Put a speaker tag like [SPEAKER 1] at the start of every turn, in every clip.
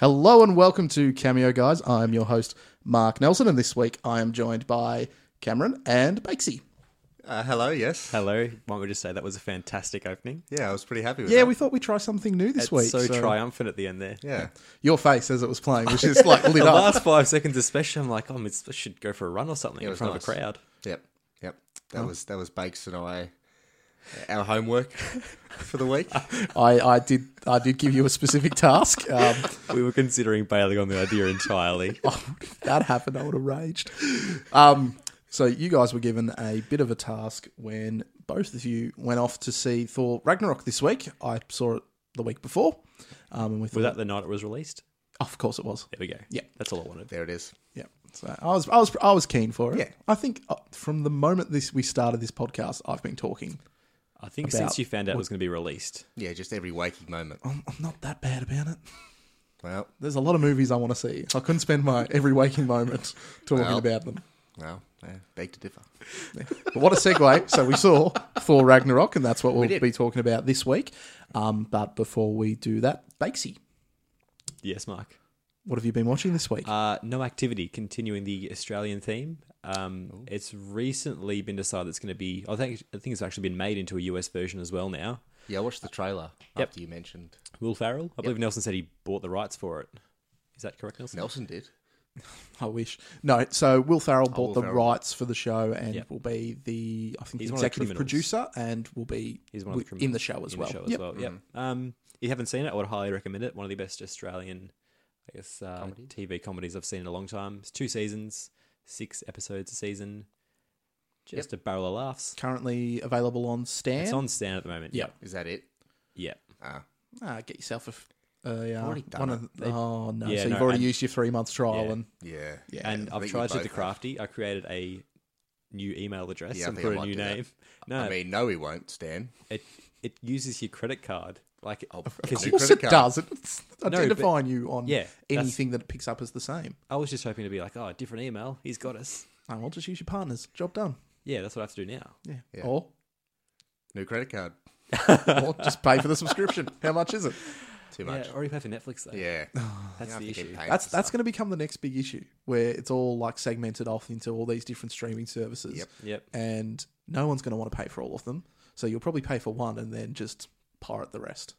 [SPEAKER 1] Hello and welcome to Cameo Guys. I am your host, Mark Nelson, and this week I am joined by Cameron and Bakesy.
[SPEAKER 2] Uh, hello, yes.
[SPEAKER 3] Hello. Won't we just say that was a fantastic opening?
[SPEAKER 2] Yeah, I was pretty happy with
[SPEAKER 1] Yeah,
[SPEAKER 2] that.
[SPEAKER 1] we thought we'd try something new this
[SPEAKER 3] It's
[SPEAKER 1] week.
[SPEAKER 3] so, triumphant at the end there.
[SPEAKER 2] yeah.
[SPEAKER 1] Your face as it was playing, which is like lit
[SPEAKER 3] The
[SPEAKER 1] up.
[SPEAKER 3] last five seconds, especially, I'm like, oh, it's- I should go for a run or something in
[SPEAKER 2] was
[SPEAKER 3] front
[SPEAKER 2] nice.
[SPEAKER 3] of a crowd.
[SPEAKER 2] Yep. Yep. That
[SPEAKER 3] Oh.
[SPEAKER 2] was that was Bakes and I our homework for the week.
[SPEAKER 1] I, I did I did give you a specific task. Um, oh,
[SPEAKER 3] We were considering bailing on the idea entirely.
[SPEAKER 1] if that happened, I would have raged. Um, so you guys were given a bit of a task when both of you went off to see Thor Ragnarok this week. I saw it the week before, um, and we
[SPEAKER 3] was
[SPEAKER 1] thought,
[SPEAKER 3] that the night it was released?
[SPEAKER 1] of course, it was.
[SPEAKER 3] There we go.
[SPEAKER 1] Yeah.
[SPEAKER 3] That's all I wanted.
[SPEAKER 2] There it is.
[SPEAKER 1] Yeah, so I was I was I was keen for it.
[SPEAKER 2] Yeah.
[SPEAKER 1] I think uh, from the moment this we started this podcast, I've been talking.
[SPEAKER 3] I think
[SPEAKER 1] About-
[SPEAKER 3] since you found out it was going to be released,
[SPEAKER 2] Yeah, just every waking moment.
[SPEAKER 1] I'm, I'm not that bad about it.
[SPEAKER 2] Well,
[SPEAKER 1] There's a lot of movies I want to see. I couldn't spend my every waking moment talking
[SPEAKER 2] Well.
[SPEAKER 1] about them.
[SPEAKER 2] well, yeah, beg to differ.
[SPEAKER 1] But what a segue. so we saw Thor Ragnarok, and that's what we'll
[SPEAKER 2] did.
[SPEAKER 1] be talking about this week. Um, but before we do that, Bakesy,
[SPEAKER 3] yes, Mark.
[SPEAKER 1] what have you been watching this week?
[SPEAKER 3] Uh, no activity, continuing the Australian theme. Um, it's recently been decided it's going to be, I think, I think it's actually been made into a US version as well now.
[SPEAKER 2] Yeah, I watched the trailer
[SPEAKER 3] Yep.
[SPEAKER 2] after you mentioned
[SPEAKER 3] Will Farrell? I believe Nelson said he bought the rights for it. Is that correct, Nelson?
[SPEAKER 2] Nelson did.
[SPEAKER 1] I wish. No, so Will Farrell bought
[SPEAKER 2] Will
[SPEAKER 1] the
[SPEAKER 2] Ferrell.
[SPEAKER 1] rights for the show and
[SPEAKER 3] Yep.
[SPEAKER 1] will be the I think
[SPEAKER 3] He's
[SPEAKER 1] the
[SPEAKER 3] one of the
[SPEAKER 1] executive
[SPEAKER 3] criminals.
[SPEAKER 1] producer and will be
[SPEAKER 3] He's one of the
[SPEAKER 1] wi- in the
[SPEAKER 3] criminals
[SPEAKER 1] show as
[SPEAKER 3] in
[SPEAKER 1] well.
[SPEAKER 3] The show as
[SPEAKER 1] Yep.
[SPEAKER 3] well. Yep. Um, if you haven't seen it, I would highly recommend it. One of the best Australian, I guess, uh, TV comedies I've seen in a long time. It's two seasons, six episodes a season. Just a barrel of laughs.
[SPEAKER 1] Currently available on Stan.
[SPEAKER 3] It's on Stan at the moment.
[SPEAKER 1] Yeah.
[SPEAKER 2] Is that it?
[SPEAKER 3] Yeah.
[SPEAKER 2] Ah,
[SPEAKER 1] Ah, get yourself a. f- a, uh,
[SPEAKER 2] already done
[SPEAKER 1] one
[SPEAKER 2] it.
[SPEAKER 1] of, oh no!
[SPEAKER 3] Yeah,
[SPEAKER 1] so you've
[SPEAKER 3] no,
[SPEAKER 1] already
[SPEAKER 3] and-
[SPEAKER 1] used your three months trial,
[SPEAKER 3] Yeah.
[SPEAKER 1] and
[SPEAKER 2] yeah.
[SPEAKER 1] Yeah.
[SPEAKER 3] And
[SPEAKER 2] I
[SPEAKER 3] I've
[SPEAKER 2] think
[SPEAKER 3] tried
[SPEAKER 2] we
[SPEAKER 3] to do the
[SPEAKER 2] both have.
[SPEAKER 3] crafty. I created a new email address
[SPEAKER 2] Yeah, I
[SPEAKER 3] and
[SPEAKER 2] think I
[SPEAKER 3] put a
[SPEAKER 2] might
[SPEAKER 3] new
[SPEAKER 2] do that.
[SPEAKER 3] name. No,
[SPEAKER 2] I mean, no, he won't, Stan.
[SPEAKER 3] it it uses your credit card. Like,
[SPEAKER 2] Oh,
[SPEAKER 1] of
[SPEAKER 3] because you
[SPEAKER 1] course
[SPEAKER 2] credit
[SPEAKER 1] it
[SPEAKER 2] card.
[SPEAKER 1] does. It's
[SPEAKER 3] but-
[SPEAKER 1] identifying you on
[SPEAKER 3] Yeah, that's-
[SPEAKER 1] anything that it picks up as the same.
[SPEAKER 3] I was just hoping to be like, oh, different email. He's got us.
[SPEAKER 1] Oh, I'll just use your partners. Job done.
[SPEAKER 3] Yeah, that's what I have to do now.
[SPEAKER 1] Yeah.
[SPEAKER 2] Yeah.
[SPEAKER 1] Or,
[SPEAKER 2] New credit card.
[SPEAKER 1] or just pay for the subscription. How much is it?
[SPEAKER 2] Too
[SPEAKER 3] Yeah,
[SPEAKER 2] much.
[SPEAKER 3] already pay for Netflix though.
[SPEAKER 2] Yeah.
[SPEAKER 3] that's
[SPEAKER 2] I
[SPEAKER 3] the
[SPEAKER 2] think he
[SPEAKER 3] issue.
[SPEAKER 2] paid
[SPEAKER 1] That's
[SPEAKER 2] for
[SPEAKER 1] that's
[SPEAKER 2] stuff.
[SPEAKER 1] going to become the next big issue where it's all like segmented off into all these different streaming services.
[SPEAKER 2] Yep.
[SPEAKER 3] Yep.
[SPEAKER 1] And no one's going to want to pay for all of them. So you'll probably pay for one and then just pirate the rest.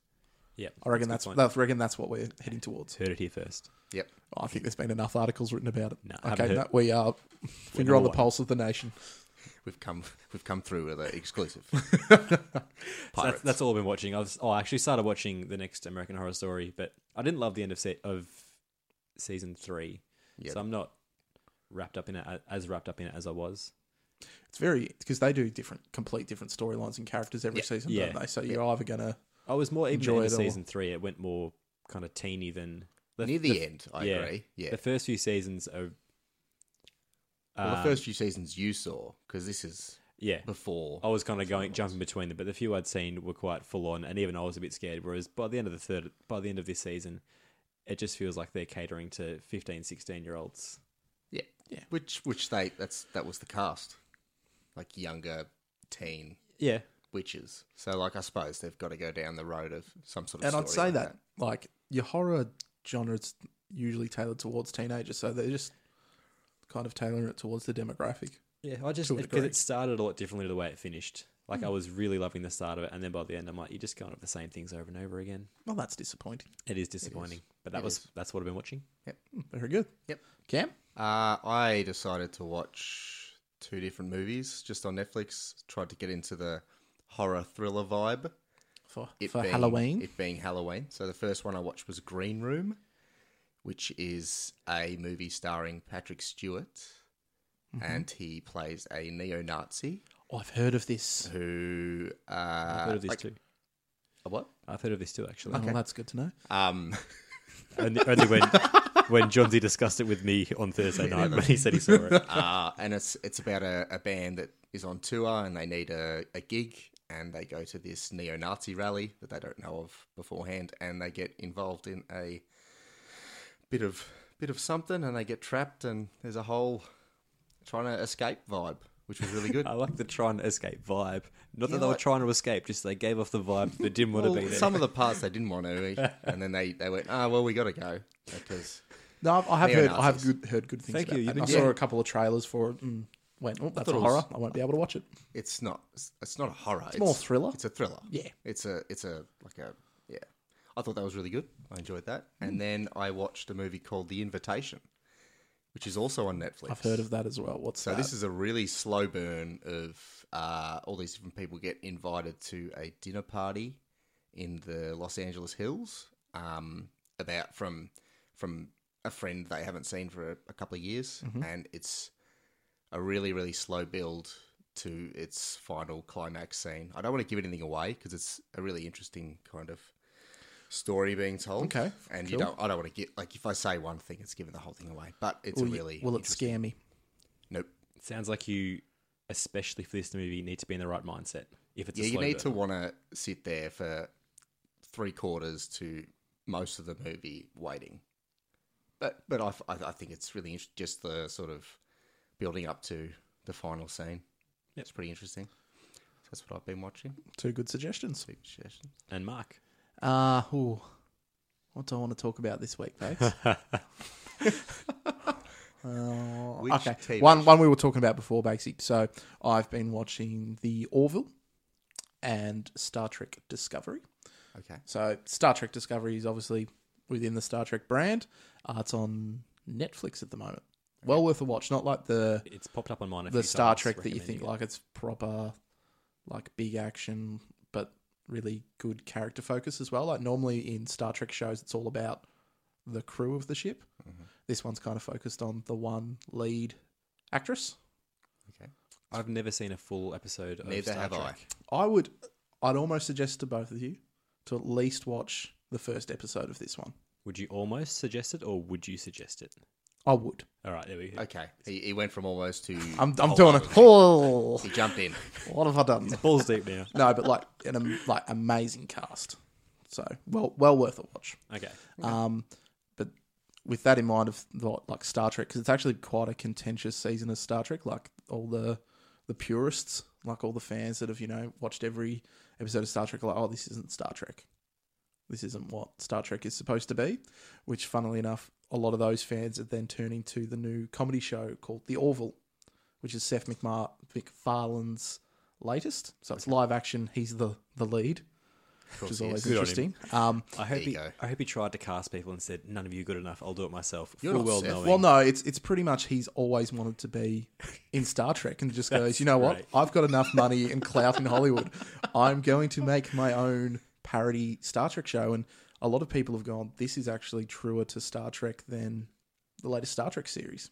[SPEAKER 3] Yeah,
[SPEAKER 1] I reckon
[SPEAKER 3] that's
[SPEAKER 1] that's,
[SPEAKER 3] a good
[SPEAKER 1] that's I reckon that's what we're heading towards.
[SPEAKER 3] heard it here first.
[SPEAKER 2] Yep.
[SPEAKER 1] I think there's been enough articles written about it.
[SPEAKER 3] No, I haven't
[SPEAKER 1] okay,
[SPEAKER 3] heard-
[SPEAKER 1] no, we are finger
[SPEAKER 3] number
[SPEAKER 1] on the
[SPEAKER 3] one.
[SPEAKER 1] pulse of the nation.
[SPEAKER 2] We've come we've come through with an exclusive.
[SPEAKER 3] So that's, that's all I've been watching. I've oh, I actually started watching the next American Horror Story, but I didn't love the end of se- of season three,
[SPEAKER 2] Yep.
[SPEAKER 3] so I'm not wrapped up in it as wrapped up in it as I was.
[SPEAKER 1] It's very because they do different, complete different storylines and characters every season,
[SPEAKER 3] Yeah.
[SPEAKER 1] don't they? So you're either gonna
[SPEAKER 3] I was more even
[SPEAKER 1] Enjoy
[SPEAKER 3] in
[SPEAKER 1] it all.
[SPEAKER 3] season three. It went more kind of teeny than the,
[SPEAKER 2] Near the, end, I
[SPEAKER 3] yeah,
[SPEAKER 2] agree. Yeah.
[SPEAKER 3] The first few seasons are.
[SPEAKER 2] well,
[SPEAKER 1] Um,
[SPEAKER 3] uh,
[SPEAKER 2] the first few seasons you saw, because this is
[SPEAKER 3] yeah,
[SPEAKER 2] before.
[SPEAKER 1] Oh,
[SPEAKER 3] I was kind of going jumping between them, but the few I'd seen were quite full on, and even I was a bit scared. Whereas by the end of the third, by the end of this season, it just feels like they're catering to 15, 16 year olds.
[SPEAKER 2] Yeah, yeah. Which which they that's that was the cast, like younger teen
[SPEAKER 3] Yeah,
[SPEAKER 2] witches. So like I suppose they've got to go down the road of some sort of.
[SPEAKER 1] and I'd
[SPEAKER 2] story
[SPEAKER 1] say
[SPEAKER 2] like
[SPEAKER 1] that, like your horror genre is usually tailored towards teenagers, so they're just kind of tailoring it towards the demographic.
[SPEAKER 3] yeah. I just
[SPEAKER 1] To a
[SPEAKER 3] because
[SPEAKER 1] degree.
[SPEAKER 3] it started a lot differently to the way it finished. Like I was really loving the start of it, and then by the end, I'm like, you're just going up the same things over and over again.
[SPEAKER 1] Well, that's disappointing. Hmm,
[SPEAKER 3] It is disappointing, but that was that's what I've been watching.
[SPEAKER 1] Very good.
[SPEAKER 2] Yep.
[SPEAKER 1] Cam,
[SPEAKER 2] Uh, I decided to watch two different movies just on Netflix. Tried to get into the horror thriller vibe.
[SPEAKER 1] for
[SPEAKER 2] it
[SPEAKER 1] for
[SPEAKER 2] being-
[SPEAKER 1] Halloween,
[SPEAKER 2] It being Halloween. So the first one I watched was Green Room, which is a movie starring Patrick Stewart,
[SPEAKER 3] Mm-hmm.
[SPEAKER 2] and he plays a neo-Nazi
[SPEAKER 1] oh, I've heard of this.
[SPEAKER 2] who uh,
[SPEAKER 3] I've heard of this too.
[SPEAKER 2] a what?
[SPEAKER 3] I've heard of this too, actually.
[SPEAKER 1] Oh, that's good to know.
[SPEAKER 2] Um,
[SPEAKER 3] only, only when when John D discussed it with me on Thursday night when he said he saw it.
[SPEAKER 2] uh, and it's it's about a, a band that is on tour and they need a, a gig and they go to this neo-Nazi rally that they don't know of beforehand and they get involved in a bit of bit of something and they get trapped and there's a whole trying to escape vibe which was really good.
[SPEAKER 3] I like the trying to escape vibe. Not that
[SPEAKER 2] Yeah,
[SPEAKER 3] they were
[SPEAKER 2] like-
[SPEAKER 3] trying to escape, just they gave off the vibe that didn't want
[SPEAKER 2] Well,
[SPEAKER 3] to be there.
[SPEAKER 2] some of the parts they didn't want to, and then they, they went, ah, well, we got to go because
[SPEAKER 1] No, I've, I have heard. I have
[SPEAKER 2] Neo-Nazis.
[SPEAKER 1] good, heard good things.
[SPEAKER 3] Thank
[SPEAKER 1] about
[SPEAKER 3] you,
[SPEAKER 1] that.
[SPEAKER 3] you've
[SPEAKER 1] I
[SPEAKER 3] been-
[SPEAKER 1] saw
[SPEAKER 3] yeah.
[SPEAKER 1] a couple of trailers for it and went, "Oh, that's
[SPEAKER 2] thought
[SPEAKER 1] a
[SPEAKER 2] it was-
[SPEAKER 1] horror. I won't be able to watch it."
[SPEAKER 2] it's not it's not a horror. It's,
[SPEAKER 1] more thriller.
[SPEAKER 2] It's a thriller.
[SPEAKER 1] Yeah.
[SPEAKER 2] It's a it's a like a yeah. I thought that was really good. I enjoyed that.
[SPEAKER 1] Hmm.
[SPEAKER 2] And then I watched a movie called The Invitation, which is also on Netflix.
[SPEAKER 1] I've heard of that as well. What's
[SPEAKER 2] So
[SPEAKER 1] that?
[SPEAKER 2] this is a really slow burn of uh, all these different people get invited to a dinner party in the Los Angeles Hills um, about from from a friend they haven't seen for a, a couple of years,
[SPEAKER 1] Mm-hmm.
[SPEAKER 2] and it's a really really slow build to its final climax scene. I don't want to give anything away because it's a really interesting kind of story being told.
[SPEAKER 1] Okay,
[SPEAKER 2] and you
[SPEAKER 1] cool.
[SPEAKER 2] don't. I don't want to get like if I say one thing, it's giving the whole thing away. But it's
[SPEAKER 1] will,
[SPEAKER 2] a
[SPEAKER 1] you-
[SPEAKER 2] really
[SPEAKER 1] will it
[SPEAKER 2] interesting-
[SPEAKER 1] scare me?
[SPEAKER 2] Nope.
[SPEAKER 3] Sounds like you, especially for this movie, need to be in the right mindset. If it's
[SPEAKER 2] Yeah,
[SPEAKER 3] a
[SPEAKER 2] you
[SPEAKER 3] slow
[SPEAKER 2] need to
[SPEAKER 3] burn.
[SPEAKER 2] want to sit there for three quarters to most of the movie waiting. But but I, I, I think it's really inter- just the sort of building up to the final scene. It's pretty interesting. That's what I've been watching.
[SPEAKER 1] Two good suggestions.
[SPEAKER 2] Big suggestion.
[SPEAKER 3] And Mark,
[SPEAKER 1] Uh, ooh. what do I want to talk about this week, folks? Uh,
[SPEAKER 2] Which
[SPEAKER 1] okay,
[SPEAKER 2] TV
[SPEAKER 1] one
[SPEAKER 2] show?
[SPEAKER 1] one we were talking about before, Bakesy. So I've been watching the Orville and Star Trek Discovery.
[SPEAKER 2] Okay.
[SPEAKER 1] So Star Trek Discovery is obviously within the Star Trek brand. Uh, it's on Netflix at the moment. Well worth a watch. Not like the
[SPEAKER 3] it's popped up on mine. A
[SPEAKER 1] the
[SPEAKER 3] few
[SPEAKER 1] Star
[SPEAKER 3] times,
[SPEAKER 1] Trek that you think
[SPEAKER 3] recommending
[SPEAKER 1] like
[SPEAKER 3] it.
[SPEAKER 1] it's proper, like big action, but really good character focus as well. Like normally in Star Trek shows, it's all about the crew of the ship. This one's kind of focused on the one lead actress.
[SPEAKER 2] Okay.
[SPEAKER 3] I've never seen a full episode. of
[SPEAKER 2] Neither
[SPEAKER 3] Oh, Star
[SPEAKER 2] have I.
[SPEAKER 3] Trek.
[SPEAKER 1] I would, I'd almost suggest to both of you to at least watch the first episode of this one.
[SPEAKER 3] Would you almost suggest it, or would you suggest it?
[SPEAKER 1] I would.
[SPEAKER 3] All right, there we go.
[SPEAKER 2] Okay. He, he went from almost to.
[SPEAKER 1] I'm, I'm
[SPEAKER 2] Oh,
[SPEAKER 1] doing it.
[SPEAKER 2] okay.
[SPEAKER 1] Oh,
[SPEAKER 2] He jumped in.
[SPEAKER 1] what have I done?
[SPEAKER 3] Balls deep now.
[SPEAKER 1] No, but like an am- like amazing cast. So well, well worth a watch.
[SPEAKER 3] Okay,
[SPEAKER 1] Um, but with that in mind of the, like Star Trek, because it's actually quite a contentious season of Star Trek. Like all the the purists, like all the fans that have you know watched every episode of Star Trek, are like, oh, this isn't Star Trek. This isn't what Star Trek is supposed to be. Which, funnily enough, a lot of those fans are then turning to the new comedy show called The Orville, which is Seth MacMar- MacFarlane's latest. So it's live action. He's the the lead, which is always
[SPEAKER 3] Good on him.
[SPEAKER 1] interesting. Um,
[SPEAKER 3] I hope
[SPEAKER 2] you
[SPEAKER 3] he,
[SPEAKER 2] go.
[SPEAKER 3] I hope he tried to cast people and said, "None of you good enough. I'll do it myself."
[SPEAKER 2] You're
[SPEAKER 3] Full
[SPEAKER 2] not
[SPEAKER 3] well
[SPEAKER 2] Seth.
[SPEAKER 3] knowing.
[SPEAKER 1] Well, no, it's it's pretty much he's always wanted to be in Star Trek, and just goes, you know what?
[SPEAKER 3] right.
[SPEAKER 1] I've got enough money and clout in Hollywood. I'm going to make my own parody Star Trek show, and a lot of people have gone, this is actually truer to Star Trek than the latest Star Trek series,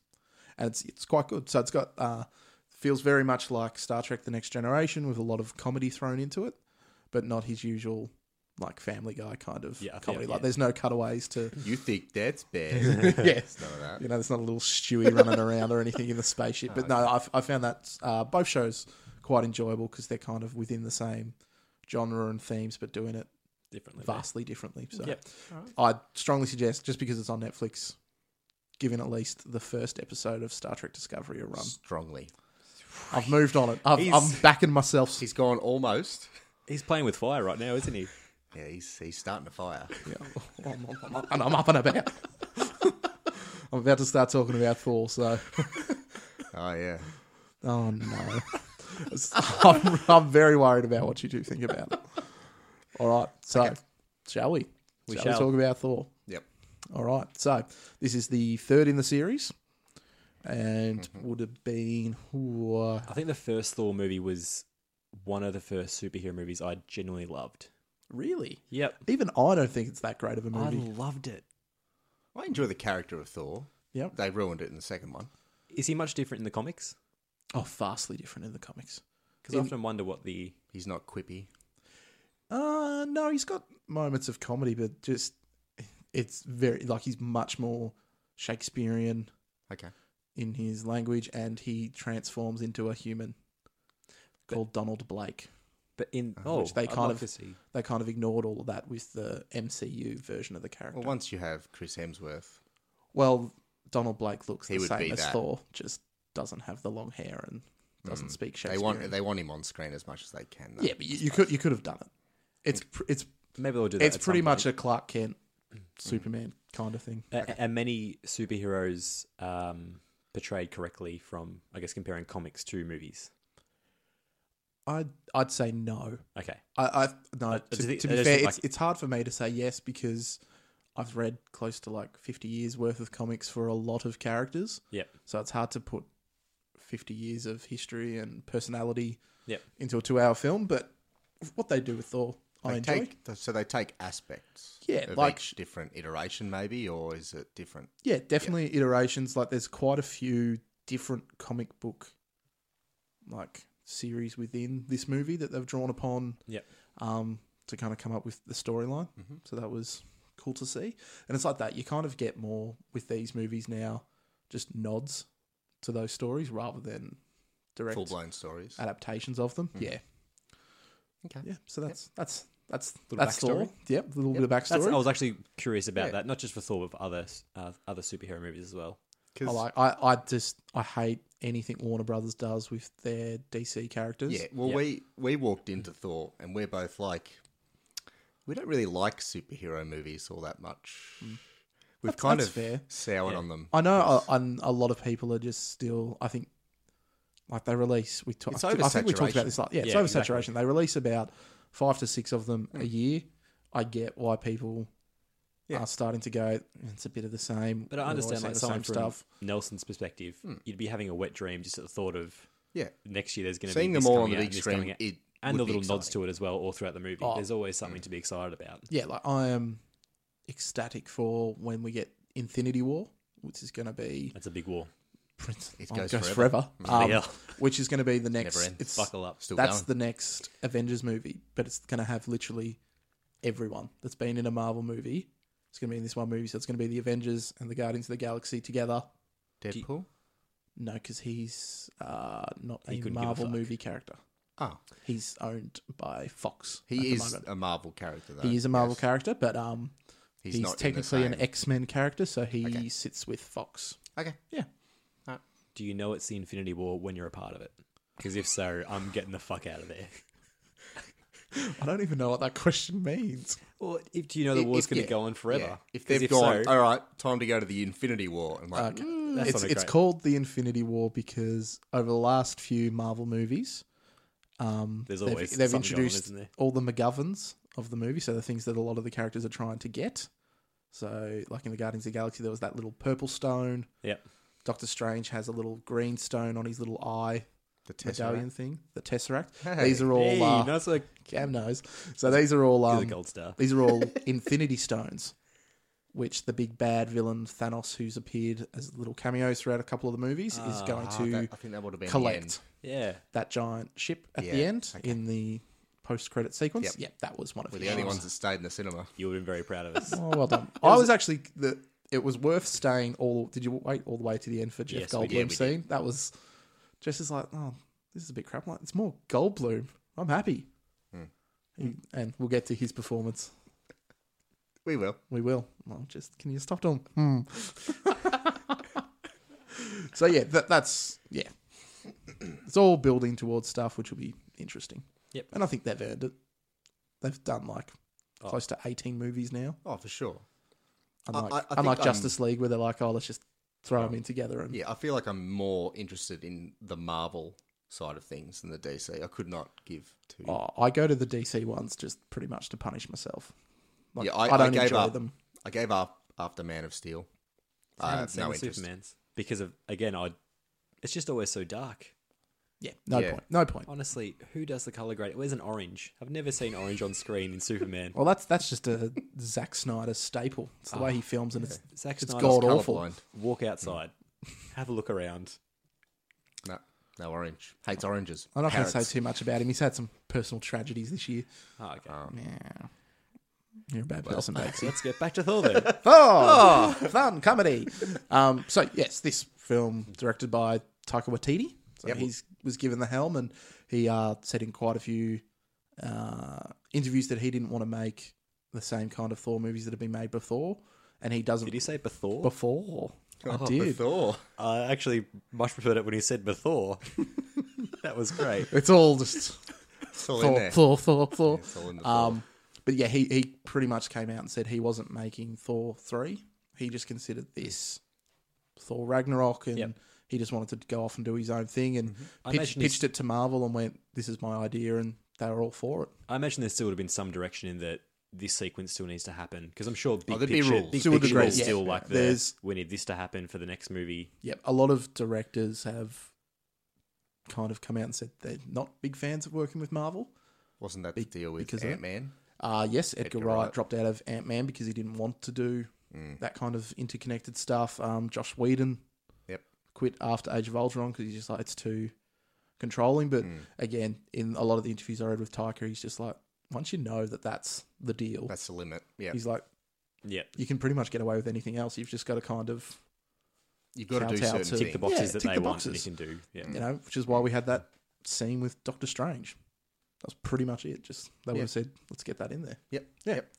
[SPEAKER 1] and it's it's quite good. So it's got uh, feels very much like Star Trek: The Next Generation with a lot of comedy thrown into it, but not his usual. Like Family Guy kind of
[SPEAKER 3] Yeah, I think-
[SPEAKER 1] comedy.
[SPEAKER 3] yeah.
[SPEAKER 1] Like there's no cutaways to
[SPEAKER 2] You think that's bad?
[SPEAKER 1] yes,
[SPEAKER 2] None of that.
[SPEAKER 1] you know, there's not a little Stewie running around or anything in the spaceship. But no, I, I found that uh, both shows quite enjoyable because they're kind of within the same genre and themes, but doing it
[SPEAKER 3] differently.
[SPEAKER 1] vastly differently. So
[SPEAKER 3] Yep.
[SPEAKER 1] I'd strongly suggest, just because it's on Netflix, giving at least the first episode of Star Trek Discovery a run.
[SPEAKER 2] Strongly.
[SPEAKER 1] I've moved on it. I've, I'm
[SPEAKER 3] He's-
[SPEAKER 1] backing myself.
[SPEAKER 2] He's gone almost.
[SPEAKER 3] He's playing with fire right now, isn't he?
[SPEAKER 2] Yeah, he's, he's starting to fire.
[SPEAKER 1] Yeah. I'm, I'm- I'm- and I'm up and about. I'm about to start talking about Thor, so.
[SPEAKER 2] Oh, yeah.
[SPEAKER 1] Oh no, I'm, I'm very worried about what you two think about it. All right, so shall we?
[SPEAKER 3] We
[SPEAKER 1] shall,
[SPEAKER 3] shall.
[SPEAKER 1] we talk about Thor?
[SPEAKER 2] Yep.
[SPEAKER 1] All right, so this is the third in the series, and would have been ooh, uh,
[SPEAKER 3] I think the first Thor movie was one of the first superhero movies I genuinely loved.
[SPEAKER 1] really.
[SPEAKER 3] Yep.
[SPEAKER 1] Even I don't think it's that great of a movie.
[SPEAKER 3] I loved it.
[SPEAKER 2] I enjoy the character of Thor.
[SPEAKER 1] Yep.
[SPEAKER 2] They ruined it in the second one.
[SPEAKER 3] Is he much different in the comics?
[SPEAKER 1] Oh, vastly different in the comics.
[SPEAKER 3] Because I often wonder what the
[SPEAKER 2] He's not quippy.
[SPEAKER 1] Uh no, he's got moments of comedy, but just it's very like he's much more Shakespearean
[SPEAKER 2] Okay.
[SPEAKER 1] in his language and he transforms into a human called Donald Blake.
[SPEAKER 3] but in oh
[SPEAKER 1] which they
[SPEAKER 3] I'd
[SPEAKER 1] kind
[SPEAKER 3] love
[SPEAKER 1] of-
[SPEAKER 3] to see.
[SPEAKER 1] They kind of ignored all of that with the MCU version of the character.
[SPEAKER 2] Well,
[SPEAKER 1] Well,
[SPEAKER 2] once you have Chris Hemsworth,
[SPEAKER 1] Donald Blake looks
[SPEAKER 2] He
[SPEAKER 1] the
[SPEAKER 2] would
[SPEAKER 1] same
[SPEAKER 2] be
[SPEAKER 1] as
[SPEAKER 2] that. Mm.
[SPEAKER 1] Thor, just doesn't have the long hair and doesn't speak
[SPEAKER 2] They
[SPEAKER 1] Shakespeare.
[SPEAKER 2] want they want him on screen as much as they can. Though.
[SPEAKER 1] yeah, but you, you could you could have done it. It's pr- it's
[SPEAKER 3] Maybe they'll do that.
[SPEAKER 1] it's
[SPEAKER 3] at
[SPEAKER 1] pretty
[SPEAKER 3] some
[SPEAKER 1] much
[SPEAKER 3] point.
[SPEAKER 1] a Clark Kent, Superman kind of thing.
[SPEAKER 3] A- and many superheroes um, portrayed correctly from, I guess, comparing comics to movies.
[SPEAKER 1] I'd I'd say no.
[SPEAKER 3] Okay,
[SPEAKER 1] I, I no.
[SPEAKER 3] do
[SPEAKER 1] To,
[SPEAKER 3] you think-
[SPEAKER 1] to
[SPEAKER 3] I
[SPEAKER 1] be
[SPEAKER 3] just
[SPEAKER 1] fair,
[SPEAKER 3] think,
[SPEAKER 1] it's, it's hard for me to say yes because I've read close to like fifty years worth of comics for a lot of characters.
[SPEAKER 3] Yep.
[SPEAKER 1] So it's hard to put fifty years of history and personality
[SPEAKER 3] Yep.
[SPEAKER 1] into a two-hour film. But what they do with Thor, I
[SPEAKER 2] They
[SPEAKER 1] enjoy.
[SPEAKER 2] take so they take aspects.
[SPEAKER 1] Yeah,
[SPEAKER 2] of
[SPEAKER 1] like-
[SPEAKER 2] each different iteration, maybe, or is it different?
[SPEAKER 1] Yeah, definitely iterations. Like there's quite a few different comic book like series within this movie that they've drawn upon.
[SPEAKER 3] Yep.
[SPEAKER 1] Um, to kind of come up with the storyline.
[SPEAKER 3] Mm-hmm.
[SPEAKER 1] So that was cool to see. And it's like that. You kind of get more with these movies now, just nods to those stories rather than direct
[SPEAKER 2] Full blown stories.
[SPEAKER 1] adaptations of them.
[SPEAKER 3] Mm.
[SPEAKER 1] Yeah.
[SPEAKER 2] Okay.
[SPEAKER 1] Yeah. So that's that's that's
[SPEAKER 3] Little
[SPEAKER 1] that's Thor.
[SPEAKER 3] backstory.
[SPEAKER 1] Yep, a little bit of
[SPEAKER 3] That's, I
[SPEAKER 1] backstory.
[SPEAKER 3] was actually curious about
[SPEAKER 2] Yeah.
[SPEAKER 3] that, not just for Thor, but for other uh, other superhero movies as well.
[SPEAKER 1] I like Oh, I, I just I hate anything Warner Brothers does with their DC characters.
[SPEAKER 2] Yeah, well,
[SPEAKER 3] Yeah.
[SPEAKER 2] we we walked into Thor, and we're both like, we don't really like superhero movies all that much.
[SPEAKER 3] Mm.
[SPEAKER 2] We've
[SPEAKER 1] That's-
[SPEAKER 2] kind
[SPEAKER 1] that's
[SPEAKER 2] of
[SPEAKER 1] fair.
[SPEAKER 2] soured
[SPEAKER 3] Yeah.
[SPEAKER 2] on them.
[SPEAKER 1] I know a, a, a lot of people are just still I think like they release we talk,
[SPEAKER 2] It's
[SPEAKER 1] I think we talked
[SPEAKER 2] oversaturation.
[SPEAKER 1] about this like yeah, it's
[SPEAKER 3] Yeah,
[SPEAKER 1] oversaturation.
[SPEAKER 3] exactly.
[SPEAKER 1] They release about five to six of them a year. I get why people
[SPEAKER 2] Yeah.
[SPEAKER 1] are starting to go it's a bit of the same.
[SPEAKER 3] But I
[SPEAKER 1] We've always
[SPEAKER 3] understand
[SPEAKER 1] seen
[SPEAKER 3] like
[SPEAKER 1] the
[SPEAKER 3] someone
[SPEAKER 1] same
[SPEAKER 3] from
[SPEAKER 1] stuff.
[SPEAKER 3] Nelson's perspective, you'd be having a wet dream just at the thought of
[SPEAKER 2] Yeah,
[SPEAKER 3] next year. There's going to be
[SPEAKER 2] seeing them
[SPEAKER 3] this
[SPEAKER 2] all
[SPEAKER 3] coming
[SPEAKER 2] on the
[SPEAKER 3] out
[SPEAKER 2] big
[SPEAKER 3] and this
[SPEAKER 2] screen,
[SPEAKER 3] coming out.
[SPEAKER 2] it
[SPEAKER 3] and the
[SPEAKER 2] would be
[SPEAKER 3] little nods
[SPEAKER 2] exciting.
[SPEAKER 3] to it as well, all throughout the movie.
[SPEAKER 1] Oh.
[SPEAKER 3] There's always something to be excited about.
[SPEAKER 1] Yeah, like I am ecstatic for when we get Infinity War, which is gonna be
[SPEAKER 3] That's a big war.
[SPEAKER 1] Prince
[SPEAKER 2] It
[SPEAKER 1] oh,
[SPEAKER 2] goes
[SPEAKER 1] forever.
[SPEAKER 2] forever.
[SPEAKER 1] Um,
[SPEAKER 3] Yeah.
[SPEAKER 1] which is gonna be the next
[SPEAKER 2] Never ends.
[SPEAKER 1] it's
[SPEAKER 3] Buckle up.
[SPEAKER 2] Still
[SPEAKER 1] that's
[SPEAKER 2] going.
[SPEAKER 1] the next Avengers movie, but it's going to have literally everyone that's been in a Marvel movie. It's going to be in this one movie, so it's going to be the Avengers and the Guardians of the Galaxy together.
[SPEAKER 2] Deadpool.
[SPEAKER 1] No, because he's uh, not
[SPEAKER 3] He
[SPEAKER 1] a
[SPEAKER 3] couldn't give a
[SPEAKER 1] Marvel
[SPEAKER 3] fuck.
[SPEAKER 1] movie character.
[SPEAKER 2] Oh,
[SPEAKER 1] He's owned by Fox. at
[SPEAKER 2] he
[SPEAKER 1] the
[SPEAKER 2] is
[SPEAKER 1] moment.
[SPEAKER 2] a Marvel character. Though.
[SPEAKER 1] He is a Marvel
[SPEAKER 2] Yes.
[SPEAKER 1] character, but um,
[SPEAKER 2] He's,
[SPEAKER 1] he's,
[SPEAKER 2] not in the
[SPEAKER 1] technically an
[SPEAKER 2] same-
[SPEAKER 1] X Men character, so he
[SPEAKER 2] Okay.
[SPEAKER 1] sits with Fox.
[SPEAKER 2] Okay,
[SPEAKER 1] Yeah,
[SPEAKER 3] Do you know it's the Infinity War when you're a part of it? Because if so, I'm getting the fuck out of there.
[SPEAKER 1] I don't even know what that question means.
[SPEAKER 3] Well, if do you know the
[SPEAKER 2] If-
[SPEAKER 3] war's
[SPEAKER 2] if-
[SPEAKER 3] going to
[SPEAKER 2] yeah,
[SPEAKER 3] go on forever?
[SPEAKER 2] yeah. If
[SPEAKER 3] 'Cause
[SPEAKER 2] they've
[SPEAKER 3] so-
[SPEAKER 2] gone, um, all right, time to go to the Infinity War. And like,
[SPEAKER 1] Okay.
[SPEAKER 2] mm,
[SPEAKER 3] That's
[SPEAKER 1] it's
[SPEAKER 3] not a
[SPEAKER 1] it's
[SPEAKER 3] great-
[SPEAKER 1] called the Infinity War because over the last few Marvel movies, um,
[SPEAKER 3] There's
[SPEAKER 1] they've-
[SPEAKER 3] always
[SPEAKER 1] they've,
[SPEAKER 3] something going on,
[SPEAKER 1] introduced
[SPEAKER 3] isn't there?
[SPEAKER 1] all the McGoverns of the movie, so the things that a lot of the characters are trying to get. So, like in the Guardians of the Galaxy, there was that little purple stone.
[SPEAKER 3] Yep.
[SPEAKER 1] Doctor Strange has a little green stone on his little eye
[SPEAKER 2] the Tesseract.
[SPEAKER 1] medallion thing, the Tesseract.
[SPEAKER 2] Hey.
[SPEAKER 1] These are all
[SPEAKER 3] Hey,
[SPEAKER 1] uh,
[SPEAKER 3] that's like
[SPEAKER 1] Cam knows. So these are all
[SPEAKER 3] the
[SPEAKER 1] um,
[SPEAKER 3] gold star.
[SPEAKER 1] these are all Infinity Stones, which the big bad villain Thanos, who's appeared as little cameos throughout a couple of the movies, is going
[SPEAKER 2] Ah,
[SPEAKER 1] to
[SPEAKER 2] that- I think that would have been the end.
[SPEAKER 1] collect
[SPEAKER 3] Yeah,
[SPEAKER 1] that giant ship at the
[SPEAKER 2] Yeah,
[SPEAKER 1] end in the post-credit sequence.
[SPEAKER 2] Yep.
[SPEAKER 1] Yep, that was one of
[SPEAKER 2] We're
[SPEAKER 1] the
[SPEAKER 2] the only ones that stayed in the cinema.
[SPEAKER 3] you would have been very proud of us.
[SPEAKER 1] Oh, well done. I was actually the. It was worth staying all. Did you wait all the way to the end for Jeff
[SPEAKER 3] Yes, we
[SPEAKER 1] Goldblum
[SPEAKER 3] did,
[SPEAKER 2] we did.
[SPEAKER 1] scene? That was just as like, oh, this is a bit crap. I'm Like, it's more Goldblum. I'm happy.
[SPEAKER 3] Hmm.
[SPEAKER 1] He- and we'll get to his performance.
[SPEAKER 2] We will.
[SPEAKER 1] We will. Well, just can you stop doing? Hmm. so yeah, that, that's yeah. It's all building towards stuff which will be interesting.
[SPEAKER 3] Yep.
[SPEAKER 1] And I think they've earned it. They've done like
[SPEAKER 3] Oh.
[SPEAKER 1] close to eighteen movies now.
[SPEAKER 2] Oh, for sure.
[SPEAKER 1] Unlike,
[SPEAKER 2] I- I think
[SPEAKER 1] unlike
[SPEAKER 2] I'm-
[SPEAKER 1] Justice League, where they're like, oh, let's just throw them in together and
[SPEAKER 2] Yeah, I feel like I'm more interested in the Marvel side of things than the DC. I could not give two.
[SPEAKER 1] oh, I go to the DC ones just pretty much to punish myself. Like,
[SPEAKER 2] Yeah,
[SPEAKER 1] I,
[SPEAKER 2] I-
[SPEAKER 1] don't
[SPEAKER 2] I gave
[SPEAKER 1] enjoy
[SPEAKER 2] up.
[SPEAKER 1] them.
[SPEAKER 2] I gave up after Man of Steel.
[SPEAKER 3] I
[SPEAKER 2] I
[SPEAKER 3] haven't
[SPEAKER 2] have
[SPEAKER 3] seen
[SPEAKER 2] no
[SPEAKER 3] the
[SPEAKER 2] interest.
[SPEAKER 3] Superman's because of again, I. It's just always so dark.
[SPEAKER 1] Yeah, no
[SPEAKER 2] Yeah.
[SPEAKER 1] point. No point.
[SPEAKER 3] Honestly, who does the color grade? Where's an orange? I've never seen orange on screen in Superman.
[SPEAKER 1] Well, that's that's just a Zack Snyder staple. It's the way he films, and it's
[SPEAKER 3] Zack
[SPEAKER 1] it's
[SPEAKER 3] Snyder's
[SPEAKER 1] god awful.
[SPEAKER 2] Ah, Colorblind.
[SPEAKER 3] Walk outside, have a look around.
[SPEAKER 2] No, no orange. Hates oranges.
[SPEAKER 1] I'm not going to say
[SPEAKER 2] Parrots.
[SPEAKER 1] too much about him. He's had some personal tragedies this year.
[SPEAKER 3] Oh, okay.
[SPEAKER 2] Uh-huh.
[SPEAKER 1] Yeah. You're a bad person,
[SPEAKER 3] So
[SPEAKER 1] Bakesy.
[SPEAKER 3] let's get back to Thor then.
[SPEAKER 1] oh, fun comedy. Um, so yes, this film directed by Taika Waititi. So
[SPEAKER 2] Yep.
[SPEAKER 1] he's was given the helm, and he uh, said in quite a few uh, interviews that he didn't want to make the same kind of Thor movies that have been made before, and he doesn't.
[SPEAKER 3] Did you say Bethor?
[SPEAKER 1] before? I
[SPEAKER 2] Oh,
[SPEAKER 1] did.
[SPEAKER 2] Thor.
[SPEAKER 3] I actually much preferred it when he said Bethor. That was great.
[SPEAKER 1] It's all just
[SPEAKER 2] It's all in
[SPEAKER 1] Thor,
[SPEAKER 2] there.
[SPEAKER 1] Thor, Thor, Thor.
[SPEAKER 2] It's all in the floor.
[SPEAKER 1] Um, but yeah, he, he pretty much came out and said he wasn't making Thor 3. He just considered this Thor Ragnarok and
[SPEAKER 3] Yep. Mm-hmm.
[SPEAKER 1] he just wanted to go off and do his own thing and
[SPEAKER 3] I
[SPEAKER 1] pitched,
[SPEAKER 3] imagine he's-
[SPEAKER 1] pitched it to Marvel and went, this is my idea. And they were all for it.
[SPEAKER 3] I imagine there still would have been some direction in that this sequence still needs to happen because I'm sure big
[SPEAKER 2] Oh, there'd be
[SPEAKER 3] picture,
[SPEAKER 2] rules.
[SPEAKER 3] big
[SPEAKER 1] Still would
[SPEAKER 3] picture
[SPEAKER 1] agree,
[SPEAKER 3] is
[SPEAKER 1] yeah.
[SPEAKER 3] still like the,
[SPEAKER 1] There's-
[SPEAKER 3] we need this to happen for the next movie.
[SPEAKER 1] Yep. A lot of directors have kind of come out and said they're not big fans of working with Marvel.
[SPEAKER 2] Wasn't that the deal
[SPEAKER 1] because
[SPEAKER 2] with
[SPEAKER 1] of that.
[SPEAKER 2] Ant Man?
[SPEAKER 1] Uh, yes, Edgar,
[SPEAKER 2] Edgar
[SPEAKER 1] Wright,
[SPEAKER 2] Wright. Mm.
[SPEAKER 1] dropped out of Ant Man because he didn't want to do that kind of interconnected stuff. Um, Josh Whedon
[SPEAKER 2] Yep.
[SPEAKER 1] quit after Age of Ultron because he's just like, it's too controlling. But
[SPEAKER 2] Mm.
[SPEAKER 1] again, in a lot of the interviews I read with Taika, he's just like, once you know that that's the deal,
[SPEAKER 2] That's the limit. Yeah,
[SPEAKER 1] he's like,
[SPEAKER 3] Yeah,
[SPEAKER 1] you can pretty much get away with anything else. You've just got to kind of,
[SPEAKER 2] you got to do
[SPEAKER 1] kowtow
[SPEAKER 2] certain
[SPEAKER 1] to-
[SPEAKER 3] tick
[SPEAKER 2] things.
[SPEAKER 3] the boxes
[SPEAKER 1] Yeah,
[SPEAKER 3] that
[SPEAKER 1] tick
[SPEAKER 3] they
[SPEAKER 1] the
[SPEAKER 3] want and you
[SPEAKER 1] boxes.
[SPEAKER 3] can do. Yeah,
[SPEAKER 1] you know, which is why we had that scene with Doctor Strange. That's pretty much it. Just they would
[SPEAKER 2] Yeah.
[SPEAKER 1] have said, let's get that in there.
[SPEAKER 2] Yep.
[SPEAKER 1] Yeah.
[SPEAKER 2] Yep.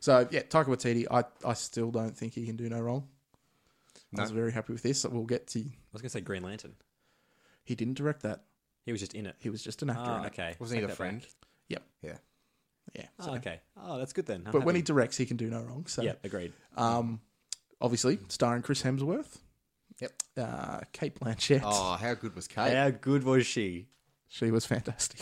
[SPEAKER 1] So yeah, Taika Waititi, I, I still don't think he can do no wrong. I
[SPEAKER 2] No.
[SPEAKER 1] was very happy with this. We'll get to.
[SPEAKER 3] I was gonna say Green Lantern.
[SPEAKER 1] He didn't direct that.
[SPEAKER 3] He was just in it.
[SPEAKER 1] He was just an actor.
[SPEAKER 3] Ah,
[SPEAKER 1] in it.
[SPEAKER 3] okay.
[SPEAKER 2] Wasn't
[SPEAKER 3] Take
[SPEAKER 2] he the
[SPEAKER 3] that
[SPEAKER 2] friend?
[SPEAKER 3] back.
[SPEAKER 2] Yeah.
[SPEAKER 1] Yeah.
[SPEAKER 3] Ah,
[SPEAKER 1] so-
[SPEAKER 3] okay. Oh, that's good then. I'm
[SPEAKER 1] But when he
[SPEAKER 3] happy.
[SPEAKER 1] directs, he can do no wrong. So
[SPEAKER 3] yeah, agreed.
[SPEAKER 1] um, obviously starring Chris Hemsworth.
[SPEAKER 2] Yep.
[SPEAKER 1] Uh, Kate Blanchett.
[SPEAKER 2] Oh, how good was Kate?
[SPEAKER 3] How good was she?
[SPEAKER 1] She was fantastic.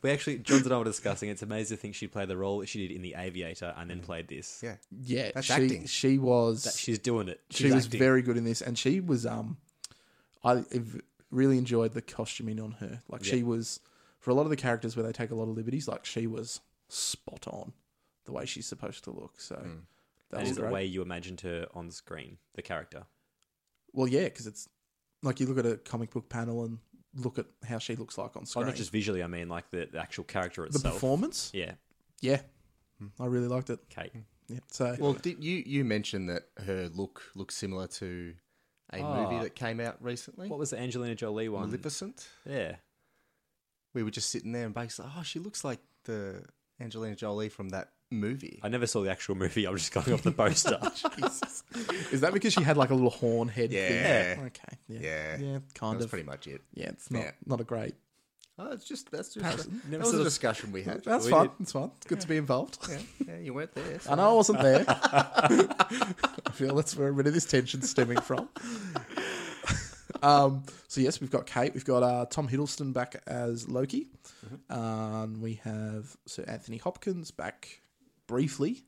[SPEAKER 3] We actually, John and I were discussing. It's amazing to think she played the role that she did in The Aviator and then played this.
[SPEAKER 2] Yeah.
[SPEAKER 1] yeah.
[SPEAKER 2] That's
[SPEAKER 1] she
[SPEAKER 2] acting.
[SPEAKER 1] she was
[SPEAKER 3] That she's doing it.
[SPEAKER 1] she
[SPEAKER 3] She's
[SPEAKER 1] was
[SPEAKER 3] acting.
[SPEAKER 1] very good in this, and she was um, I ev- really enjoyed the costuming on her. Like she was for a lot of the characters where they take a lot of liberties. Like she was spot on the way she's supposed to look. So that
[SPEAKER 3] And
[SPEAKER 1] was
[SPEAKER 3] it's the
[SPEAKER 1] great.
[SPEAKER 3] way you imagined her on screen, the character.
[SPEAKER 1] well, yeah, because it's like you look at a comic book panel and look at how she looks like on
[SPEAKER 3] Oh,
[SPEAKER 1] screen.
[SPEAKER 3] not just visually. I mean, like the, the actual character
[SPEAKER 1] the
[SPEAKER 3] itself.
[SPEAKER 1] performance,
[SPEAKER 3] yeah,
[SPEAKER 1] yeah, I really liked it.
[SPEAKER 3] Kate.
[SPEAKER 1] Yeah, so
[SPEAKER 2] Well, did you you mentioned that her look looks similar to a
[SPEAKER 1] Oh.
[SPEAKER 3] Ah.
[SPEAKER 2] movie that came out recently,
[SPEAKER 3] What was the Angelina Jolie one?
[SPEAKER 2] Maleficent?
[SPEAKER 3] Yeah,
[SPEAKER 2] We were just sitting there and basically, oh, she looks like the Angelina Jolie from that movie.
[SPEAKER 3] I never saw the actual movie. I'm just going off the poster.
[SPEAKER 1] is that because she had like a little horn head?
[SPEAKER 2] Yeah.
[SPEAKER 1] thing? okay, yeah,
[SPEAKER 2] Yeah.
[SPEAKER 1] yeah, kind
[SPEAKER 2] That's
[SPEAKER 1] of.
[SPEAKER 2] pretty much it.
[SPEAKER 1] yeah, it's not
[SPEAKER 2] yeah.
[SPEAKER 1] not a great
[SPEAKER 2] Oh, it's just that's just
[SPEAKER 1] Harrison,
[SPEAKER 2] that
[SPEAKER 3] never
[SPEAKER 2] was
[SPEAKER 3] saw
[SPEAKER 2] a
[SPEAKER 3] this-
[SPEAKER 2] discussion we had.
[SPEAKER 1] That's
[SPEAKER 2] We
[SPEAKER 1] fine. That's fine. It's good to be involved.
[SPEAKER 2] did- Yeah, you weren't there. so-
[SPEAKER 1] I know I wasn't there. I feel that's where a bit of this tension's stemming from. um, so yes, we've got Kate. We've got uh, Tom Hiddleston back as Loki. Um, we have Sir Anthony Hopkins back briefly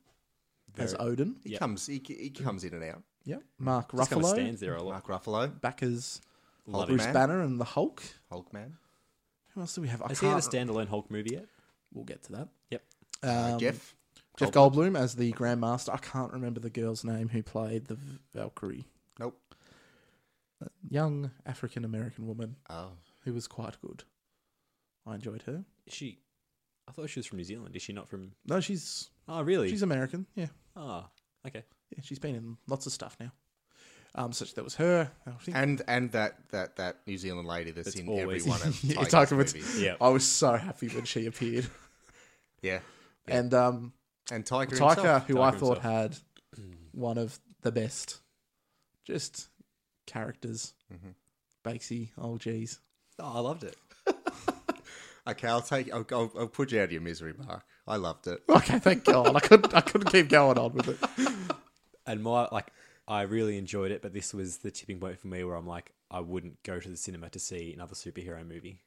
[SPEAKER 1] as Odin.
[SPEAKER 2] He
[SPEAKER 3] Yep.
[SPEAKER 2] comes. He, he comes in and out.
[SPEAKER 1] Yep. Mark
[SPEAKER 3] just kind of
[SPEAKER 1] Ruffalo
[SPEAKER 3] stands there a lot.
[SPEAKER 2] Mark Ruffalo,
[SPEAKER 1] back as
[SPEAKER 3] Love
[SPEAKER 1] Bruce
[SPEAKER 3] it.
[SPEAKER 2] Man.
[SPEAKER 1] Banner and the Hulk.
[SPEAKER 2] Hulk man.
[SPEAKER 1] Who else do we have? I
[SPEAKER 3] Has he had a
[SPEAKER 1] can't.
[SPEAKER 3] standalone Hulk movie yet?
[SPEAKER 1] we'll get to that.
[SPEAKER 3] Yep.
[SPEAKER 1] Um,
[SPEAKER 2] Uh, Jeff.
[SPEAKER 1] Jeff Goldblum as the Grand Master. I can't remember the girl's name who played the Valkyrie.
[SPEAKER 2] Nope.
[SPEAKER 1] young African American woman
[SPEAKER 2] Oh,
[SPEAKER 1] who was quite good. I enjoyed her.
[SPEAKER 3] Is she? I thought she was from New Zealand. Is she not from?
[SPEAKER 1] No, she's
[SPEAKER 3] Oh, really?
[SPEAKER 1] she's American. Yeah,
[SPEAKER 3] Ah, okay.
[SPEAKER 1] yeah she's been in lots of stuff now. Um, such that was her. I think
[SPEAKER 2] and and that that that New Zealand lady that's,
[SPEAKER 3] That's
[SPEAKER 2] in every
[SPEAKER 3] always-
[SPEAKER 2] one of
[SPEAKER 1] Yeah,
[SPEAKER 2] Tiger's
[SPEAKER 1] Tiger Woods.
[SPEAKER 2] movies.
[SPEAKER 3] Yeah.
[SPEAKER 1] I was so happy when she appeared.
[SPEAKER 2] Yeah,
[SPEAKER 1] And um,
[SPEAKER 2] and Tiger
[SPEAKER 1] Taika,
[SPEAKER 2] himself. Mm.
[SPEAKER 1] who
[SPEAKER 3] Taika
[SPEAKER 1] I thought
[SPEAKER 3] himself.
[SPEAKER 1] had one of the best, just characters.
[SPEAKER 2] Mm-hmm.
[SPEAKER 1] Bakesy, oh geez,
[SPEAKER 3] Oh, I loved it.
[SPEAKER 2] Okay, I'll take. I'll, I'll, I'll put you out of your misery, Mark. I loved it.
[SPEAKER 1] okay, thank God. I couldn't, I couldn't keep going on with it.
[SPEAKER 3] And my like, I really enjoyed it. But this was the tipping point for me where I'm like, I wouldn't go to the cinema to see another superhero movie.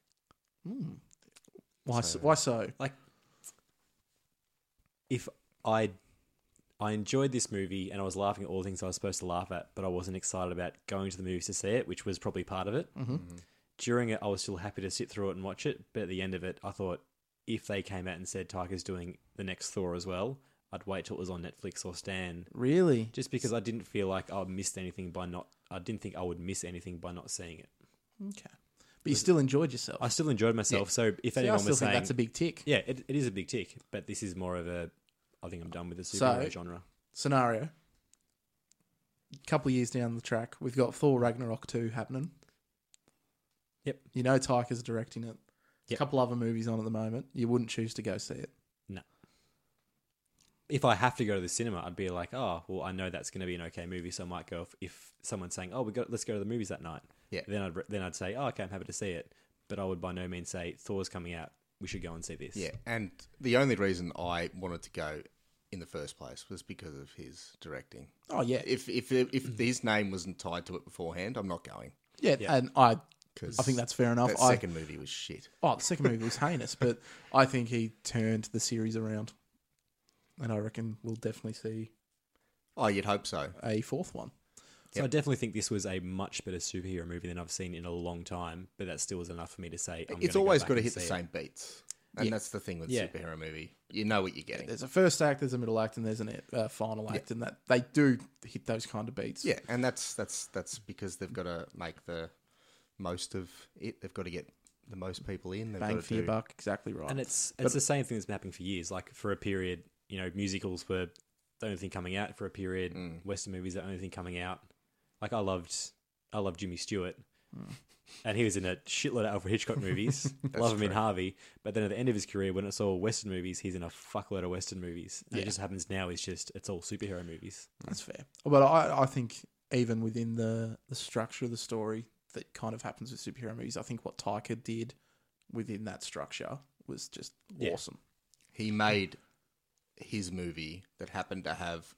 [SPEAKER 1] Why, so, why so?
[SPEAKER 3] like if I I enjoyed this movie and I was laughing at all the things I was supposed to laugh at, but I wasn't excited about going to the movies to see it, which was probably part of it. During it, I was still happy to sit through it and watch it, but at the end of it, I thought if they came out and said Tiger's doing the next Thor as well, I'd wait till it was on Netflix or Stan,
[SPEAKER 1] Really?
[SPEAKER 3] just because I didn't feel like I missed anything by not. I didn't think I would miss anything by not seeing it.
[SPEAKER 1] Okay, but you still enjoyed yourself.
[SPEAKER 3] I still enjoyed myself. So if
[SPEAKER 1] Yeah, I
[SPEAKER 3] anyone
[SPEAKER 1] still
[SPEAKER 3] was
[SPEAKER 1] think
[SPEAKER 3] saying
[SPEAKER 1] that's a big tick.
[SPEAKER 3] Yeah, it, it is a big tick, but this is more of a. I think I'm done with the
[SPEAKER 1] So-
[SPEAKER 3] superhero genre.
[SPEAKER 1] Scenario. A couple of years down the track, we've got Thor Ragnarok 2 happening.
[SPEAKER 3] Yep.
[SPEAKER 1] You know Tyker's directing it. A
[SPEAKER 3] Yep.
[SPEAKER 1] couple other movies on at the moment. You wouldn't choose to go see it.
[SPEAKER 3] If I have to go to the cinema, I'd be like, oh, well, I know that's going to be an okay movie, so I might go. If, if someone's saying, oh, we got, let's go to the movies that night,
[SPEAKER 2] Yeah.
[SPEAKER 3] then I'd re- then I'd say, oh, okay, I'm happy to see it. but I would by no means say Thor's coming out. We should go and see this.
[SPEAKER 2] Yeah, and the only reason I wanted to go in the first place was because of his directing.
[SPEAKER 1] Oh yeah,
[SPEAKER 2] If if
[SPEAKER 3] Mm-hmm.
[SPEAKER 2] if his name wasn't tied to it beforehand, I'm not going.
[SPEAKER 1] yeah, and I,
[SPEAKER 2] Because
[SPEAKER 1] I think that's fair enough.
[SPEAKER 2] that
[SPEAKER 1] I,
[SPEAKER 2] second movie was shit.
[SPEAKER 1] oh, the second movie was heinous, but I think he turned the series around, and I reckon we'll definitely see
[SPEAKER 2] Oh, you'd hope so.
[SPEAKER 1] a fourth one.
[SPEAKER 3] So I definitely think this was a much better superhero movie than I've seen in a long time, but that still was enough for me to say. I'm
[SPEAKER 2] it's
[SPEAKER 3] gonna
[SPEAKER 2] always
[SPEAKER 3] go
[SPEAKER 2] got to
[SPEAKER 3] back
[SPEAKER 2] hit the
[SPEAKER 3] and see it.
[SPEAKER 2] same beats, and
[SPEAKER 1] Yeah.
[SPEAKER 2] that's the thing with
[SPEAKER 3] Yeah.
[SPEAKER 2] superhero movie. You know what you're getting.
[SPEAKER 1] There's a first act, there's a middle act, and there's an uh, final act, and that they do hit those kind of beats.
[SPEAKER 2] Yeah, and that's that's that's because they've got to make the most of it. They've got to get the most people in. They've
[SPEAKER 1] bang
[SPEAKER 2] got to
[SPEAKER 1] for your
[SPEAKER 2] do-
[SPEAKER 1] buck, exactly right.
[SPEAKER 3] And it's it's the same thing that's been happening for years. Like for a period, you know, musicals were the only thing coming out. For a period,
[SPEAKER 2] Mm.
[SPEAKER 3] Western movies are the only thing coming out. Like I loved I loved Jimmy Stewart.
[SPEAKER 2] Mm.
[SPEAKER 3] And he was in a shitload of Alfred Hitchcock movies. Love him in Harvey. But then at the end of his career, when it's all Western movies, he's in a fuckload of Western movies. And It just happens now. It's just it's all superhero movies.
[SPEAKER 1] That's fair. But I, I think even within the, the structure of the story that kind of happens with superhero movies, I think what Taika did within that structure was just
[SPEAKER 3] Yeah.
[SPEAKER 1] awesome.
[SPEAKER 2] He made his movie that happened to have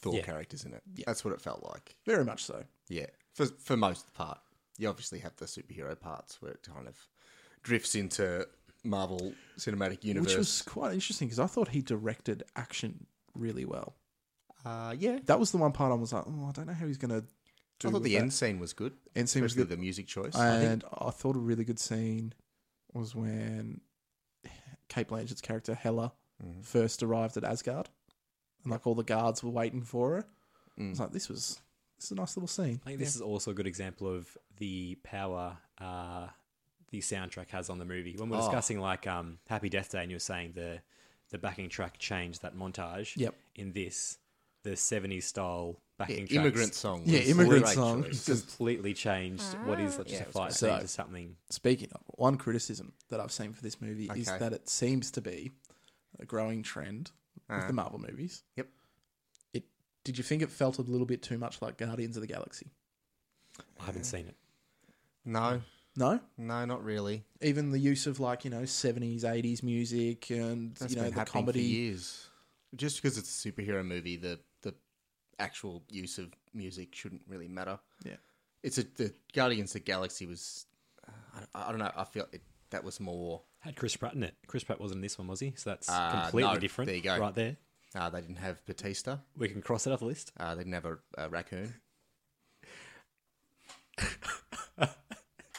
[SPEAKER 2] Thor
[SPEAKER 3] Yeah.
[SPEAKER 2] characters in it. That's what it felt like.
[SPEAKER 1] Very much so.
[SPEAKER 2] Yeah, for for most part, you obviously have the superhero parts where it kind of drifts into Marvel Cinematic Universe.
[SPEAKER 1] Which was quite interesting because I thought he directed action really well.
[SPEAKER 2] uh, yeah.
[SPEAKER 1] That was the one part I was like, oh, I don't know how he's going to do
[SPEAKER 2] I thought
[SPEAKER 1] with
[SPEAKER 2] the
[SPEAKER 1] that.
[SPEAKER 2] end scene was good.
[SPEAKER 1] End scene was
[SPEAKER 2] especially
[SPEAKER 1] good.
[SPEAKER 2] The music choice.
[SPEAKER 1] And I thought a really good scene was when Kate Blanchett's character Hela
[SPEAKER 2] Mm-hmm.
[SPEAKER 1] first arrived at Asgard, and like all the guards were waiting for her.
[SPEAKER 2] mm.
[SPEAKER 1] I was like, this was this is a nice little scene.
[SPEAKER 3] I think this is also a good example of the power uh, the soundtrack has on the movie. When we we're
[SPEAKER 2] Oh.
[SPEAKER 3] discussing like um, Happy Death Day, and you were saying the the backing track changed that montage.
[SPEAKER 1] Yep.
[SPEAKER 3] In this, the '70s style
[SPEAKER 2] Yeah,
[SPEAKER 3] backing tracks
[SPEAKER 2] immigrant song.
[SPEAKER 1] Yeah,
[SPEAKER 2] was
[SPEAKER 1] immigrant
[SPEAKER 2] great
[SPEAKER 1] song.
[SPEAKER 2] choice.
[SPEAKER 3] completely changed what is just
[SPEAKER 2] Ah. Yeah,
[SPEAKER 3] a
[SPEAKER 2] it was
[SPEAKER 3] fight
[SPEAKER 1] great.
[SPEAKER 3] scene
[SPEAKER 1] So-
[SPEAKER 3] to something.
[SPEAKER 1] Speaking of one criticism that I've seen for this movie is
[SPEAKER 2] Okay.
[SPEAKER 1] that it seems to be a growing trend
[SPEAKER 2] Uh,
[SPEAKER 1] with the Marvel movies.
[SPEAKER 2] Uh-huh. Yep.
[SPEAKER 1] It did you think it felt a little bit too much like Guardians of the Galaxy?
[SPEAKER 3] I haven't seen it.
[SPEAKER 2] No,
[SPEAKER 1] No,
[SPEAKER 2] no, not really.
[SPEAKER 1] even the use of like you know seventies, eighties music and
[SPEAKER 2] That's
[SPEAKER 1] you know
[SPEAKER 2] been
[SPEAKER 1] the
[SPEAKER 2] happening
[SPEAKER 1] comedy.
[SPEAKER 2] for years. Just because it's a superhero movie, the the actual use of music shouldn't really matter.
[SPEAKER 1] Yeah.
[SPEAKER 2] It's a the Guardians of the Galaxy was. Uh, I, I don't know. I feel it, that was more.
[SPEAKER 3] Had Chris Pratt in it. Chris Pratt wasn't in this one, was he? So that's
[SPEAKER 2] Uh,
[SPEAKER 3] completely
[SPEAKER 2] no,
[SPEAKER 3] different.
[SPEAKER 2] there you go.
[SPEAKER 3] Right there.
[SPEAKER 2] Uh, they didn't have Batista.
[SPEAKER 3] We can cross it off the list.
[SPEAKER 2] Uh, they didn't have a, a raccoon. uh,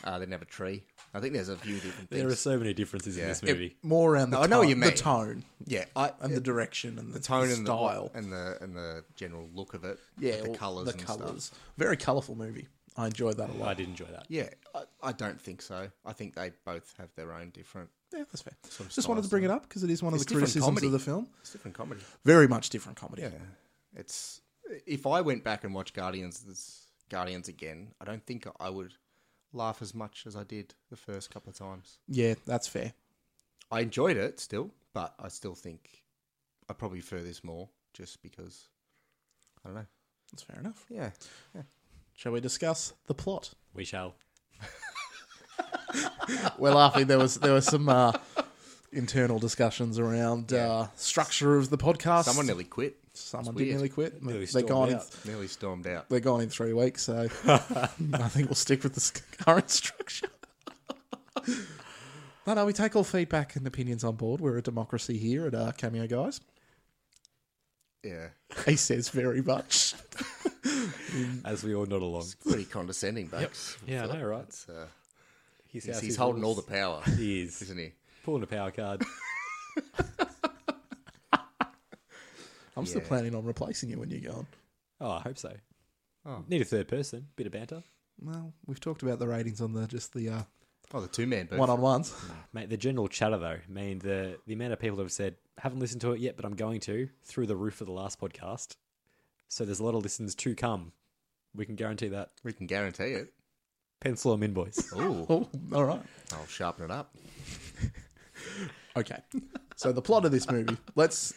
[SPEAKER 2] they didn't have a tree. I think there's a few different things.
[SPEAKER 3] There are so many differences in
[SPEAKER 2] Yeah.
[SPEAKER 3] this
[SPEAKER 2] It-
[SPEAKER 3] movie.
[SPEAKER 1] more around the,
[SPEAKER 2] No, I know what
[SPEAKER 1] tone-
[SPEAKER 2] you mean.
[SPEAKER 1] the tone
[SPEAKER 2] yeah, I,
[SPEAKER 1] and the direction and the,
[SPEAKER 2] the tone and
[SPEAKER 1] style.
[SPEAKER 2] the and the and the general look of it.
[SPEAKER 1] yeah,
[SPEAKER 2] the
[SPEAKER 1] all-
[SPEAKER 2] colors,
[SPEAKER 1] the
[SPEAKER 2] and
[SPEAKER 1] colors.
[SPEAKER 2] Stuff.
[SPEAKER 1] Very colorful movie. I enjoyed that a lot.
[SPEAKER 3] I did enjoy that.
[SPEAKER 2] Yeah, I, I don't think so. I think they both have their own different.
[SPEAKER 1] Yeah, that's fair.
[SPEAKER 2] Sort of
[SPEAKER 1] Just wanted to
[SPEAKER 2] styles,
[SPEAKER 1] bring it up because it is one of
[SPEAKER 2] It's
[SPEAKER 1] the
[SPEAKER 2] different
[SPEAKER 1] criticisms
[SPEAKER 2] comedy.
[SPEAKER 1] of the film.
[SPEAKER 2] It's different comedy.
[SPEAKER 1] Very much different comedy.
[SPEAKER 2] Yeah, it's if I went back and watched Guardians this Guardians again, I don't think I would laugh as much as I did the first couple of times.
[SPEAKER 1] Yeah, that's fair.
[SPEAKER 2] I enjoyed it still, but I still think I probably prefer this more just because I don't know.
[SPEAKER 1] That's fair enough.
[SPEAKER 2] Yeah,
[SPEAKER 1] Shall we discuss the plot?
[SPEAKER 3] We shall.
[SPEAKER 1] We're laughing. There was there was some uh, internal discussions around uh, structure of the podcast.
[SPEAKER 2] someone nearly quit,
[SPEAKER 1] someone
[SPEAKER 2] It's
[SPEAKER 1] did
[SPEAKER 2] weird.
[SPEAKER 1] nearly quit.
[SPEAKER 3] Nearly
[SPEAKER 1] They're
[SPEAKER 3] stormed
[SPEAKER 1] gone. In,
[SPEAKER 3] out.
[SPEAKER 2] nearly stormed out.
[SPEAKER 1] they're gone in three weeks. So I think we'll stick with the current structure. no, no, we take all feedback and opinions on board. We're a democracy here at uh, Cameo Guys.
[SPEAKER 2] Yeah,
[SPEAKER 1] He says very much.
[SPEAKER 3] As we all nod along.
[SPEAKER 2] pretty condescending, Bucks.
[SPEAKER 3] Yeah, I know, right?
[SPEAKER 2] It's, uh,
[SPEAKER 3] He's,
[SPEAKER 2] he's, he's holding all the power,
[SPEAKER 3] He is.
[SPEAKER 2] isn't he?
[SPEAKER 3] Pulling a power card.
[SPEAKER 1] I'm still
[SPEAKER 2] Yeah.
[SPEAKER 1] planning on replacing you when you're gone.
[SPEAKER 3] Oh, I hope so.
[SPEAKER 2] Oh.
[SPEAKER 3] Need a third person. Bit of banter.
[SPEAKER 1] Well, we've talked about the ratings on the just the uh,
[SPEAKER 2] Oh, the two man booth.
[SPEAKER 1] one-on-ones.
[SPEAKER 3] Mate, the general chatter, though, I mean, the, the amount of people that have said, haven't listened to it yet, but I'm going to, through the roof for the last podcast. So there's a lot of listens to come. We can guarantee that.
[SPEAKER 2] We can guarantee it.
[SPEAKER 3] Pencil them in, boys.
[SPEAKER 2] Ooh,
[SPEAKER 1] Oh, all right.
[SPEAKER 2] I'll sharpen it up.
[SPEAKER 1] Okay. So the plot of this movie. Let's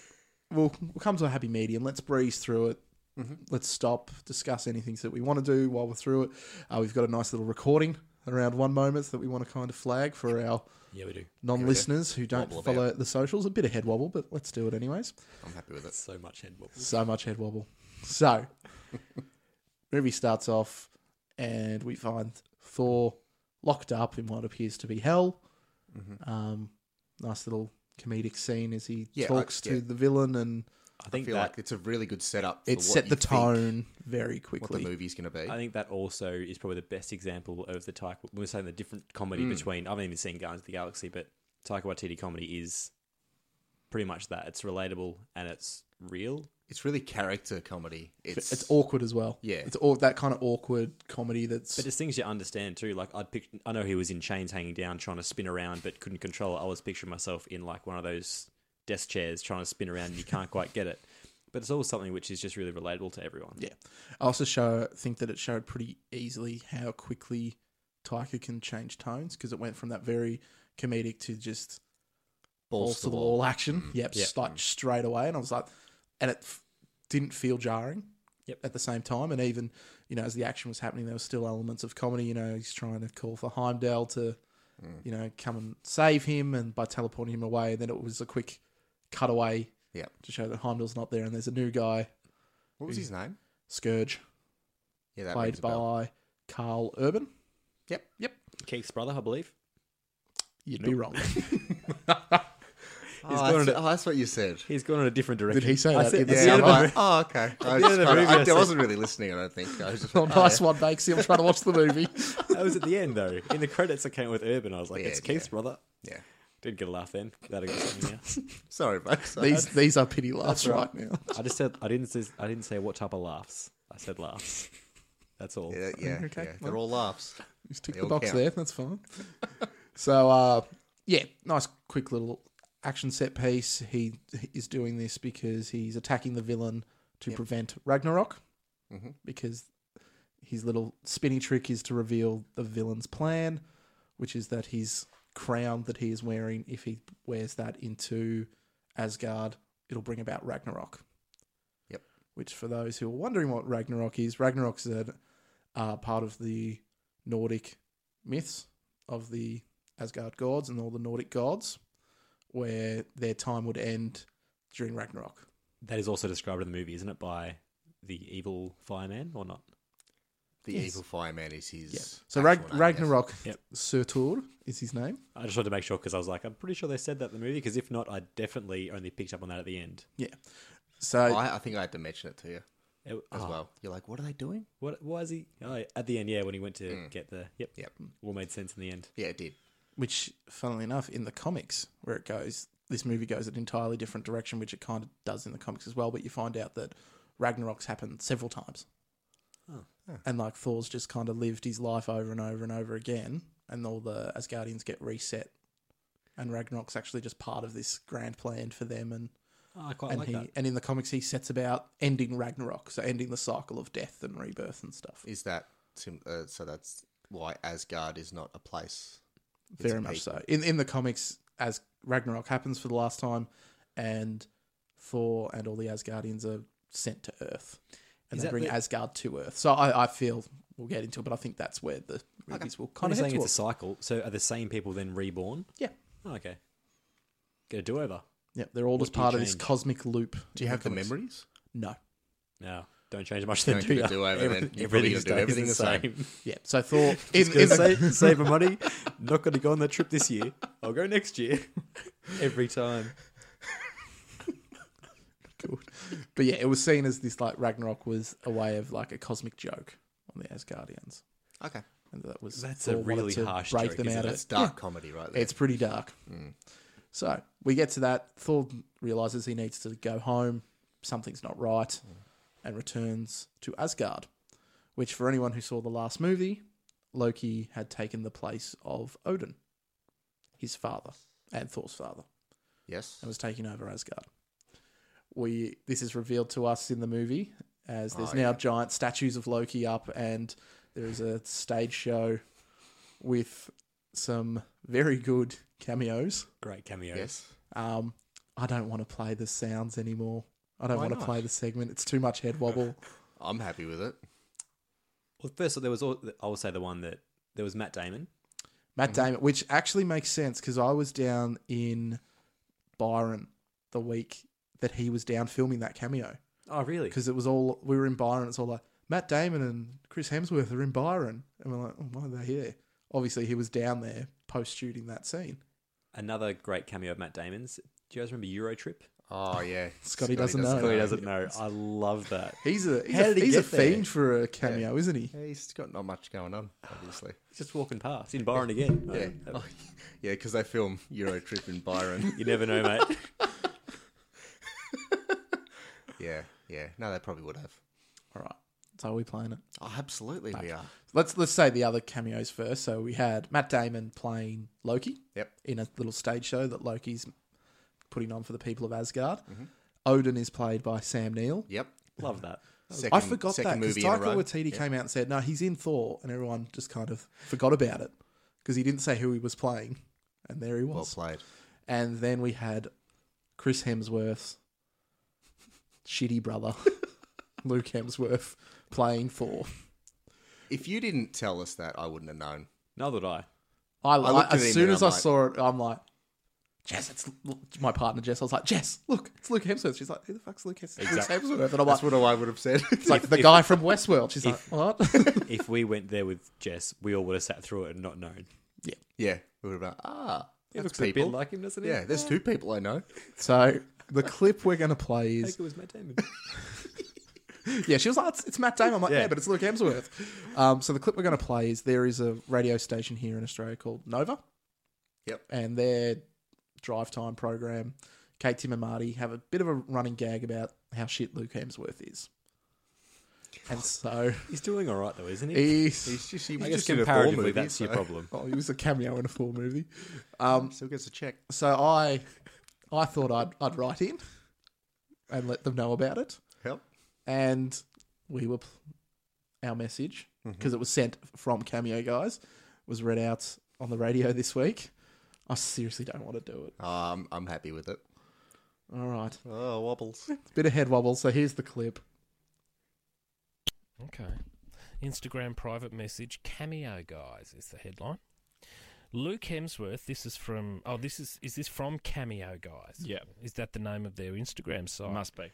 [SPEAKER 1] we'll, we'll come to a happy medium. Let's breeze through it.
[SPEAKER 2] Mm-hmm.
[SPEAKER 1] Let's stop, discuss anything that we want to do while we're through it. Uh, we've got a nice little recording around one moments that we want to kind of flag for our
[SPEAKER 3] Yeah, we do.
[SPEAKER 1] non-listeners who don't
[SPEAKER 2] Wobble about.
[SPEAKER 1] follow the socials. A bit of head wobble, but let's do it anyways.
[SPEAKER 2] I'm happy with it.
[SPEAKER 3] So much head wobble.
[SPEAKER 1] So much head wobble. So, movie starts off, and we find Thor locked up in what appears to be hell. Um, nice little comedic scene as he
[SPEAKER 2] Mm-hmm. Yeah, I-
[SPEAKER 1] talks to
[SPEAKER 2] yeah.
[SPEAKER 1] the villain, and
[SPEAKER 3] I
[SPEAKER 2] I
[SPEAKER 3] think
[SPEAKER 2] feel
[SPEAKER 3] that
[SPEAKER 2] like it's a really good setup. for
[SPEAKER 1] it
[SPEAKER 2] what
[SPEAKER 1] set
[SPEAKER 2] you
[SPEAKER 1] the
[SPEAKER 2] think
[SPEAKER 1] tone very
[SPEAKER 2] What the
[SPEAKER 1] quickly.
[SPEAKER 2] movie's going to be.
[SPEAKER 3] I think that also is probably the best example of the Taika. We were saying the different comedy between. I haven't even seen Guardians of the Galaxy, but Taika Waititi comedy is pretty much that. It's relatable and it's real.
[SPEAKER 2] It's really character comedy. It's,
[SPEAKER 1] It's, awkward as well.
[SPEAKER 2] Yeah.
[SPEAKER 1] it's all that kind of awkward comedy. That's
[SPEAKER 3] But it's things you understand too. Like I'd pick, I know he was in chains, hanging down, trying to spin around, but couldn't control it. I was picturing myself in like one of those desk chairs, trying to spin around, and you can't quite get it. But it's always something which is just really relatable to everyone.
[SPEAKER 1] Yeah. I also show think that it showed pretty easily how quickly Taika can change tones because it went from that very comedic to just balls, to the wall, action. Yep,
[SPEAKER 3] Yep.
[SPEAKER 1] s- like straight away, and I was like, and it f- didn't feel jarring.
[SPEAKER 3] Yep.
[SPEAKER 1] At the same time, and even you know as the action was happening, there were still elements of comedy. You know, he's trying to call for Heimdall to, you know, come and save him, and by teleporting him away, then it was a quick cutaway
[SPEAKER 2] Yeah.
[SPEAKER 1] to show that Heimdall's not there, and there's a new guy,
[SPEAKER 2] What was his name?
[SPEAKER 1] Scourge
[SPEAKER 2] Yeah, that
[SPEAKER 1] played
[SPEAKER 2] rings a bell.
[SPEAKER 1] by Carl Urban.
[SPEAKER 2] Yep.
[SPEAKER 1] Yep.
[SPEAKER 3] Keith's brother, I believe.
[SPEAKER 1] You'd be wrong.
[SPEAKER 2] Oh,
[SPEAKER 3] gone
[SPEAKER 2] that's,
[SPEAKER 3] to-
[SPEAKER 2] oh, that's what you said.
[SPEAKER 3] He's gone in a different direction.
[SPEAKER 1] Did he say
[SPEAKER 3] I
[SPEAKER 1] that
[SPEAKER 3] said-
[SPEAKER 1] in the
[SPEAKER 3] that's
[SPEAKER 2] Yeah,
[SPEAKER 3] end
[SPEAKER 2] I'm
[SPEAKER 3] of the
[SPEAKER 2] like, oh, okay. I, was
[SPEAKER 3] the end of the
[SPEAKER 2] kinda-
[SPEAKER 3] movie, I
[SPEAKER 2] I, I
[SPEAKER 3] said-
[SPEAKER 2] wasn't really listening, I don't think. I was just like, oh,
[SPEAKER 1] nice one, Bakesy. I'm trying to watch the movie.
[SPEAKER 3] That was at the end though. In the credits, I came with Urban. I was like,
[SPEAKER 2] Yeah,
[SPEAKER 3] "It's Keith's brother."
[SPEAKER 2] yeah. Yeah.
[SPEAKER 3] Did get a laugh then. That got something else.
[SPEAKER 2] Sorry, folks.
[SPEAKER 1] these these are pity laughs right. now.
[SPEAKER 3] I just said I didn't say I didn't say what type of laughs. I said laughs. That's all.
[SPEAKER 2] Yeah, yeah,
[SPEAKER 1] Okay,
[SPEAKER 2] yeah.
[SPEAKER 1] well.
[SPEAKER 2] They're all laughs.
[SPEAKER 1] Just tick
[SPEAKER 2] They
[SPEAKER 1] the
[SPEAKER 2] all
[SPEAKER 1] box
[SPEAKER 2] count.
[SPEAKER 1] there. That's fine. so, uh, yeah, nice quick little action set piece. He is doing this because he's attacking the villain to prevent Ragnarok.
[SPEAKER 2] Mhm.
[SPEAKER 1] Because his little spinny trick is to reveal the villain's plan, which is that his crown that he is wearing, if he wears that into Asgard, it'll bring about Ragnarok.
[SPEAKER 2] Yep.
[SPEAKER 1] Which, for those who are wondering what Ragnarok is, Ragnarok's an uh, part of the Nordic myths of the Asgard gods and all the Nordic gods, where their time would end during Ragnarok.
[SPEAKER 3] That is also described in the movie, isn't it? By the evil fireman or not?
[SPEAKER 2] The
[SPEAKER 1] Yes.
[SPEAKER 2] evil fireman is his.
[SPEAKER 1] So
[SPEAKER 2] actual
[SPEAKER 1] Rag-
[SPEAKER 2] name, yes.
[SPEAKER 1] Ragnarok
[SPEAKER 3] Yep.
[SPEAKER 1] Surtur is his name.
[SPEAKER 3] I just wanted to make sure because I was like, I'm pretty sure they said that in the movie. Because if not, I definitely only picked up on that at the end.
[SPEAKER 1] Yeah. So
[SPEAKER 2] I, I think I had to mention it to you
[SPEAKER 3] It-
[SPEAKER 2] as
[SPEAKER 3] oh,
[SPEAKER 2] well. You're like, what are they doing?
[SPEAKER 3] What? Why is he? Oh, at the end, yeah, when he went to get the. Yep.
[SPEAKER 2] Mm. Yep.
[SPEAKER 3] All made sense in the end.
[SPEAKER 2] Yeah, it did.
[SPEAKER 1] which funnily enough in the comics where it goes this movie goes an entirely different direction which it kind of does in the comics as well but you find out that ragnarok's happened several times
[SPEAKER 3] Oh.
[SPEAKER 1] and like thor's just kind of lived his life over and over and over again and all the asgardians get reset and ragnarok's actually just part of this grand plan for them and
[SPEAKER 3] Oh, I quite
[SPEAKER 1] and
[SPEAKER 3] like
[SPEAKER 1] he
[SPEAKER 3] that.
[SPEAKER 1] and in the comics he sets about ending ragnarok so ending the cycle of death and rebirth and stuff
[SPEAKER 2] Is that. Sim- uh, so that's why Asgard is not a place. It's
[SPEAKER 1] Very
[SPEAKER 2] a
[SPEAKER 1] much
[SPEAKER 2] peak.
[SPEAKER 1] so. In in the comics, as Ragnarok happens for the last time, and Thor and all the Asgardians are sent to Earth, and
[SPEAKER 3] Is
[SPEAKER 1] they
[SPEAKER 3] that
[SPEAKER 1] bring
[SPEAKER 3] the-
[SPEAKER 1] Asgard to Earth. So I, I feel we'll get into it, but I think that's where the movies will kind
[SPEAKER 3] Kind of
[SPEAKER 1] of head
[SPEAKER 3] saying it's a
[SPEAKER 1] towards.
[SPEAKER 3] cycle. So are the same people then reborn?
[SPEAKER 1] yeah,
[SPEAKER 3] Oh, okay. Get a do over.
[SPEAKER 1] yeah, they're all just
[SPEAKER 3] do you
[SPEAKER 1] part of this
[SPEAKER 3] change?
[SPEAKER 1] cosmic loop.
[SPEAKER 2] Do you have the memories?
[SPEAKER 1] No.
[SPEAKER 3] No, don't change much
[SPEAKER 2] Don't
[SPEAKER 3] then. Do
[SPEAKER 2] get
[SPEAKER 3] ya?
[SPEAKER 2] a do-over
[SPEAKER 3] Every-
[SPEAKER 2] then. You're
[SPEAKER 3] Everything
[SPEAKER 2] probably
[SPEAKER 3] is
[SPEAKER 2] gonna do
[SPEAKER 3] everything the
[SPEAKER 2] everything
[SPEAKER 3] same.
[SPEAKER 1] Yeah. So Thor in,
[SPEAKER 3] Gonna
[SPEAKER 1] in the-
[SPEAKER 3] save, save my money. Not going to go on that trip this year. I'll go next year. Every time.
[SPEAKER 1] Good. But yeah, it was seen as this like Ragnarok was a way of like a cosmic joke on the Asgardians,
[SPEAKER 2] Okay.
[SPEAKER 1] and that was
[SPEAKER 3] That's a
[SPEAKER 1] Thor wanted
[SPEAKER 3] really
[SPEAKER 1] to
[SPEAKER 3] harsh
[SPEAKER 1] break
[SPEAKER 3] joke,
[SPEAKER 1] them
[SPEAKER 3] isn't
[SPEAKER 1] out
[SPEAKER 3] it?
[SPEAKER 1] of
[SPEAKER 2] That's dark comedy, right there.
[SPEAKER 1] It's pretty dark. So we get to that. Thor realizes he needs to go home. Something's not right, and returns to Asgard, which, for anyone who saw the last movie, Loki had taken the place of Odin, his father and Thor's father,
[SPEAKER 2] yes.
[SPEAKER 1] and was taking over Asgard. We this is revealed to us in the movie as there's
[SPEAKER 2] Oh,
[SPEAKER 1] now
[SPEAKER 2] yeah.
[SPEAKER 1] giant statues of Loki up, and there is a stage show with some very good cameos.
[SPEAKER 3] Great cameo.
[SPEAKER 2] Yes.
[SPEAKER 1] Um, I don't want to play the sounds anymore. I don't
[SPEAKER 2] Why
[SPEAKER 1] want to
[SPEAKER 2] not?
[SPEAKER 1] play the segment. It's too much head wobble.
[SPEAKER 2] I'm happy with it.
[SPEAKER 3] Well, first of all, there was all, I will say the one that there was Matt Damon.
[SPEAKER 1] Matt
[SPEAKER 2] Mm-hmm.
[SPEAKER 1] Damon, which actually makes sense because I was down in Byron the week that he was down filming that cameo
[SPEAKER 3] Oh, really?
[SPEAKER 1] because it was all we were in Byron. It's all like Matt Damon and Chris Hemsworth are in Byron, and we're like, oh, why are they here? Obviously, he was down there post shooting that scene.
[SPEAKER 3] Another great cameo of Matt Damon's. Do you guys remember Euro Trip?
[SPEAKER 2] Oh yeah,
[SPEAKER 1] Scotty doesn't know.
[SPEAKER 3] Who
[SPEAKER 1] Scotty
[SPEAKER 3] Oh, doesn't know? I love that.
[SPEAKER 1] He's a he's,
[SPEAKER 3] How
[SPEAKER 1] a,
[SPEAKER 3] did he
[SPEAKER 1] he's a
[SPEAKER 3] get there?
[SPEAKER 1] fiend for a cameo, isn't he?
[SPEAKER 2] Yeah, he's got not much going on, obviously.
[SPEAKER 3] He's just walking past in Byron again.
[SPEAKER 2] yeah,
[SPEAKER 3] Oh,
[SPEAKER 2] Oh, yeah, because they film Euro Trip in Byron.
[SPEAKER 3] You never know, mate.
[SPEAKER 2] yeah, yeah. No, they probably would have.
[SPEAKER 1] All right, so are we playing it?
[SPEAKER 2] Oh, absolutely, we are.
[SPEAKER 1] Let's let's say the other cameos first. So we had Matt Damon playing Loki.
[SPEAKER 2] Yep.
[SPEAKER 1] in a little stage show that Loki's putting on for the people of Asgard. Odin is played by Sam Neill.
[SPEAKER 2] Yep.
[SPEAKER 3] love that.
[SPEAKER 2] Second,
[SPEAKER 1] I forgot that
[SPEAKER 2] second
[SPEAKER 1] because
[SPEAKER 2] movie in a
[SPEAKER 1] Taika
[SPEAKER 2] row.
[SPEAKER 1] Waititi came out and said, "No, he's in Thor," and everyone just kind of forgot about it because he didn't say who he was playing, and there he
[SPEAKER 2] Well
[SPEAKER 1] was.
[SPEAKER 2] played.
[SPEAKER 1] and then we had Chris Hemsworth's shitty brother, Luke Hemsworth, playing Thor.
[SPEAKER 2] If you didn't tell us that, I wouldn't have known.
[SPEAKER 3] Neither did I.
[SPEAKER 1] I,
[SPEAKER 2] looked
[SPEAKER 1] like
[SPEAKER 2] at
[SPEAKER 1] as
[SPEAKER 2] him
[SPEAKER 1] soon
[SPEAKER 2] and
[SPEAKER 1] as
[SPEAKER 2] I'm
[SPEAKER 1] I
[SPEAKER 2] like-
[SPEAKER 1] saw it, I'm like, Jess, it's Lu- my partner Jess. I was like, Jess, look, it's Luke Hemsworth. She's like, who the fuck's Luke Hems- Luke
[SPEAKER 3] Exactly.
[SPEAKER 1] Hemsworth? And I'm like,
[SPEAKER 2] That's what I would have said.
[SPEAKER 1] it's like the guy from Westworld. She's
[SPEAKER 3] if-
[SPEAKER 1] like, what?
[SPEAKER 3] If we went there with Jess, we all would have sat through it and not known.
[SPEAKER 2] yeah, we would have been, ah,
[SPEAKER 3] It
[SPEAKER 2] that's
[SPEAKER 3] looks a
[SPEAKER 2] people.
[SPEAKER 3] bit like him, doesn't it?
[SPEAKER 2] yeah, there's two people I know.
[SPEAKER 1] so the clip we're gonna play
[SPEAKER 3] I think
[SPEAKER 1] is
[SPEAKER 3] it was Matt Damon.
[SPEAKER 1] yeah. She was like, it's, it's Matt Damon. I'm like, yeah.
[SPEAKER 3] Yeah.
[SPEAKER 1] but it's Luke Hemsworth. Um, so the clip we're gonna play is there is a radio station here in Australia called Nova.
[SPEAKER 2] Yep.
[SPEAKER 1] and their drive time program. Kate, Tim, and Marty have a bit of a running gag about how shit Luke Hemsworth is, and so
[SPEAKER 3] He's doing all right though, isn't he?
[SPEAKER 1] he's,
[SPEAKER 2] just, he
[SPEAKER 3] I
[SPEAKER 2] was
[SPEAKER 3] guess
[SPEAKER 2] in a Thor
[SPEAKER 3] comparatively,
[SPEAKER 2] movie,
[SPEAKER 3] that's your
[SPEAKER 2] so- um,
[SPEAKER 3] problem.
[SPEAKER 1] oh, he was a cameo in a full movie. Um,
[SPEAKER 2] Still gets a check.
[SPEAKER 1] So I, I thought I'd I'd write in and let them know about it,
[SPEAKER 2] Help.
[SPEAKER 1] and we were pl- our message
[SPEAKER 2] Mm-hmm.
[SPEAKER 1] because it was sent from Cameo guys was read out on the radio this week. I seriously don't want to do it.
[SPEAKER 2] Um, I'm happy with it.
[SPEAKER 1] All right,
[SPEAKER 2] Oh, wobbles.
[SPEAKER 1] bit of head wobble. So here's the clip.
[SPEAKER 4] Okay. Instagram private message cameo guys is the headline. Luke Hemsworth, this is from oh this is is this from Cameo guys?
[SPEAKER 5] Yeah.
[SPEAKER 4] Is that the name of their Instagram site?
[SPEAKER 5] Must be.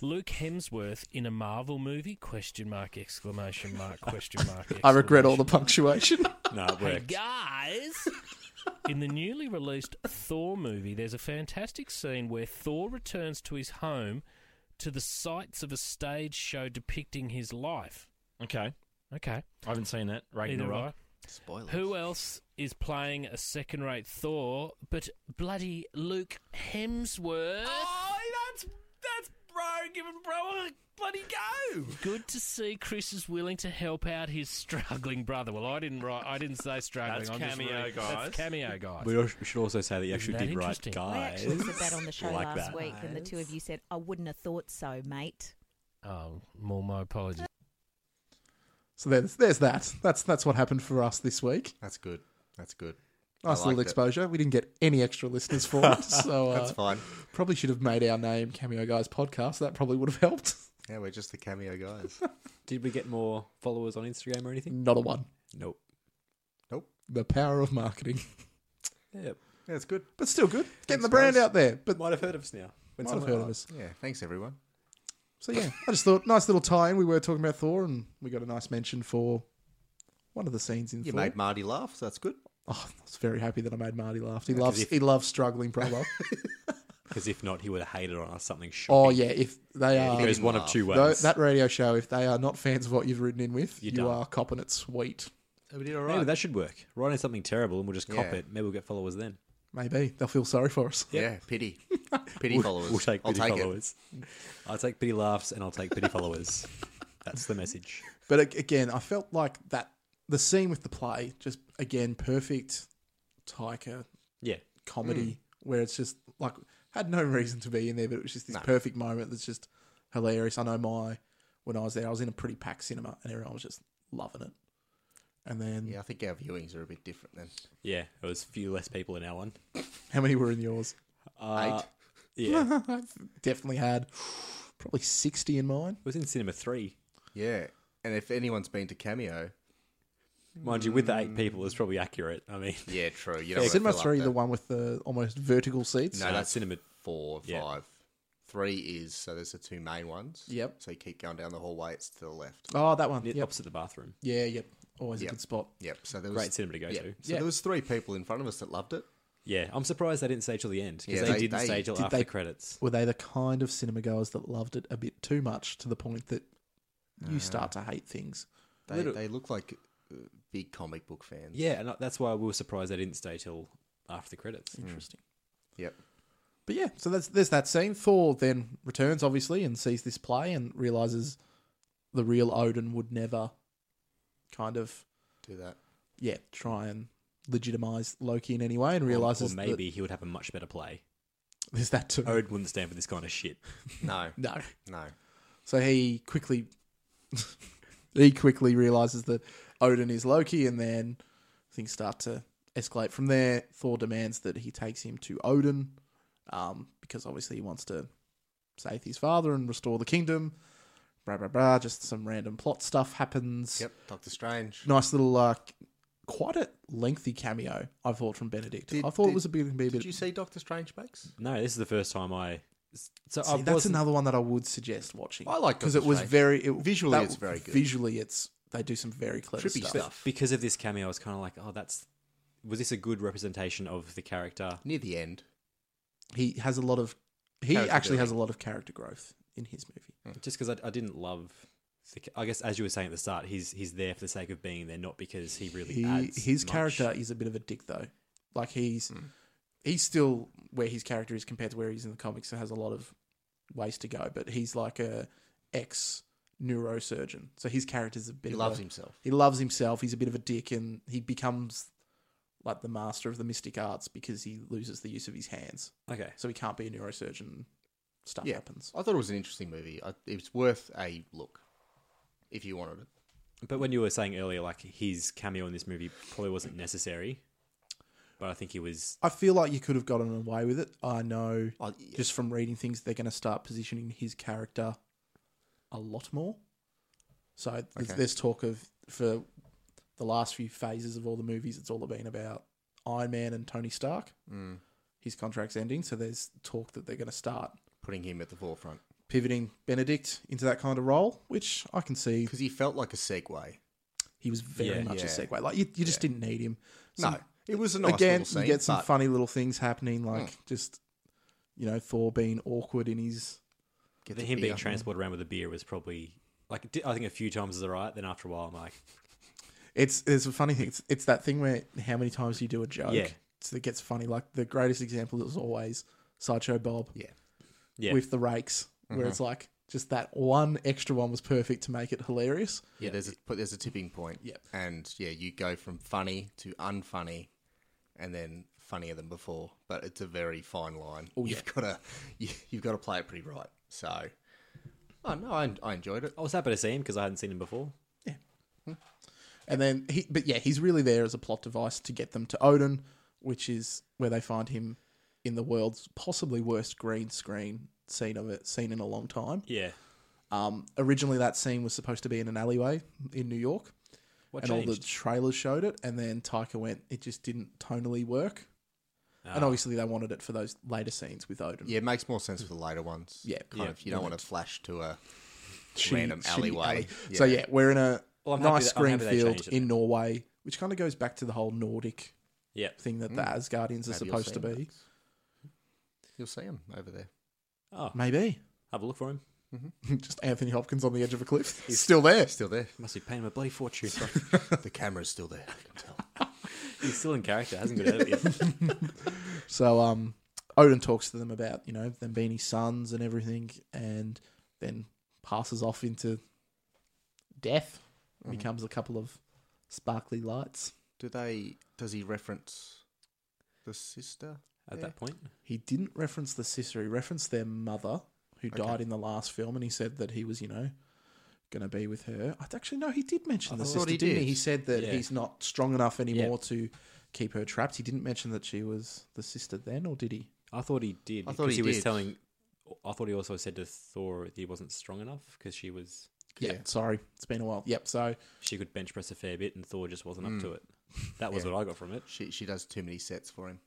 [SPEAKER 4] Luke Hemsworth in a Marvel movie? Question mark exclamation mark question mark.
[SPEAKER 1] I regret all the
[SPEAKER 4] exclamation
[SPEAKER 1] punctuation.
[SPEAKER 3] No, it
[SPEAKER 4] Hey
[SPEAKER 3] worked.
[SPEAKER 4] guys! In the newly released Thor movie, there's a fantastic scene where Thor returns to his home to the sights of a stage show depicting his life.
[SPEAKER 5] Okay.
[SPEAKER 4] Okay.
[SPEAKER 5] I haven't seen that.
[SPEAKER 4] Either
[SPEAKER 5] Ragnarok.
[SPEAKER 4] way.
[SPEAKER 2] Spoilers.
[SPEAKER 4] Who else is playing a second rate Thor but bloody Luke Hemsworth?
[SPEAKER 5] Oh, that's that's bro giving bro a bloody go.
[SPEAKER 4] Good to see Chris is willing to help out his struggling brother. Well, I didn't write. I didn't say struggling.
[SPEAKER 5] That's
[SPEAKER 4] I'm just
[SPEAKER 5] cameo,
[SPEAKER 4] reading-
[SPEAKER 5] guys.
[SPEAKER 4] That's cameo, guys.
[SPEAKER 3] We al- we should also say that you
[SPEAKER 4] Isn't
[SPEAKER 3] actually
[SPEAKER 4] that
[SPEAKER 3] did right,
[SPEAKER 4] interesting?
[SPEAKER 3] guys.
[SPEAKER 6] I actually said that on the show
[SPEAKER 3] Like
[SPEAKER 6] last
[SPEAKER 3] that.
[SPEAKER 6] week, and the two of you said, I wouldn't have thought so, mate.
[SPEAKER 4] Oh, more my apologies.
[SPEAKER 1] so there's there's that. That's that's what happened for us this week.
[SPEAKER 2] That's good. That's good. I
[SPEAKER 1] Nice little
[SPEAKER 2] liked it.
[SPEAKER 1] exposure. We didn't get any extra listeners for it, so uh,
[SPEAKER 2] That's fine.
[SPEAKER 1] probably should have made our name Cameo Guys Podcast. That probably would have helped.
[SPEAKER 2] Yeah, we're just the cameo guys.
[SPEAKER 3] Did we get more followers on Instagram or anything?
[SPEAKER 1] Not a one.
[SPEAKER 3] Nope.
[SPEAKER 1] The power of marketing,
[SPEAKER 3] Yep.
[SPEAKER 2] yeah, it's good.
[SPEAKER 1] but still good. Getting
[SPEAKER 2] Thanks,
[SPEAKER 1] the brand
[SPEAKER 2] guys.
[SPEAKER 1] out there, but
[SPEAKER 3] Might have heard of us now. When
[SPEAKER 1] might have
[SPEAKER 3] someone
[SPEAKER 1] heard of us.
[SPEAKER 2] Yeah, thanks everyone.
[SPEAKER 1] So yeah, I just thought nice little tie-in. We were talking about Thor, and we got a nice mention for one of the scenes in
[SPEAKER 2] You
[SPEAKER 1] Thor.
[SPEAKER 2] made Marty laugh, so that's good.
[SPEAKER 1] oh, I was very happy that I made Marty laugh. He loves
[SPEAKER 3] if-
[SPEAKER 1] he loves struggling brother.
[SPEAKER 3] Because if not, he would have hated on us something shocking.
[SPEAKER 1] oh yeah, if they
[SPEAKER 2] Yeah,
[SPEAKER 1] are
[SPEAKER 2] he
[SPEAKER 3] It was
[SPEAKER 2] didn't
[SPEAKER 3] one of
[SPEAKER 2] laugh.
[SPEAKER 3] two ways.
[SPEAKER 1] Tho- that radio show, if they are not fans of what you've written in with,
[SPEAKER 3] You're
[SPEAKER 1] you
[SPEAKER 3] done.
[SPEAKER 1] are copping it sweet.
[SPEAKER 2] We did all
[SPEAKER 3] Maybe
[SPEAKER 2] right.
[SPEAKER 3] that should work. Write in something terrible and we'll just cop
[SPEAKER 2] Yeah.
[SPEAKER 3] it. Maybe we'll get followers then.
[SPEAKER 1] Maybe they'll feel sorry for us.
[SPEAKER 2] Yeah, pity. Pity followers.
[SPEAKER 3] We'll take
[SPEAKER 2] I'll
[SPEAKER 3] pity
[SPEAKER 2] take it.
[SPEAKER 3] followers. I'll take pity laughs and I'll take pity followers. That's the message.
[SPEAKER 1] But a- again, I felt like that the scene with the play just again perfect Taika
[SPEAKER 3] Yeah.
[SPEAKER 1] comedy where it's just like had no reason to be in there, but it was just this perfect moment that's just hilarious. I know my when I was there, I was in a pretty packed cinema and everyone was just loving it. And then
[SPEAKER 2] Yeah, I think our viewings are a bit different then.
[SPEAKER 3] Yeah. It was few less people in our one.
[SPEAKER 1] how many were in yours?
[SPEAKER 3] Uh,
[SPEAKER 2] Eight.
[SPEAKER 3] Yeah.
[SPEAKER 2] Uh-huh.
[SPEAKER 3] it
[SPEAKER 1] I definitely had probably sixty in mine.
[SPEAKER 3] was in Cinema 3.
[SPEAKER 2] Yeah, and if anyone's been to Cameo,
[SPEAKER 3] Mind you, with the eight people, it's probably accurate. I mean,
[SPEAKER 2] Yeah, true. You don't
[SPEAKER 1] Yeah,
[SPEAKER 2] wanna
[SPEAKER 1] Cinema
[SPEAKER 2] fill up
[SPEAKER 1] 3, the
[SPEAKER 2] that
[SPEAKER 1] one with the almost vertical seats.
[SPEAKER 2] No,
[SPEAKER 3] uh,
[SPEAKER 2] that's
[SPEAKER 3] cinema.
[SPEAKER 2] four,
[SPEAKER 3] Yeah.
[SPEAKER 2] five. Three is so there's the two main ones.
[SPEAKER 1] Yep.
[SPEAKER 2] So you keep going down the hallway, it's to the left.
[SPEAKER 1] Oh, that one. Yep.
[SPEAKER 3] Opposite the bathroom.
[SPEAKER 1] Yeah, yep. Always
[SPEAKER 2] Yep.
[SPEAKER 1] a good spot.
[SPEAKER 2] Yep. So there was
[SPEAKER 3] Great cinema to go
[SPEAKER 2] yeah.
[SPEAKER 3] to.
[SPEAKER 2] So
[SPEAKER 1] Yeah.
[SPEAKER 2] there was three people in front of us that loved it.
[SPEAKER 3] Yeah, I'm surprised they didn't stay till the end because
[SPEAKER 2] Yeah,
[SPEAKER 3] they,
[SPEAKER 2] they-
[SPEAKER 3] didn't
[SPEAKER 2] they-
[SPEAKER 3] stay till
[SPEAKER 1] did
[SPEAKER 3] after
[SPEAKER 1] they-
[SPEAKER 3] credits.
[SPEAKER 1] Were they the kind of cinema goers that loved it a bit too much to the point that you start to hate things?
[SPEAKER 2] They
[SPEAKER 3] Little-
[SPEAKER 2] they look like uh, big comic book fans.
[SPEAKER 3] Yeah, and that's why we were surprised they didn't stay till after the credits.
[SPEAKER 2] Hmm.
[SPEAKER 1] Interesting.
[SPEAKER 2] Yep.
[SPEAKER 1] But yeah, so that's there's that scene. Thor then returns obviously and sees this play and realizes the real Odin would never kind of
[SPEAKER 2] Do that.
[SPEAKER 1] yeah try and legitimize Loki in any way and realizes
[SPEAKER 3] or maybe he would have a much better play.
[SPEAKER 1] that, there's that too.
[SPEAKER 3] Ode wouldn't stand for this kind of shit.
[SPEAKER 2] No.
[SPEAKER 1] No,
[SPEAKER 2] no.
[SPEAKER 1] so he quickly he quickly realizes that Odin is Loki, and then things start to escalate from there. Thor demands that he takes him to Odin um, because obviously he wants to save his father and restore the kingdom. Blah blah blah. Just some random plot stuff happens.
[SPEAKER 2] Yep. Doctor Strange.
[SPEAKER 1] Nice little. Uh, Quite a lengthy cameo, I thought from Benedict.
[SPEAKER 2] Did-
[SPEAKER 1] I thought it
[SPEAKER 2] did-
[SPEAKER 1] was a bit. a bit
[SPEAKER 2] Did you see Doctor Strange Max?
[SPEAKER 3] No, this is the first time I. So
[SPEAKER 1] See,
[SPEAKER 3] I
[SPEAKER 1] that's
[SPEAKER 3] wasn't-
[SPEAKER 1] another one that I would suggest watching.
[SPEAKER 2] I like
[SPEAKER 1] because it
[SPEAKER 2] Doctor
[SPEAKER 1] was
[SPEAKER 2] Strange.
[SPEAKER 1] very it,
[SPEAKER 2] Visually,
[SPEAKER 1] that-
[SPEAKER 2] it's very good.
[SPEAKER 1] Visually, it's they do some very clever
[SPEAKER 2] Trippy
[SPEAKER 1] stuff.
[SPEAKER 2] stuff.
[SPEAKER 3] because of this cameo. I was kind of like, oh, that's was this a good representation of the character?
[SPEAKER 2] Near the end.
[SPEAKER 1] He has a lot of he
[SPEAKER 2] Character
[SPEAKER 1] actually has a
[SPEAKER 2] building.
[SPEAKER 1] lot of character growth in his movie.
[SPEAKER 3] Just because I, I didn't love. The, ca- I guess as you were saying at the start, he's he's there for the sake of being there, not because he really
[SPEAKER 1] He,
[SPEAKER 3] adds.
[SPEAKER 1] his
[SPEAKER 3] much.
[SPEAKER 1] character is a bit of a dick though. Like he's
[SPEAKER 2] Hmm.
[SPEAKER 1] he's still where his character is compared to where he's in the comics and has a lot of ways to go. But he's like a ex neurosurgeon, so his character's a bit.
[SPEAKER 2] He
[SPEAKER 1] of
[SPEAKER 2] loves
[SPEAKER 1] a-
[SPEAKER 2] himself.
[SPEAKER 1] He loves himself. He's a bit of a dick, and he becomes like the master of the mystic arts because he loses the use of his hands,
[SPEAKER 3] Okay,
[SPEAKER 1] so he can't be a neurosurgeon. Stuff
[SPEAKER 2] Yeah.
[SPEAKER 1] happens.
[SPEAKER 2] I thought it was an interesting movie. I, it's worth a look if you wanted it.
[SPEAKER 3] but when you were saying earlier, like his cameo in this movie probably wasn't necessary, but I think he was.
[SPEAKER 1] I feel like you could have gotten away with it. I know
[SPEAKER 2] I, yeah.
[SPEAKER 1] just from reading things, they're going to start positioning his character a lot more. So th-
[SPEAKER 2] Okay.
[SPEAKER 1] there's talk of for the last few phases of all the movies, it's all been about Iron Man and Tony Stark.
[SPEAKER 2] Mm.
[SPEAKER 1] His contract's ending, so there's talk that they're going to start
[SPEAKER 2] putting him at the forefront
[SPEAKER 1] pivoting Benedict into that kind of role, which I can see
[SPEAKER 2] because he felt like a segue.
[SPEAKER 1] he was very
[SPEAKER 3] Yeah.
[SPEAKER 1] much a
[SPEAKER 2] Yeah.
[SPEAKER 1] segue. Like you, you just didn't need him.
[SPEAKER 2] No,
[SPEAKER 1] Some-
[SPEAKER 2] it was a nice
[SPEAKER 1] again,
[SPEAKER 2] little scene.
[SPEAKER 1] you get some
[SPEAKER 2] but Hmm.
[SPEAKER 1] funny little things happening, like just you know Thor being awkward in his
[SPEAKER 2] get
[SPEAKER 3] The,
[SPEAKER 2] the
[SPEAKER 3] him being
[SPEAKER 2] beer.
[SPEAKER 3] transported around with a beer was probably like di- I think a few times is alright. Then after a while, I'm like,
[SPEAKER 1] It's it's a funny thing. It's, it's that thing where how many times you do a joke,
[SPEAKER 3] Yeah.
[SPEAKER 1] so it gets funny. Like the greatest example is always Sideshow Bob
[SPEAKER 2] Yeah, Mm-hmm.
[SPEAKER 3] yeah,
[SPEAKER 1] with the rakes, where it's like just that one extra one was perfect to make it hilarious.
[SPEAKER 2] yeah. There's a but there's a tipping point.
[SPEAKER 1] Yep.
[SPEAKER 2] and yeah, you go from funny to unfunny, and then funnier than before. But it's a very fine line. you've got to you, you've got to play it pretty right. So, oh no, I, I enjoyed it.
[SPEAKER 3] I was happy to see him because I hadn't seen him before.
[SPEAKER 1] And then he, but yeah, he's really there as a plot device to get them to Odin, which is where they find him in the world's possibly worst green screen scene of it seen in a long time.
[SPEAKER 3] Yeah,
[SPEAKER 1] Um, originally, that scene was supposed to be in an alleyway in New York.
[SPEAKER 3] what
[SPEAKER 1] and
[SPEAKER 3] changed?
[SPEAKER 1] all the trailers showed it, and then Taika went, it just didn't tonally work.
[SPEAKER 3] Ah.
[SPEAKER 1] And obviously, they wanted it for those later scenes with Odin.
[SPEAKER 2] Yeah, it makes more sense for the later ones.
[SPEAKER 1] Yeah.
[SPEAKER 2] kind
[SPEAKER 3] Yeah,
[SPEAKER 2] of. You don't want to flash to a
[SPEAKER 1] Shitty-
[SPEAKER 2] random
[SPEAKER 1] shitty
[SPEAKER 2] alleyway.
[SPEAKER 1] alley. So yeah, we're in a
[SPEAKER 3] Well, I'm happy
[SPEAKER 1] nice
[SPEAKER 3] that- I'm
[SPEAKER 1] green
[SPEAKER 3] happy they
[SPEAKER 1] field
[SPEAKER 3] changed it
[SPEAKER 1] in Norway, which kind of goes back to the whole Nordic
[SPEAKER 3] yeah,
[SPEAKER 1] thing that the
[SPEAKER 2] Hmm.
[SPEAKER 1] Asgardians are
[SPEAKER 2] Maybe you'll
[SPEAKER 1] supposed to
[SPEAKER 2] see 'em.
[SPEAKER 1] be.
[SPEAKER 2] You'll see him over there.
[SPEAKER 3] oh,
[SPEAKER 1] Maybe
[SPEAKER 3] have a look for him.
[SPEAKER 1] just Anthony Hopkins on the edge of a cliff.
[SPEAKER 2] He's still there. Still there.
[SPEAKER 3] Must be paying him a bloody fortune.
[SPEAKER 2] the camera's still there. I can tell.
[SPEAKER 3] He's still in character, hasn't got out yet.
[SPEAKER 1] So um, Odin talks to them about you know them being his sons and everything, and then passes off into death.
[SPEAKER 2] Mm-hmm.
[SPEAKER 1] Becomes a couple of sparkly lights.
[SPEAKER 2] Do they? Does he reference the sister?
[SPEAKER 3] At that point,
[SPEAKER 1] He didn't reference the sister. He referenced their mother, who died in the last film, and he said that he was, you know, going to be with her. I actually no, he did mention the
[SPEAKER 2] thought
[SPEAKER 1] sister,
[SPEAKER 2] he
[SPEAKER 1] didn't he?
[SPEAKER 2] did.
[SPEAKER 1] He said that
[SPEAKER 3] Yeah.
[SPEAKER 1] he's not strong enough anymore to keep her trapped. He didn't mention that she was the sister then, or did he?
[SPEAKER 3] I thought he did.
[SPEAKER 2] I
[SPEAKER 3] because
[SPEAKER 2] thought
[SPEAKER 3] he,
[SPEAKER 2] he
[SPEAKER 3] was
[SPEAKER 2] did.
[SPEAKER 3] telling. I thought he also said to Thor that he wasn't strong enough because she was.
[SPEAKER 1] Yeah, sorry, it's been a while. Yep. So
[SPEAKER 3] She could bench press a fair bit, and Thor just
[SPEAKER 2] Mm.
[SPEAKER 3] wasn't up to it. That was what I got from it.
[SPEAKER 2] She she does too many sets for him.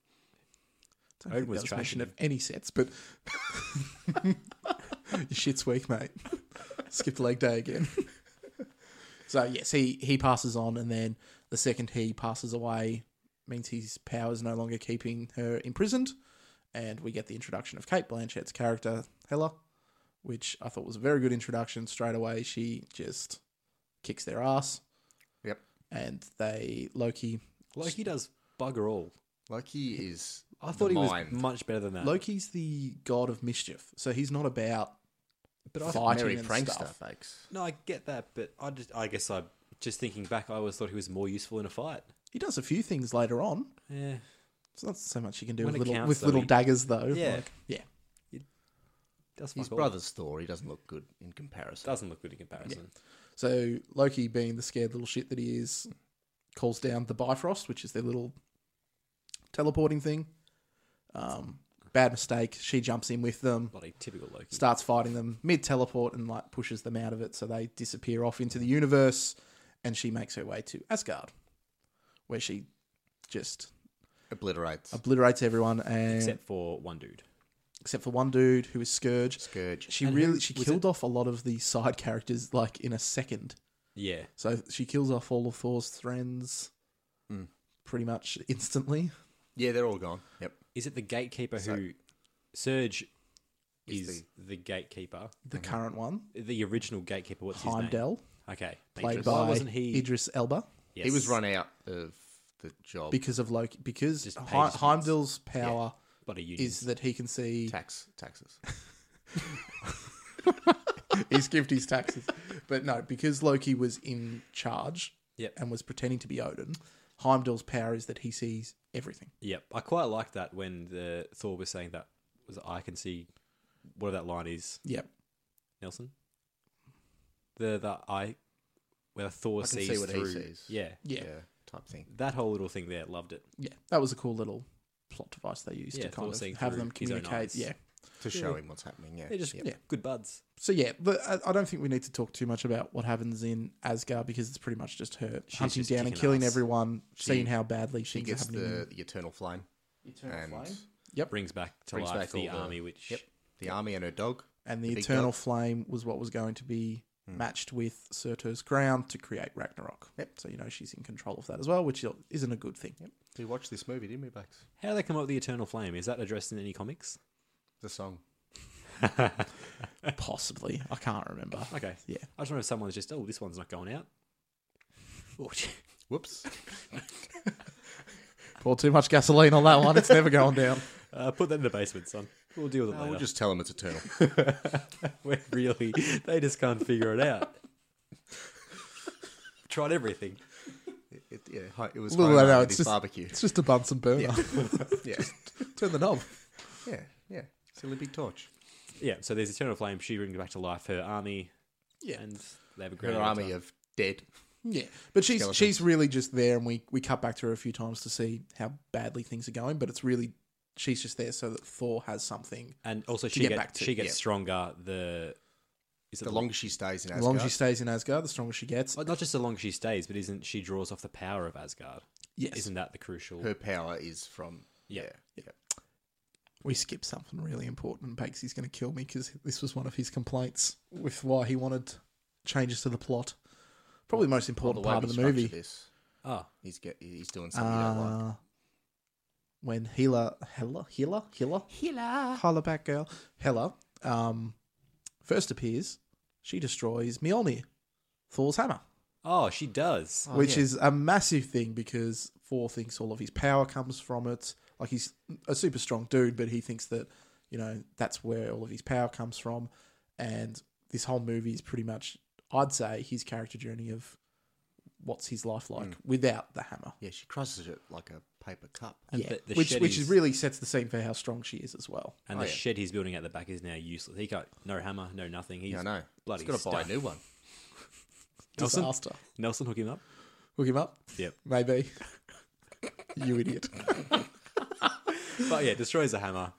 [SPEAKER 1] don't
[SPEAKER 3] Odin
[SPEAKER 1] think
[SPEAKER 3] was
[SPEAKER 1] that was
[SPEAKER 3] trashing
[SPEAKER 1] mention
[SPEAKER 3] him.
[SPEAKER 1] of any sets, but your shit's weak, mate. Skipped leg day again. so yes, he he passes on, and then the second he passes away means his powers no longer keeping her imprisoned, and we get the introduction of Kate Blanchett's character Hella, which I thought was a very good introduction. Straight away, she just kicks their ass,
[SPEAKER 2] Yep.
[SPEAKER 1] and they Loki.
[SPEAKER 3] Loki does bugger all.
[SPEAKER 2] Loki is.
[SPEAKER 3] I thought
[SPEAKER 2] the
[SPEAKER 3] he was
[SPEAKER 2] mind.
[SPEAKER 3] much better than that.
[SPEAKER 1] Loki's the god of mischief, so he's not about
[SPEAKER 3] but I,
[SPEAKER 1] fighting
[SPEAKER 2] Merry
[SPEAKER 1] and
[SPEAKER 2] prankster,
[SPEAKER 1] stuff.
[SPEAKER 2] folks.
[SPEAKER 3] no, I get that, but I just, I guess I just thinking back, I always thought he was more useful in a fight.
[SPEAKER 1] He does a few things later on.
[SPEAKER 3] Yeah,
[SPEAKER 1] It's not so much you can do
[SPEAKER 3] When
[SPEAKER 1] with
[SPEAKER 3] it
[SPEAKER 1] little,
[SPEAKER 3] counts,
[SPEAKER 1] with
[SPEAKER 3] though,
[SPEAKER 1] little
[SPEAKER 3] he-
[SPEAKER 1] daggers, though.
[SPEAKER 3] Yeah.
[SPEAKER 1] Like, yeah.
[SPEAKER 3] that's
[SPEAKER 2] His
[SPEAKER 3] fuck all.
[SPEAKER 2] brother's Thor. He doesn't look good in comparison.
[SPEAKER 3] doesn't look good in comparison.
[SPEAKER 1] So Loki, being the scared little shit that he is, calls down the Bifrost, which is their little teleporting thing. Um, bad mistake. She jumps in with them,
[SPEAKER 3] Bloody typical Loki.
[SPEAKER 1] starts fighting them mid teleport, and like pushes them out of it, so they disappear off into the universe. And she makes her way to Asgard, where she just
[SPEAKER 2] Obliterates.
[SPEAKER 1] obliterates everyone, and except,
[SPEAKER 3] Except for one dude.
[SPEAKER 1] for one dude who is Scourge.
[SPEAKER 2] Scourge.
[SPEAKER 1] She
[SPEAKER 3] And who-
[SPEAKER 1] really she
[SPEAKER 3] was
[SPEAKER 1] killed off a lot of the side characters like in a second.
[SPEAKER 3] Yeah,
[SPEAKER 1] So she kills off all of Thor's friends pretty much instantly.
[SPEAKER 2] Yeah, they're all gone. Yep.
[SPEAKER 3] is it the gatekeeper
[SPEAKER 2] So-
[SPEAKER 3] who Surge
[SPEAKER 2] Is
[SPEAKER 3] is, the... gatekeeper,
[SPEAKER 1] The current one,
[SPEAKER 3] the original gatekeeper. What's his name?
[SPEAKER 1] Heimdall,
[SPEAKER 3] Okay,
[SPEAKER 1] played
[SPEAKER 3] Idris.
[SPEAKER 1] by
[SPEAKER 3] why wasn't he?
[SPEAKER 1] Idris Elba,
[SPEAKER 2] He was
[SPEAKER 3] Yes.
[SPEAKER 2] run out of the job.
[SPEAKER 1] because of Loki. Because
[SPEAKER 3] Oh. Just paid
[SPEAKER 1] Hi-
[SPEAKER 3] his
[SPEAKER 1] Heimdall's power
[SPEAKER 3] Bloody
[SPEAKER 1] is
[SPEAKER 3] unions.
[SPEAKER 1] that he can see.
[SPEAKER 2] tax taxes.
[SPEAKER 1] he's skipped his taxes, but no, because Loki was in charge
[SPEAKER 3] Yep.
[SPEAKER 1] and was pretending to be Odin. Heimdall's power is that he sees everything.
[SPEAKER 3] Yep, I quite like that when the Thor was saying that was it, I can see whatever that line is,
[SPEAKER 1] Yep.
[SPEAKER 3] Nelson. The the I where Thor
[SPEAKER 2] I can see
[SPEAKER 3] sees
[SPEAKER 2] what he
[SPEAKER 3] through.
[SPEAKER 2] sees.
[SPEAKER 3] Yeah,
[SPEAKER 1] Yeah.
[SPEAKER 2] Type thing.
[SPEAKER 3] that whole little thing there, loved it.
[SPEAKER 1] yeah, that was a cool little plot device they used
[SPEAKER 3] Yeah,
[SPEAKER 1] to kind
[SPEAKER 3] Thor
[SPEAKER 1] of
[SPEAKER 3] seeing
[SPEAKER 1] have
[SPEAKER 3] through
[SPEAKER 1] them
[SPEAKER 3] his own
[SPEAKER 1] communicate.
[SPEAKER 3] eyes.
[SPEAKER 1] Yeah.
[SPEAKER 2] To show him what's happening. Yeah.
[SPEAKER 3] They're just
[SPEAKER 2] Yep.
[SPEAKER 1] Yeah.
[SPEAKER 3] good buds.
[SPEAKER 1] So yeah, but I, I don't think we need to talk too much about what happens in Asgard because it's pretty much just her
[SPEAKER 3] She's
[SPEAKER 1] hunting
[SPEAKER 3] just
[SPEAKER 1] down and
[SPEAKER 3] kicking
[SPEAKER 1] killing
[SPEAKER 3] ass.
[SPEAKER 1] everyone,
[SPEAKER 2] She-
[SPEAKER 1] seeing how badly
[SPEAKER 2] She
[SPEAKER 1] things
[SPEAKER 2] gets
[SPEAKER 1] are happening.
[SPEAKER 2] the, the eternal flame. and
[SPEAKER 3] Brings back to
[SPEAKER 2] Brings
[SPEAKER 3] life
[SPEAKER 2] back all
[SPEAKER 3] the
[SPEAKER 2] the-
[SPEAKER 3] army, which
[SPEAKER 2] Yep. The army and her dog.
[SPEAKER 1] and the,
[SPEAKER 2] big
[SPEAKER 1] eternal
[SPEAKER 2] dog.
[SPEAKER 1] flame was what was going to be matched with Surtur's crown to create Ragnarok.
[SPEAKER 2] Yep.
[SPEAKER 1] So you know she's in control of that as well, which isn't a good thing.
[SPEAKER 2] We watched this movie, didn't we, Bucks?
[SPEAKER 3] how do they come up with the eternal flame? Is that addressed in any comics?
[SPEAKER 2] The song.
[SPEAKER 1] Possibly, I can't remember.
[SPEAKER 3] Okay,
[SPEAKER 1] Yeah.
[SPEAKER 3] I just wonder if someone's just oh this one's not going out. Oh,
[SPEAKER 2] Whoops.
[SPEAKER 1] Poured too much gasoline on that one; it's never going down.
[SPEAKER 3] uh, put that in the basement, son. We'll deal with it
[SPEAKER 2] I
[SPEAKER 3] later.
[SPEAKER 2] will just tell him it's eternal.
[SPEAKER 3] We're really they just can't figure it out. Tried everything.
[SPEAKER 2] It, yeah, hi- it was
[SPEAKER 1] Well,
[SPEAKER 2] well,
[SPEAKER 1] no, no,
[SPEAKER 2] with
[SPEAKER 1] it's
[SPEAKER 2] his
[SPEAKER 1] just-
[SPEAKER 2] barbecue.
[SPEAKER 1] It's just a Bunsen burner.
[SPEAKER 2] Yeah,
[SPEAKER 1] Turn the knob.
[SPEAKER 2] yeah, yeah. It's an Olympic torch.
[SPEAKER 3] Yeah, so there's Eternal Flame, she brings back to life her army.
[SPEAKER 1] Yeah.
[SPEAKER 3] And they have a
[SPEAKER 2] Her
[SPEAKER 3] great
[SPEAKER 2] army of dead.
[SPEAKER 1] Yeah, but she's
[SPEAKER 2] Skeleton.
[SPEAKER 1] she's really just there, and we we cut back to her a few times to see how badly things are going. But it's really she's just there so that Thor has something.
[SPEAKER 3] and also she
[SPEAKER 1] get
[SPEAKER 3] get
[SPEAKER 1] back to,
[SPEAKER 3] she gets
[SPEAKER 2] yeah.
[SPEAKER 3] stronger the is it
[SPEAKER 2] The longer she stays in
[SPEAKER 1] The longer
[SPEAKER 2] Asgard,
[SPEAKER 1] she stays in Asgard, the stronger she gets.
[SPEAKER 3] Well, not just the longer she stays, but isn't she draws off the power of Asgard?
[SPEAKER 1] yes,
[SPEAKER 3] Isn't that the crucial?
[SPEAKER 2] her power is from.
[SPEAKER 3] Yeah.
[SPEAKER 2] Yeah,
[SPEAKER 1] we skip something really important. Bakesy's going to kill me because this was one of his complaints with why he wanted changes to the plot. Probably the most
[SPEAKER 2] the
[SPEAKER 1] important
[SPEAKER 2] way
[SPEAKER 1] part of
[SPEAKER 2] we
[SPEAKER 1] the
[SPEAKER 2] structure
[SPEAKER 1] movie.
[SPEAKER 2] This,
[SPEAKER 3] Oh,
[SPEAKER 2] he's get, he's doing something you don't like.
[SPEAKER 1] Uh, when Hela, Hela, Hela, Hela, Hela, Hela Ah. back girl, Hela, um, first appears, she destroys Mjolnir, Thor's hammer,
[SPEAKER 3] oh, she does.
[SPEAKER 1] which is a massive thing because Thor thinks all of his power comes from it. Like he's a super strong dude, but he thinks that you know that's where all of his power comes from, and this whole movie is pretty much, I'd say, his character journey of what's his life like
[SPEAKER 3] Mm.
[SPEAKER 1] without the hammer.
[SPEAKER 2] Yeah, she crushes it like a paper cup.
[SPEAKER 3] And
[SPEAKER 1] Yeah,
[SPEAKER 3] the- the
[SPEAKER 1] which
[SPEAKER 3] shed
[SPEAKER 1] which
[SPEAKER 3] is-
[SPEAKER 1] really sets the scene for how strong she is as well.
[SPEAKER 3] And
[SPEAKER 2] Oh,
[SPEAKER 3] the
[SPEAKER 2] yeah.
[SPEAKER 3] shed he's building at the back is now useless. He got no hammer, no nothing. He's
[SPEAKER 2] Yeah, I know.
[SPEAKER 3] bloody
[SPEAKER 2] he's got to buy a
[SPEAKER 3] stuffed.
[SPEAKER 2] new one.
[SPEAKER 3] Nelson?
[SPEAKER 1] Disaster.
[SPEAKER 3] Nelson hook him up.
[SPEAKER 1] Hook him up,
[SPEAKER 3] Yep.
[SPEAKER 1] maybe. you idiot.
[SPEAKER 3] but yeah, destroys the hammer.
[SPEAKER 1] Uh,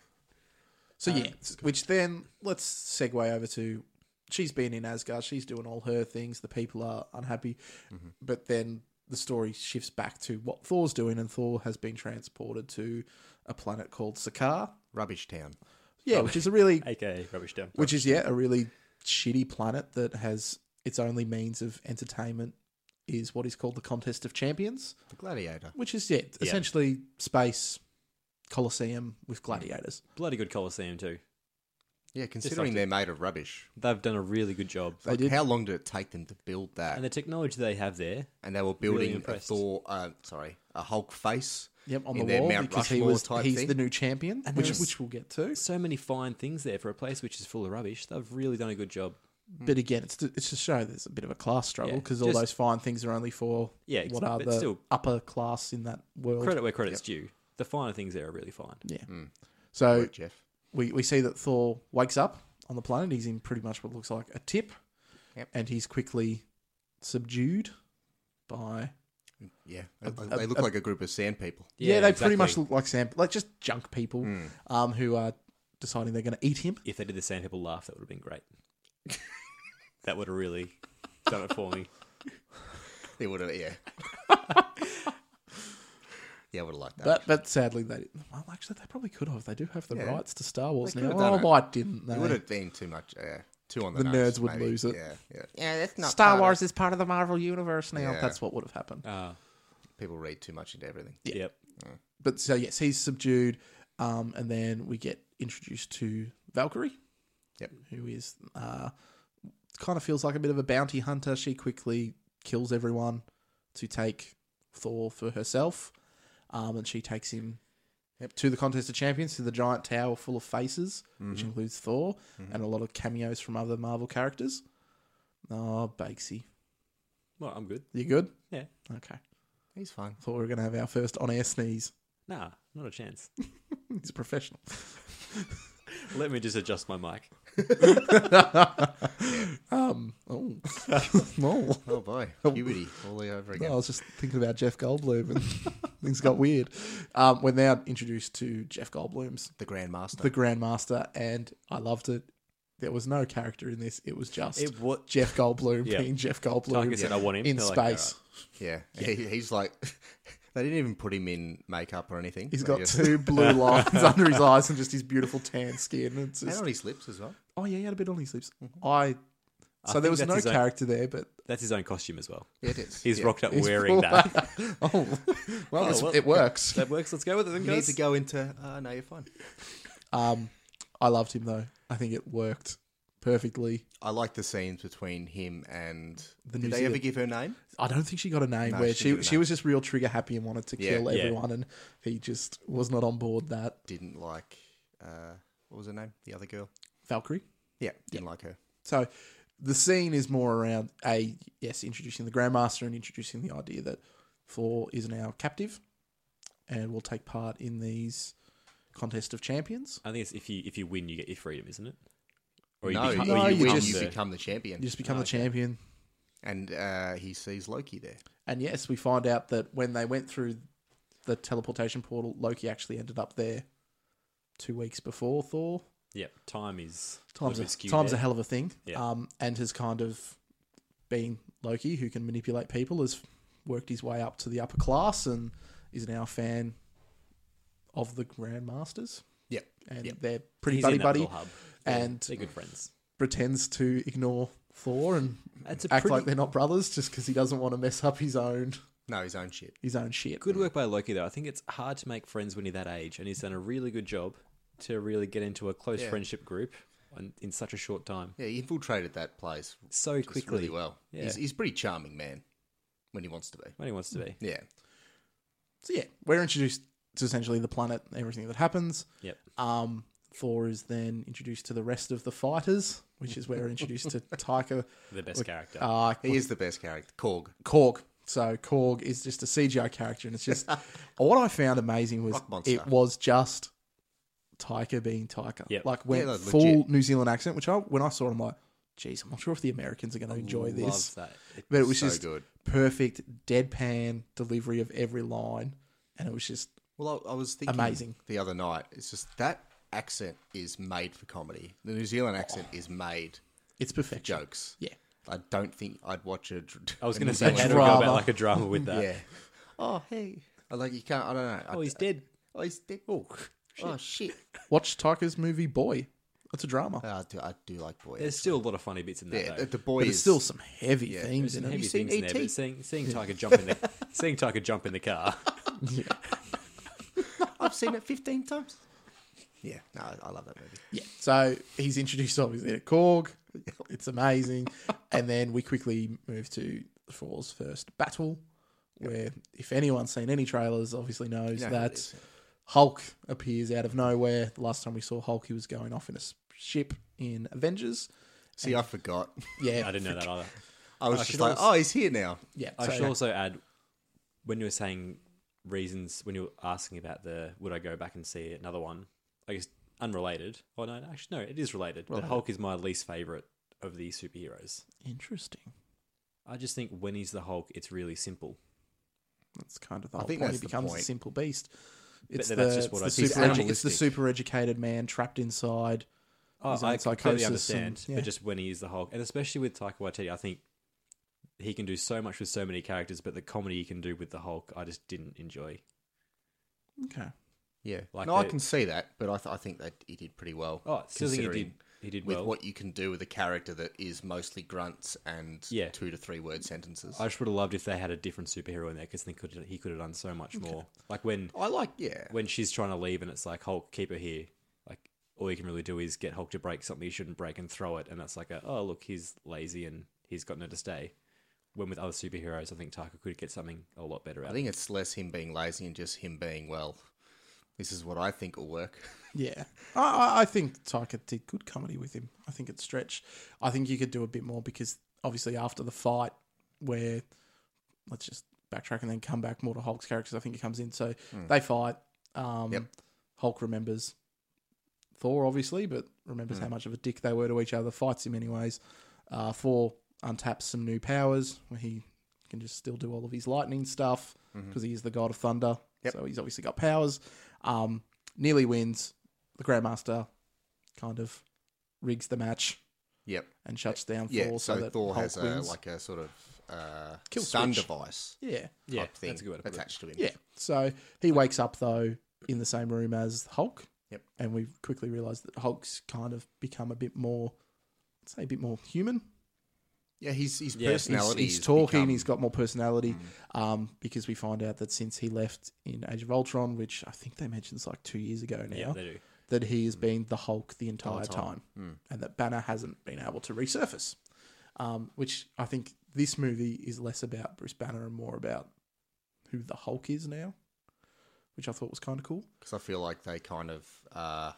[SPEAKER 1] So yeah, which then let's segue over to she's been in Asgard, she's doing all her things, the people are unhappy,
[SPEAKER 3] Mm-hmm.
[SPEAKER 1] but then the story shifts back to what Thor's doing, and Thor has been transported to a planet called Sakaar,
[SPEAKER 2] Rubbish town.
[SPEAKER 3] Oh,
[SPEAKER 1] yeah, which is a really
[SPEAKER 3] aka rubbish down.
[SPEAKER 1] which is yeah a really shitty planet that has its only means of entertainment is what is called the contest of champions
[SPEAKER 2] The gladiator.
[SPEAKER 1] which is yeah, essentially space coliseum with gladiators
[SPEAKER 3] bloody good Colosseum too.
[SPEAKER 2] Yeah, considering
[SPEAKER 3] like
[SPEAKER 2] they're made of rubbish.
[SPEAKER 3] They've done a really good job,
[SPEAKER 1] They
[SPEAKER 2] Like,
[SPEAKER 1] did.
[SPEAKER 2] How long did it take them to build that?
[SPEAKER 3] and
[SPEAKER 2] And,
[SPEAKER 3] the technology they have there.
[SPEAKER 2] they were
[SPEAKER 3] really
[SPEAKER 2] building a
[SPEAKER 3] impressed.
[SPEAKER 2] Thor, uh, sorry, a Hulk face.
[SPEAKER 1] yep on
[SPEAKER 2] In
[SPEAKER 1] the
[SPEAKER 2] their
[SPEAKER 1] wall
[SPEAKER 2] Mount
[SPEAKER 1] because he
[SPEAKER 2] Rushmore
[SPEAKER 1] was
[SPEAKER 2] type
[SPEAKER 1] he's
[SPEAKER 2] thing.
[SPEAKER 1] the new champion
[SPEAKER 3] And
[SPEAKER 1] which
[SPEAKER 3] there's-
[SPEAKER 1] which we'll get to
[SPEAKER 3] So many fine things there for a place which is full of rubbish. They've really done a good job.
[SPEAKER 1] but again it's to, it's to show there's a bit of a class struggle
[SPEAKER 3] Yeah,
[SPEAKER 1] because all
[SPEAKER 3] just-
[SPEAKER 1] those fine things are only for
[SPEAKER 3] Yeah,
[SPEAKER 1] what are
[SPEAKER 3] but
[SPEAKER 1] the
[SPEAKER 3] still-
[SPEAKER 1] upper class in that world
[SPEAKER 3] Credit where credit's due. The finer things there are really fine.
[SPEAKER 1] yeah
[SPEAKER 2] Mm.
[SPEAKER 1] so
[SPEAKER 2] Right, Jeff.
[SPEAKER 1] we, we see that Thor wakes up on the planet. He's in pretty much what looks like a tip,
[SPEAKER 2] Yep.
[SPEAKER 1] and he's quickly subdued by
[SPEAKER 2] Yeah,
[SPEAKER 1] A-
[SPEAKER 2] they-
[SPEAKER 1] a-
[SPEAKER 2] they look
[SPEAKER 1] a-
[SPEAKER 2] like a group of sand people.
[SPEAKER 1] yeah, they pretty much
[SPEAKER 3] exactly.
[SPEAKER 1] look like Sam, like just junk people
[SPEAKER 2] Hmm.
[SPEAKER 1] um, who are deciding they're going to eat him.
[SPEAKER 3] If they did the sand people laugh, that would have been great. that would have really done it for me.
[SPEAKER 2] They would have, yeah. yeah, I would have liked that.
[SPEAKER 1] But but sadly they well actually they probably could have. They do have the
[SPEAKER 2] Yeah.
[SPEAKER 1] rights to Star Wars
[SPEAKER 2] They
[SPEAKER 1] now.
[SPEAKER 2] could've done
[SPEAKER 1] Oh,
[SPEAKER 2] it.
[SPEAKER 1] why didn't
[SPEAKER 2] it would
[SPEAKER 1] they?
[SPEAKER 2] have been too much. Yeah, too on the,
[SPEAKER 1] The nerds
[SPEAKER 2] nose,
[SPEAKER 1] would
[SPEAKER 2] maybe.
[SPEAKER 1] lose it.
[SPEAKER 2] Yeah, yeah, yeah. That's not part
[SPEAKER 1] Star
[SPEAKER 2] of-
[SPEAKER 1] Wars is part of the Marvel universe now.
[SPEAKER 2] Yeah.
[SPEAKER 1] That's what would have happened.
[SPEAKER 3] Uh,
[SPEAKER 2] People read too much into everything.
[SPEAKER 3] Yep.
[SPEAKER 1] But so yes, he's subdued, um, and then we get introduced to Valkyrie.
[SPEAKER 2] Yep.
[SPEAKER 1] who is uh, kind of feels like a bit of a bounty hunter. She quickly kills everyone to take Thor for herself, um, and she takes him to the contest of champions to the giant tower full of faces, which includes Thor and a lot of cameos from other Marvel characters. Oh, Bakesy,
[SPEAKER 3] Well, I'm good.
[SPEAKER 1] you good?
[SPEAKER 3] Yeah.
[SPEAKER 1] Okay,
[SPEAKER 2] He's fine.
[SPEAKER 1] thought we were going to have our first on-air sneeze.
[SPEAKER 3] Nah, not a chance.
[SPEAKER 1] He's a professional.
[SPEAKER 3] Let me just adjust my mic.
[SPEAKER 1] Um, oh, no.
[SPEAKER 2] Oh boy, puberty all over again.
[SPEAKER 1] No, I was just thinking about Jeff Goldblum and things got weird. Um, we're now introduced to Jeff Goldblum's
[SPEAKER 2] the Grand Master.
[SPEAKER 1] The Grandmaster, and I loved it. There was no character in this. It was just
[SPEAKER 3] It what?
[SPEAKER 1] Jeff Goldblum
[SPEAKER 3] Yeah.
[SPEAKER 1] being Jeff
[SPEAKER 3] Tiger
[SPEAKER 1] Goldblum
[SPEAKER 3] said I want him
[SPEAKER 1] in
[SPEAKER 3] They're like, uh,
[SPEAKER 1] space.
[SPEAKER 2] yeah, He, he's like. they didn't even put him in makeup or anything.
[SPEAKER 1] He's
[SPEAKER 2] They
[SPEAKER 1] got
[SPEAKER 2] just-
[SPEAKER 1] two blue lines under his eyes and just his beautiful tan skin. It's
[SPEAKER 2] And
[SPEAKER 1] just,
[SPEAKER 2] on his lips as well.
[SPEAKER 1] oh yeah, he had a bit on his lips. I
[SPEAKER 3] Mm-hmm. I
[SPEAKER 1] so there
[SPEAKER 3] think
[SPEAKER 1] was
[SPEAKER 3] that's
[SPEAKER 1] no
[SPEAKER 3] his own-
[SPEAKER 1] character there, but
[SPEAKER 3] That's his own costume as well.
[SPEAKER 2] Yeah, it is.
[SPEAKER 3] He's
[SPEAKER 2] yeah.
[SPEAKER 3] rocked up
[SPEAKER 1] He's
[SPEAKER 3] wearing that.
[SPEAKER 1] oh, well, it's-
[SPEAKER 3] well,
[SPEAKER 1] it works.
[SPEAKER 3] that works. Let's go with it then,
[SPEAKER 2] You need
[SPEAKER 3] guys.
[SPEAKER 2] to go into. Uh, no, you're fine.
[SPEAKER 1] Um, I loved him though. I think it worked perfectly.
[SPEAKER 2] I like the scenes between him and.
[SPEAKER 1] The New
[SPEAKER 2] did they
[SPEAKER 1] Zealand-
[SPEAKER 2] ever give her name?
[SPEAKER 1] I don't think she got a name
[SPEAKER 2] No,
[SPEAKER 1] where
[SPEAKER 2] she didn't
[SPEAKER 1] she
[SPEAKER 2] get
[SPEAKER 1] she,
[SPEAKER 2] a name.
[SPEAKER 1] was just real trigger happy and wanted to
[SPEAKER 2] Yeah.
[SPEAKER 1] kill
[SPEAKER 3] Yeah.
[SPEAKER 1] everyone, and he just was not on board that
[SPEAKER 2] Didn't like. Uh, what was her name? The other girl.
[SPEAKER 1] Valkyrie.
[SPEAKER 2] Yeah, didn't like her.
[SPEAKER 1] So the scene is more around a yes, introducing the Grandmaster and introducing the idea that Thor is now captive and will take part in these contest of champions.
[SPEAKER 3] I think it's if you if you win, you get your freedom, isn't it? Or
[SPEAKER 2] no,
[SPEAKER 1] become-
[SPEAKER 2] you,
[SPEAKER 1] No,
[SPEAKER 2] you
[SPEAKER 1] you
[SPEAKER 2] win,
[SPEAKER 1] just-
[SPEAKER 2] you become the champion.
[SPEAKER 1] You just become the champion,
[SPEAKER 2] and uh, he sees Loki there.
[SPEAKER 1] and yes, we find out that when they went through the teleportation portal, Loki actually ended up there two weeks before Thor.
[SPEAKER 3] Yep. Time is a
[SPEAKER 1] Time's
[SPEAKER 3] little
[SPEAKER 1] a,
[SPEAKER 3] bit skewed
[SPEAKER 1] time's a
[SPEAKER 3] there.
[SPEAKER 1] hell of a thing.
[SPEAKER 3] Yeah.
[SPEAKER 1] Um, and has kind of being Loki, who can manipulate people, has worked his way up to the upper class and is now a fan of the Grandmasters.
[SPEAKER 2] Yep.
[SPEAKER 1] And
[SPEAKER 3] Yep.
[SPEAKER 1] they're pretty
[SPEAKER 3] He's
[SPEAKER 1] buddy
[SPEAKER 3] in that
[SPEAKER 1] buddy
[SPEAKER 3] little hub.
[SPEAKER 1] and
[SPEAKER 3] They're good friends.
[SPEAKER 1] pretends to ignore Thor and
[SPEAKER 3] That's a
[SPEAKER 1] act
[SPEAKER 3] pretty
[SPEAKER 1] like they're not brothers just because he doesn't want to mess up his own
[SPEAKER 2] No, his own shit.
[SPEAKER 1] his own shit.
[SPEAKER 3] good work by Loki though. I think it's hard to make friends when you're that age, and he's done a really good job to really get into a close
[SPEAKER 2] Yeah.
[SPEAKER 3] friendship group in, in such a short time.
[SPEAKER 2] Yeah, he infiltrated that place
[SPEAKER 3] So
[SPEAKER 2] just
[SPEAKER 3] quickly.
[SPEAKER 2] really well.
[SPEAKER 3] Yeah.
[SPEAKER 2] He's, he's a pretty charming man when he wants to be.
[SPEAKER 3] When he wants to be.
[SPEAKER 2] Yeah.
[SPEAKER 1] So yeah, we're introduced to essentially the planet, everything that happens.
[SPEAKER 3] Yep.
[SPEAKER 1] Um, Thor is then introduced to the rest of the fighters, which is where we're introduced to Taika.
[SPEAKER 3] The best character.
[SPEAKER 1] Uh,
[SPEAKER 2] He is the best character. Korg.
[SPEAKER 1] Korg. So Korg is just a CGI character, and it's just what I found amazing was
[SPEAKER 2] Rock monster.
[SPEAKER 1] it was just Taika being Taika.
[SPEAKER 3] Yep.
[SPEAKER 1] Like went
[SPEAKER 2] Yeah, like,
[SPEAKER 1] full
[SPEAKER 2] legit.
[SPEAKER 1] New Zealand accent, which I when I saw it, I'm like, geez, I'm not sure if the Americans are going to enjoy this.
[SPEAKER 3] Love that.
[SPEAKER 1] But it was
[SPEAKER 2] so
[SPEAKER 1] just
[SPEAKER 2] good.
[SPEAKER 1] perfect deadpan delivery of every line, and it was just
[SPEAKER 2] Well, I, I was thinking
[SPEAKER 1] Amazing.
[SPEAKER 2] the other night. It's just that accent is made for comedy. The New Zealand accent is made
[SPEAKER 1] It's perfection.
[SPEAKER 2] jokes.
[SPEAKER 1] Yeah.
[SPEAKER 2] I don't think I'd watch a. dr-
[SPEAKER 3] I was
[SPEAKER 2] a
[SPEAKER 3] going to
[SPEAKER 2] New
[SPEAKER 3] say, how
[SPEAKER 2] Zealand
[SPEAKER 3] do we go
[SPEAKER 1] drama.
[SPEAKER 3] about like a drama with that?
[SPEAKER 2] Yeah. Oh hey. I like you can't. I don't know.
[SPEAKER 3] Oh,
[SPEAKER 2] I,
[SPEAKER 3] he's dead.
[SPEAKER 2] oh he's dead. Oh shit. Oh shit. Uh,
[SPEAKER 1] Watch Tyker's movie Boy. It's a drama.
[SPEAKER 2] I do. I do like boy.
[SPEAKER 3] There's still a lot of funny bits in that.
[SPEAKER 2] yeah,
[SPEAKER 3] though.
[SPEAKER 2] the, the boy
[SPEAKER 1] but
[SPEAKER 2] is
[SPEAKER 1] it's still some heavy
[SPEAKER 2] yeah,
[SPEAKER 1] themes in
[SPEAKER 3] Some
[SPEAKER 1] it.
[SPEAKER 3] heavy
[SPEAKER 2] you seen
[SPEAKER 3] things in there,
[SPEAKER 2] E.T.?
[SPEAKER 3] but seeing seeing Tiger jump in the seeing Tiger jump in the car.
[SPEAKER 2] I've seen it 15 times. Yeah, no, I love that movie.
[SPEAKER 1] Yeah. So he's introduced obviously to Korg. It's amazing. and then we quickly move to Thor's first battle, where if anyone's seen any trailers, obviously knows
[SPEAKER 2] know who it
[SPEAKER 1] that
[SPEAKER 2] is.
[SPEAKER 1] Hulk appears out of nowhere. The last time we saw Hulk, he was going off in a s- ship in Avengers.
[SPEAKER 2] See, I forgot.
[SPEAKER 1] Yeah.
[SPEAKER 3] I didn't know that either.
[SPEAKER 2] I was
[SPEAKER 3] I
[SPEAKER 2] just
[SPEAKER 3] should
[SPEAKER 2] like,
[SPEAKER 3] also-
[SPEAKER 2] oh, he's here now.
[SPEAKER 1] Yeah.
[SPEAKER 3] I
[SPEAKER 1] so-
[SPEAKER 3] should also add when you were saying reasons when you were asking about the would I go back and see another one? I guess unrelated. Oh no, actually no, it is related. But Hulk is my least favorite of the superheroes.
[SPEAKER 1] interesting.
[SPEAKER 3] I just think when he's the Hulk, it's really simple.
[SPEAKER 1] That's kind of the whole
[SPEAKER 2] think
[SPEAKER 1] point. He
[SPEAKER 2] that's the
[SPEAKER 1] becomes a
[SPEAKER 2] point.
[SPEAKER 1] simple beast. It's the,
[SPEAKER 3] then that's just what
[SPEAKER 1] it's,
[SPEAKER 3] I
[SPEAKER 1] the
[SPEAKER 3] think.
[SPEAKER 1] super,
[SPEAKER 2] He's
[SPEAKER 1] it's the
[SPEAKER 2] animalistic.
[SPEAKER 1] super educated man trapped inside.
[SPEAKER 3] Oh,
[SPEAKER 1] His own
[SPEAKER 3] I
[SPEAKER 1] psychosis
[SPEAKER 3] completely
[SPEAKER 1] and-
[SPEAKER 3] understand,
[SPEAKER 1] yeah.
[SPEAKER 3] but just when he is the Hulk, and especially with Taika Waititi, I think he can do so much with so many characters, but the comedy he can do with the Hulk, I just didn't enjoy.
[SPEAKER 1] Okay.
[SPEAKER 2] Yeah.
[SPEAKER 3] Like
[SPEAKER 2] no, I
[SPEAKER 3] the-
[SPEAKER 2] can see that, but I, th- I think that he did pretty well.
[SPEAKER 3] Oh, still think he did.
[SPEAKER 2] considering
[SPEAKER 3] He did
[SPEAKER 2] With
[SPEAKER 3] well.
[SPEAKER 2] what you can do with a character that is mostly grunts and
[SPEAKER 3] Yeah.
[SPEAKER 2] two to three word sentences.
[SPEAKER 3] I just would have loved if they had a different superhero in there because they could he could have done so much more. Like when
[SPEAKER 2] I like, yeah.
[SPEAKER 3] when she's trying to leave and it's like Hulk, keep her here. Like all you can really do is get Hulk to break something he shouldn't break and throw it, and that's like a, oh look, he's lazy and he's got no to stay. When with other superheroes, I think Taika could get something a lot better out.
[SPEAKER 2] I
[SPEAKER 3] of it.
[SPEAKER 2] think it's less him being lazy and just him being, well, this is what I think will work.
[SPEAKER 1] Yeah, I, I- I think Taika did good comedy with him. I think it's stretched. I think you could do a bit more because obviously after the fight, where let's just backtrack and then come back more to Hulk's characters. I think he comes in. So they fight. Um,
[SPEAKER 2] Hmm. Yep.
[SPEAKER 1] Hulk remembers Thor, obviously, but
[SPEAKER 2] Hmm.
[SPEAKER 1] remembers how much of a dick they were to each other. Fights him anyways. Uh, Thor untaps some new powers where he can just still do all of his lightning stuff because he is the god of thunder.
[SPEAKER 2] Mm-hmm. Yep.
[SPEAKER 1] So he's obviously got powers. Um, nearly wins. The Grandmaster kind of rigs the match
[SPEAKER 2] Yep.
[SPEAKER 1] and shuts down
[SPEAKER 2] Yeah.
[SPEAKER 1] Thor so,
[SPEAKER 2] So,
[SPEAKER 1] that
[SPEAKER 2] Thor
[SPEAKER 1] Hulk
[SPEAKER 2] has a,
[SPEAKER 1] wins.
[SPEAKER 2] like a sort of uh,
[SPEAKER 1] Kill
[SPEAKER 2] stun
[SPEAKER 1] switch.
[SPEAKER 2] device
[SPEAKER 1] yeah.
[SPEAKER 3] yeah,
[SPEAKER 2] type thing
[SPEAKER 3] that's a good way to put it.
[SPEAKER 2] attached to him.
[SPEAKER 1] Yeah. So he wakes up though in the same room as Hulk.
[SPEAKER 2] Yep.
[SPEAKER 1] And we quickly realise that Hulk's kind of become a bit more, I'd say, a bit more human.
[SPEAKER 2] Yeah, his his
[SPEAKER 3] Yeah. He's-
[SPEAKER 1] He's,
[SPEAKER 2] personality.
[SPEAKER 1] he's
[SPEAKER 2] has
[SPEAKER 1] talking.
[SPEAKER 2] become- Mm.
[SPEAKER 1] He's got more personality. Um, because we find out that since he left in Age of Ultron, which I think they mentioned is like two years ago now,
[SPEAKER 3] Yeah, they do.
[SPEAKER 1] that he has been the Hulk the entire time,
[SPEAKER 2] Mm. time.
[SPEAKER 1] and that Banner hasn't been able to resurface. Um, which I think this movie is less about Bruce Banner and more about who the Hulk is now, which I thought was kind of cool.
[SPEAKER 2] because I feel like they kind of, uh,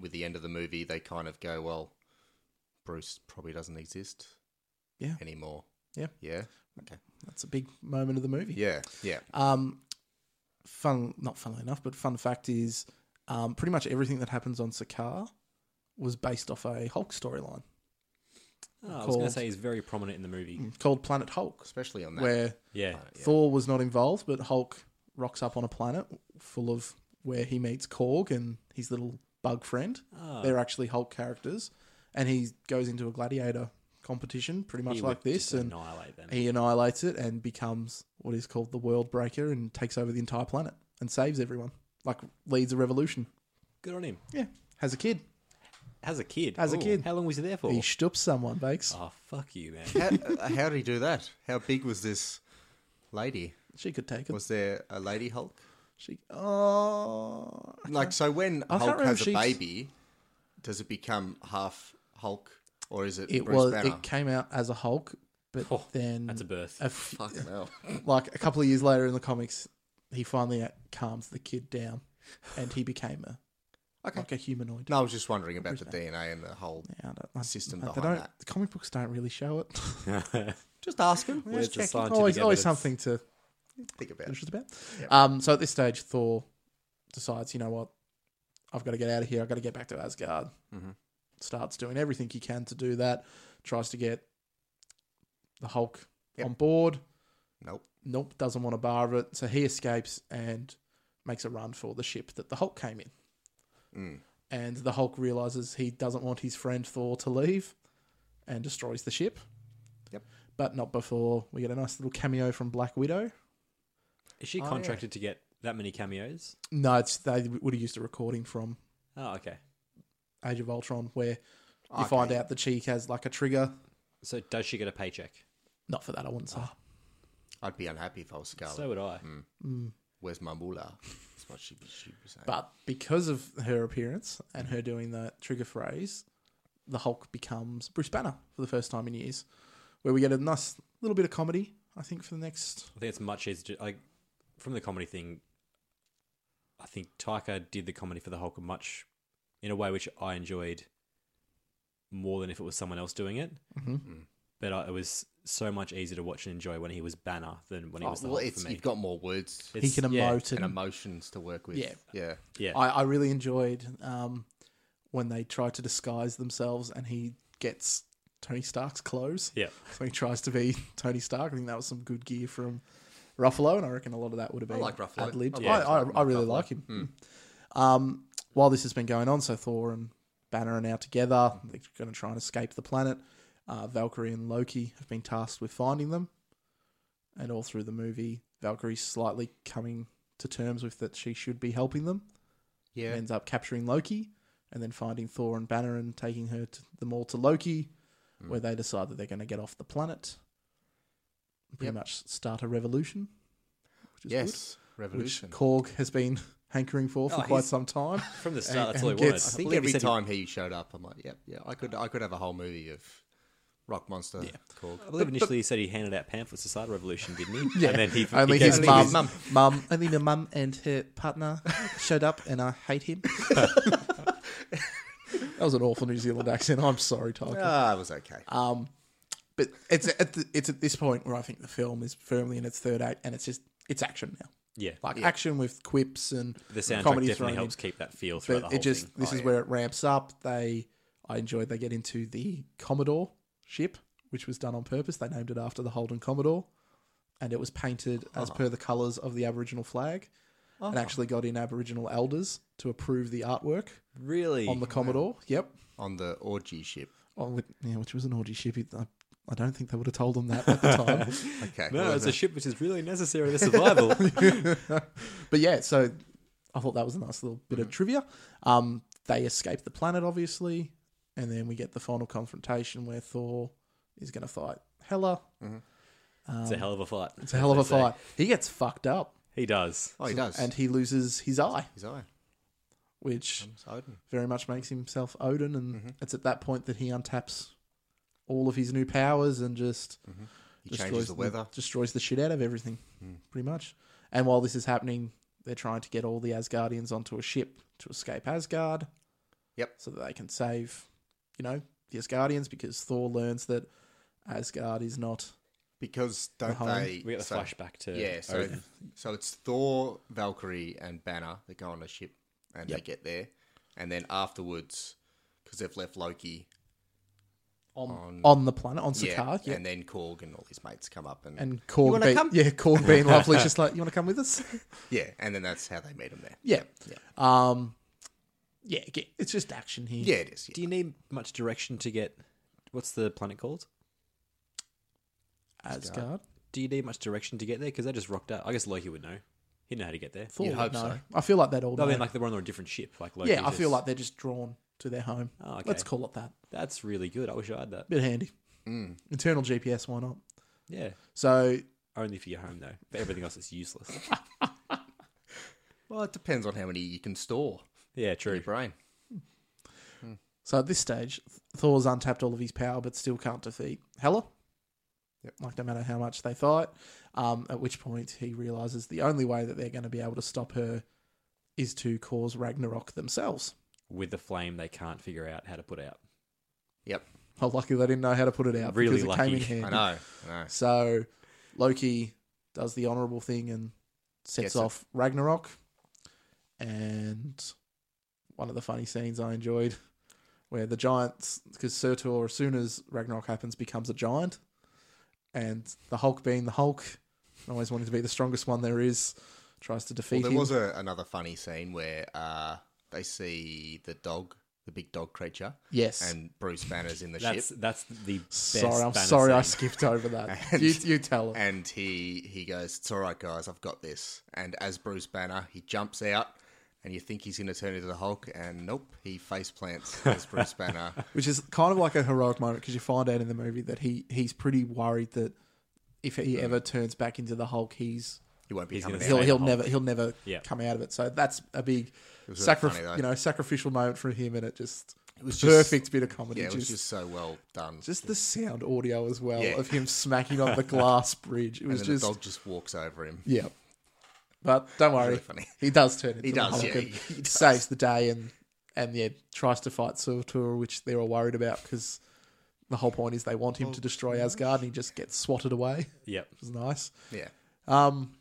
[SPEAKER 2] with the end of the movie, they kind of go, well, Bruce probably doesn't exist,
[SPEAKER 1] Yeah.
[SPEAKER 2] anymore.
[SPEAKER 1] Yeah.
[SPEAKER 2] yeah, okay,
[SPEAKER 1] That's a big moment of the movie.
[SPEAKER 2] yeah, yeah.
[SPEAKER 1] Um, fun, not funnily enough, but fun fact is, um, pretty much everything that happens on Sakaar was based off a Hulk storyline
[SPEAKER 3] Oh, I was going
[SPEAKER 1] called-
[SPEAKER 3] to say he's very prominent in the movie.
[SPEAKER 1] called Planet Hulk,
[SPEAKER 2] Especially on that.
[SPEAKER 1] where
[SPEAKER 3] Yeah,
[SPEAKER 1] Thor was not involved, but Hulk rocks up on a planet full of where he meets Korg and his little bug friend.
[SPEAKER 3] Ah.
[SPEAKER 1] They're actually Hulk characters, and he goes into a gladiator competition, pretty much
[SPEAKER 3] He
[SPEAKER 1] like
[SPEAKER 3] would
[SPEAKER 1] this,
[SPEAKER 3] just
[SPEAKER 1] and
[SPEAKER 3] annihilate them.
[SPEAKER 1] he annihilates it and becomes what is called the World Breaker and takes over the entire planet and saves everyone. Like leads a revolution.
[SPEAKER 3] Good on him.
[SPEAKER 1] Yeah, has a kid.
[SPEAKER 3] As a kid,
[SPEAKER 1] As a
[SPEAKER 3] Ooh,
[SPEAKER 1] kid.
[SPEAKER 3] how long was he there for?
[SPEAKER 1] He stoops someone, Bakes.
[SPEAKER 3] oh fuck you, man.
[SPEAKER 2] how, uh, how did he do that? How big was this lady?
[SPEAKER 1] She could take it.
[SPEAKER 2] Was there a lady Hulk?
[SPEAKER 1] She. Oh,
[SPEAKER 2] Like, so when
[SPEAKER 1] I can't
[SPEAKER 2] Hulk
[SPEAKER 1] remember
[SPEAKER 2] has
[SPEAKER 1] if
[SPEAKER 2] a
[SPEAKER 1] she's-
[SPEAKER 2] baby, does it become half Hulk, or is it,
[SPEAKER 1] it
[SPEAKER 2] Bruce
[SPEAKER 1] was.
[SPEAKER 2] Banner?
[SPEAKER 1] It came out as a Hulk, but
[SPEAKER 3] Oh,
[SPEAKER 1] then
[SPEAKER 3] that's a birth.
[SPEAKER 1] a f-
[SPEAKER 2] Fucking hell.
[SPEAKER 1] like a couple of years later in the comics, he finally calms the kid down, and he became a like a humanoid.
[SPEAKER 2] No, I was just wondering about the DNA and the whole.
[SPEAKER 1] Yeah, I don't- I-
[SPEAKER 2] System
[SPEAKER 1] they
[SPEAKER 2] behind
[SPEAKER 1] don't,
[SPEAKER 2] that.
[SPEAKER 1] The comic books don't really show it.
[SPEAKER 2] Just ask him.
[SPEAKER 3] Where's the scientific
[SPEAKER 1] always, always
[SPEAKER 3] evidence?
[SPEAKER 1] something to
[SPEAKER 2] Think about it.
[SPEAKER 1] anxious about. Um, so at this stage, Thor decides, you know what, I've got to get out of here. I've got to get back to Asgard.
[SPEAKER 2] Mm-hmm.
[SPEAKER 1] Starts doing everything he can to do that. Tries to get the Hulk
[SPEAKER 2] Yep.
[SPEAKER 1] on board.
[SPEAKER 2] Nope.
[SPEAKER 1] Nope, doesn't want a bar of it. So he escapes and makes a run for the ship that the Hulk came in. And the Hulk realizes he doesn't want his friend Thor to leave and destroys the ship.
[SPEAKER 2] Yep.
[SPEAKER 1] But not before we get a nice little cameo from Black Widow.
[SPEAKER 3] Is she
[SPEAKER 2] Oh, yeah.
[SPEAKER 3] contracted to get that many cameos?
[SPEAKER 1] No, it's they would have used a recording from
[SPEAKER 3] Oh, okay.
[SPEAKER 1] Age of Ultron where you
[SPEAKER 2] Mm. Okay.
[SPEAKER 1] find out that she has like a trigger.
[SPEAKER 3] So does she get a paycheck?
[SPEAKER 1] Not for that, I wouldn't say.
[SPEAKER 2] I'd be unhappy if I was Scarlet.
[SPEAKER 3] So would I.
[SPEAKER 2] Where's my moolah? That's what she, she was saying.
[SPEAKER 1] Mm. But because of her appearance and her doing the trigger phrase, the Hulk becomes Bruce Banner for the first time in years, where we get a nice little bit of comedy. I think for the next,
[SPEAKER 3] I think it's much easier. To, like from the comedy thing, I think Taika did the comedy for the Hulk much in a way which I enjoyed more than if it was someone else doing it.
[SPEAKER 1] Mm-hmm.
[SPEAKER 2] Mm.
[SPEAKER 3] But I, it was so much easier to watch and enjoy when he was Banner than when he
[SPEAKER 2] Oh,
[SPEAKER 3] was the
[SPEAKER 2] well,
[SPEAKER 3] Hulk
[SPEAKER 2] it's,
[SPEAKER 3] for me.
[SPEAKER 2] you've got more words
[SPEAKER 1] he
[SPEAKER 3] It's-
[SPEAKER 1] can
[SPEAKER 3] yeah,
[SPEAKER 1] emote
[SPEAKER 2] and
[SPEAKER 1] and
[SPEAKER 2] emotions to work with.
[SPEAKER 1] Yeah.
[SPEAKER 2] Yeah.
[SPEAKER 3] Yeah,
[SPEAKER 1] I, I really enjoyed um, when they try to disguise themselves and he gets Tony Stark's clothes.
[SPEAKER 3] yeah.
[SPEAKER 1] So he tries to be Tony Stark. I think that was some good gear from Ruffalo, and I reckon a lot of that would have been
[SPEAKER 2] like Ruffalo.
[SPEAKER 1] ad-libbed.
[SPEAKER 2] I
[SPEAKER 1] I,
[SPEAKER 2] like
[SPEAKER 1] I,
[SPEAKER 2] Ruffalo. Mm. Hmm.
[SPEAKER 1] I really like him. Um, while this has been going on, so Thor and Banner are now together. They're going to try and escape the planet. Uh, Valkyrie and Loki have been tasked with finding them. And all through the movie, Valkyrie's slightly coming to terms with that she should be helping them
[SPEAKER 2] Yeah.
[SPEAKER 1] ends up capturing Loki and then finding Thor and Banner and taking her to, them all to Loki,
[SPEAKER 2] Mm.
[SPEAKER 1] where they decide that they're going to get off the planet. Pretty
[SPEAKER 2] Yep.
[SPEAKER 1] much start a revolution. Which is
[SPEAKER 2] yes.
[SPEAKER 1] good, which
[SPEAKER 2] Revolution.
[SPEAKER 1] Korg has been hankering for for
[SPEAKER 3] Oh,
[SPEAKER 1] quite
[SPEAKER 3] he's-
[SPEAKER 1] some time.
[SPEAKER 3] From the start, that's
[SPEAKER 1] and
[SPEAKER 3] all he wanted.
[SPEAKER 1] gets-
[SPEAKER 2] I
[SPEAKER 1] I
[SPEAKER 2] think
[SPEAKER 3] believe he
[SPEAKER 2] every
[SPEAKER 3] said he-
[SPEAKER 2] time he showed up, I'm like, yep, yeah, I could, I could have a whole movie of Rock Monster. Korg.
[SPEAKER 3] I believe initially he said he handed out pamphlets to start a revolution, didn't he? And then he
[SPEAKER 1] only
[SPEAKER 3] he
[SPEAKER 1] his
[SPEAKER 3] gave-
[SPEAKER 2] only
[SPEAKER 1] mum, mum,
[SPEAKER 2] his mum.
[SPEAKER 1] mum, only the mum and her partner showed up, and I hate him. that was an awful New Zealand accent. I'm sorry, Tiger.
[SPEAKER 2] Ah, it was okay.
[SPEAKER 1] Um, but it's at the, it's at this point where I think the film is firmly in its third act, and it's just it's action now.
[SPEAKER 3] Yeah,
[SPEAKER 1] like action with quips and
[SPEAKER 3] the soundtrack
[SPEAKER 1] comedy
[SPEAKER 3] definitely
[SPEAKER 1] thrown
[SPEAKER 3] helps
[SPEAKER 1] in.
[SPEAKER 3] keep that feel
[SPEAKER 1] But
[SPEAKER 3] throughout the whole
[SPEAKER 1] it just
[SPEAKER 3] thing. Oh,
[SPEAKER 1] this is where it ramps up. They I enjoyed they get into the Commodore ship, which was done on purpose. They named it after the Holden Commodore, and it was painted as
[SPEAKER 3] Uh-huh.
[SPEAKER 1] per the colours of the Aboriginal flag, and actually got in Aboriginal elders to approve the artwork
[SPEAKER 3] Really,
[SPEAKER 1] on the Commodore. Yep,
[SPEAKER 2] On the orgy ship.
[SPEAKER 1] on the, Oh, yeah, which was an orgy ship. It- I, I don't think they would have told them that at the time.
[SPEAKER 2] Okay.
[SPEAKER 3] no,
[SPEAKER 2] well,
[SPEAKER 3] it's a ship which is really necessary to survival.
[SPEAKER 1] But yeah, so I thought that was a nice little bit
[SPEAKER 2] Mm.
[SPEAKER 1] of trivia. Um, they escape the planet, obviously, and then we get the final confrontation where Thor is going to fight Hela.
[SPEAKER 3] it's a hell of a fight.
[SPEAKER 1] It's a hell of a fight. He gets fucked up
[SPEAKER 3] He does.
[SPEAKER 2] oh, he does.
[SPEAKER 1] and he loses his eye,
[SPEAKER 2] his eye.
[SPEAKER 1] which
[SPEAKER 2] It's Odin.
[SPEAKER 1] very much makes himself Odin. And
[SPEAKER 2] Mm-hmm.
[SPEAKER 1] it's at that point that he untaps all of his new powers and just
[SPEAKER 2] He changes the weather. Hmm.
[SPEAKER 1] destroys the shit out of everything, pretty much. And while this is happening, they're trying to get all the Asgardians onto a ship to escape Asgard.
[SPEAKER 2] Yep.
[SPEAKER 1] So that they can save, you know, the Asgardians because Thor learns that Asgard is not.
[SPEAKER 2] Because
[SPEAKER 1] The
[SPEAKER 2] don't
[SPEAKER 1] home.
[SPEAKER 2] they?
[SPEAKER 3] We get the
[SPEAKER 2] so-
[SPEAKER 3] flashback to
[SPEAKER 2] Yeah, so
[SPEAKER 3] Odin.
[SPEAKER 2] so it's Thor, Valkyrie, and Banner that go on a ship, and they get there, and then afterwards, because they've left Loki
[SPEAKER 1] On,
[SPEAKER 2] on,
[SPEAKER 1] on the planet, on Sakaar, yeah,
[SPEAKER 2] and then Korg and all his mates come up, and,
[SPEAKER 1] and
[SPEAKER 2] "You
[SPEAKER 1] Korg,
[SPEAKER 2] wanna
[SPEAKER 1] be-
[SPEAKER 2] come?"
[SPEAKER 1] yeah, Korg being lovely, just like you want to come with us,
[SPEAKER 2] yeah, and then that's how they meet him there.
[SPEAKER 1] yeah,
[SPEAKER 2] Yeah.
[SPEAKER 1] um, yeah, ge- it's just action here,
[SPEAKER 2] Yeah, it is.
[SPEAKER 3] Do
[SPEAKER 2] Yeah.
[SPEAKER 3] you need much direction to get? What's the planet called?
[SPEAKER 1] Asgard,
[SPEAKER 3] Do you need much direction to get there? Because they just rocked out. I guess Loki would know. He'd know how to get there.
[SPEAKER 1] Thor,
[SPEAKER 2] You'd hope
[SPEAKER 1] no,
[SPEAKER 2] so.
[SPEAKER 1] I feel like that all.
[SPEAKER 3] No, I
[SPEAKER 1] know.
[SPEAKER 3] mean, like they were on a different ship. Like Loki.
[SPEAKER 1] yeah, I feel
[SPEAKER 3] just-
[SPEAKER 1] like they're just drawn to their home.
[SPEAKER 3] Oh, okay.
[SPEAKER 1] Let's call it that.
[SPEAKER 3] that's really good. I wish I had that.
[SPEAKER 1] Bit handy.
[SPEAKER 2] Mm.
[SPEAKER 1] Internal GPS, why not?
[SPEAKER 3] Yeah,
[SPEAKER 1] So
[SPEAKER 3] only for your home though. But everything else is useless.
[SPEAKER 2] Well, it depends on how many you can store
[SPEAKER 3] Yeah,
[SPEAKER 2] in
[SPEAKER 3] true.
[SPEAKER 2] your brain.
[SPEAKER 1] So at this stage, Thor's untapped all of his power, but still can't defeat Hela.
[SPEAKER 2] Yep.
[SPEAKER 1] Like no matter how much they fight, um, at which point he realizes the only way that they're going to be able to stop her is to cause Ragnarok themselves.
[SPEAKER 3] With the flame, they can't figure out how to put out.
[SPEAKER 2] Yep,
[SPEAKER 1] How lucky they didn't know how to put it out.
[SPEAKER 3] Really
[SPEAKER 1] because it
[SPEAKER 3] lucky.
[SPEAKER 1] Came in handy.
[SPEAKER 2] I know. I know.
[SPEAKER 1] So Loki does the honorable thing and sets
[SPEAKER 2] Gets it.
[SPEAKER 1] off Ragnarok. And one of the funny scenes I enjoyed where the giants, because Surtur, as soon as Ragnarok happens, becomes a giant. And the Hulk, being the Hulk, and always wanting to be the strongest one there is, tries to defeat
[SPEAKER 2] Well, there
[SPEAKER 1] him.
[SPEAKER 2] was a, another funny scene where uh, they see the dog the big dog creature.
[SPEAKER 1] Yes.
[SPEAKER 2] And Bruce Banner's in the
[SPEAKER 3] That's
[SPEAKER 2] ship.
[SPEAKER 3] that's the best.
[SPEAKER 1] Sorry, I'm
[SPEAKER 3] Banner
[SPEAKER 1] sorry I
[SPEAKER 3] scene.
[SPEAKER 1] skipped over that.
[SPEAKER 2] And-
[SPEAKER 1] you, you tell it.
[SPEAKER 2] And he he goes, "It's all right, guys. I've got this." And as Bruce Banner, he jumps out, and you think he's going to turn into the Hulk, and nope, he face plants as Bruce Banner.
[SPEAKER 1] which is kind of like a heroic moment because you find out in the movie that he he's pretty worried that if he ever turns back into the Hulk, he's
[SPEAKER 2] He won't be
[SPEAKER 3] He's
[SPEAKER 2] coming
[SPEAKER 3] gonna
[SPEAKER 2] out.
[SPEAKER 1] he'll
[SPEAKER 3] the
[SPEAKER 1] he'll
[SPEAKER 3] Hulk.
[SPEAKER 1] never he'll never
[SPEAKER 3] Yeah.
[SPEAKER 1] come out of it. So that's a big
[SPEAKER 2] was really
[SPEAKER 1] sacri-
[SPEAKER 2] funny, though.
[SPEAKER 1] you know sacrificial moment for him, and it just it
[SPEAKER 2] was
[SPEAKER 1] was
[SPEAKER 2] just-
[SPEAKER 1] perfect bit of comedy.
[SPEAKER 2] yeah, it was
[SPEAKER 1] just,
[SPEAKER 2] just
[SPEAKER 1] just
[SPEAKER 2] so well done.
[SPEAKER 1] the sound audio as well
[SPEAKER 2] Yeah.
[SPEAKER 1] of him smacking on the glass bridge. It
[SPEAKER 2] and
[SPEAKER 1] was
[SPEAKER 2] then
[SPEAKER 1] just
[SPEAKER 2] the dog just walks over him.
[SPEAKER 1] yeah. But don't worry,
[SPEAKER 2] really funny.
[SPEAKER 1] he does turn into
[SPEAKER 2] He
[SPEAKER 1] the
[SPEAKER 2] does,
[SPEAKER 1] Hulk
[SPEAKER 2] yeah,
[SPEAKER 1] and
[SPEAKER 2] he does.
[SPEAKER 1] saves the day and and yeah tries to fight Surtur, which they're all worried about because the whole point is they want him to destroy Asgard and he just gets swatted away.
[SPEAKER 3] Yep.
[SPEAKER 1] Which is nice.
[SPEAKER 2] Yeah,
[SPEAKER 1] Um,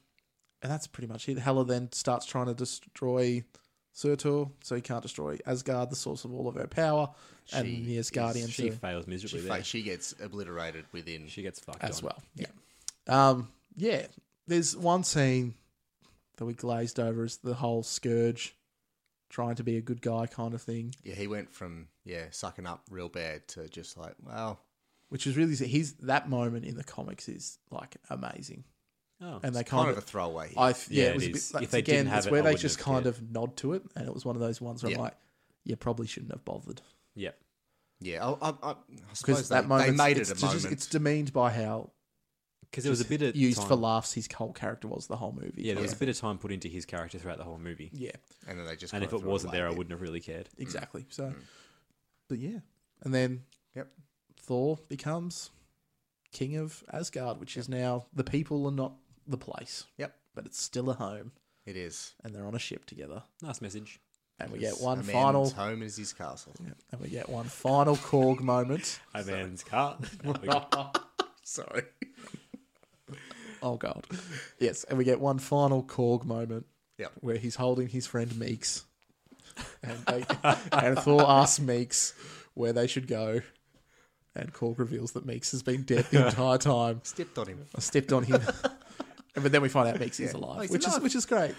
[SPEAKER 1] and that's pretty much it. Hela then starts trying to destroy Surtur, so he can't destroy Asgard, the source of all of her power, and
[SPEAKER 2] She
[SPEAKER 1] the
[SPEAKER 2] is-
[SPEAKER 1] Asgardians
[SPEAKER 3] She
[SPEAKER 1] are-
[SPEAKER 3] fails
[SPEAKER 2] she
[SPEAKER 3] miserably
[SPEAKER 2] fa-
[SPEAKER 3] there.
[SPEAKER 2] she gets obliterated within.
[SPEAKER 3] She gets fucked
[SPEAKER 1] as
[SPEAKER 3] on.
[SPEAKER 1] well. Yeah. Um, yeah. There's one scene that we glazed over is the whole Scourge trying to be a good guy kind of thing,
[SPEAKER 2] yeah, he went from yeah sucking up real bad to just like, well,
[SPEAKER 1] which is really he's that moment in the comics is like amazing,
[SPEAKER 3] Oh.
[SPEAKER 1] and they kind,
[SPEAKER 2] kind of a
[SPEAKER 1] of.
[SPEAKER 2] throwaway.
[SPEAKER 1] I th- yeah,
[SPEAKER 3] Yeah,
[SPEAKER 1] it
[SPEAKER 3] it
[SPEAKER 1] was a
[SPEAKER 3] is.
[SPEAKER 1] bit like,
[SPEAKER 3] If they
[SPEAKER 1] again,
[SPEAKER 3] didn't have
[SPEAKER 1] it's
[SPEAKER 3] it,
[SPEAKER 1] where
[SPEAKER 3] I
[SPEAKER 1] they
[SPEAKER 3] wouldn't
[SPEAKER 1] just
[SPEAKER 3] have
[SPEAKER 1] kind
[SPEAKER 3] cared.
[SPEAKER 1] of nod to it, and it was one of those ones where
[SPEAKER 2] Yeah.
[SPEAKER 1] I'm like, you probably shouldn't have bothered
[SPEAKER 3] Yep.
[SPEAKER 2] yeah, I, I, I, I
[SPEAKER 1] because
[SPEAKER 2] suppose
[SPEAKER 1] that
[SPEAKER 2] they,
[SPEAKER 1] moment
[SPEAKER 2] they made
[SPEAKER 1] it's,
[SPEAKER 2] it a
[SPEAKER 1] just-
[SPEAKER 2] moment.
[SPEAKER 1] it's demeaned by how
[SPEAKER 3] Because there was a bit of
[SPEAKER 1] used
[SPEAKER 3] time-
[SPEAKER 1] for laughs his whole character was the whole movie.
[SPEAKER 3] Yeah, there was a
[SPEAKER 1] Yeah.
[SPEAKER 3] bit of time put into his character throughout the whole movie.
[SPEAKER 1] yeah.
[SPEAKER 2] and then they just
[SPEAKER 3] and
[SPEAKER 2] kinda
[SPEAKER 3] if it
[SPEAKER 2] threw
[SPEAKER 3] wasn't
[SPEAKER 2] away
[SPEAKER 3] there, I
[SPEAKER 2] a bit.
[SPEAKER 3] wouldn't have really cared.
[SPEAKER 1] Exactly. So, but yeah, and then
[SPEAKER 2] Mm. Yep.
[SPEAKER 1] Thor becomes king of Asgard, which is now the people and not the place,
[SPEAKER 2] Yep,
[SPEAKER 1] but it's still a home,
[SPEAKER 2] it is.
[SPEAKER 1] and they're on a ship together,
[SPEAKER 3] Nice message.
[SPEAKER 1] and we
[SPEAKER 2] Yes,
[SPEAKER 1] get one
[SPEAKER 2] a man's
[SPEAKER 1] final,
[SPEAKER 2] home is his castle.
[SPEAKER 1] and we get one final Korg moment.
[SPEAKER 3] A man's car.
[SPEAKER 2] Sorry.
[SPEAKER 1] Oh god, yes, and we get one final Korg moment
[SPEAKER 2] Yep.
[SPEAKER 1] where he's holding his friend Meeks, and, they, and Thor asks Meeks where they should go. And Korg reveals that Meeks has been dead the entire time.
[SPEAKER 2] Stepped on him.
[SPEAKER 1] I stepped on him. but then we find out Meeks is
[SPEAKER 2] Yeah.
[SPEAKER 1] alive,
[SPEAKER 2] Oh, he's
[SPEAKER 1] which
[SPEAKER 2] alive.
[SPEAKER 1] is which is great.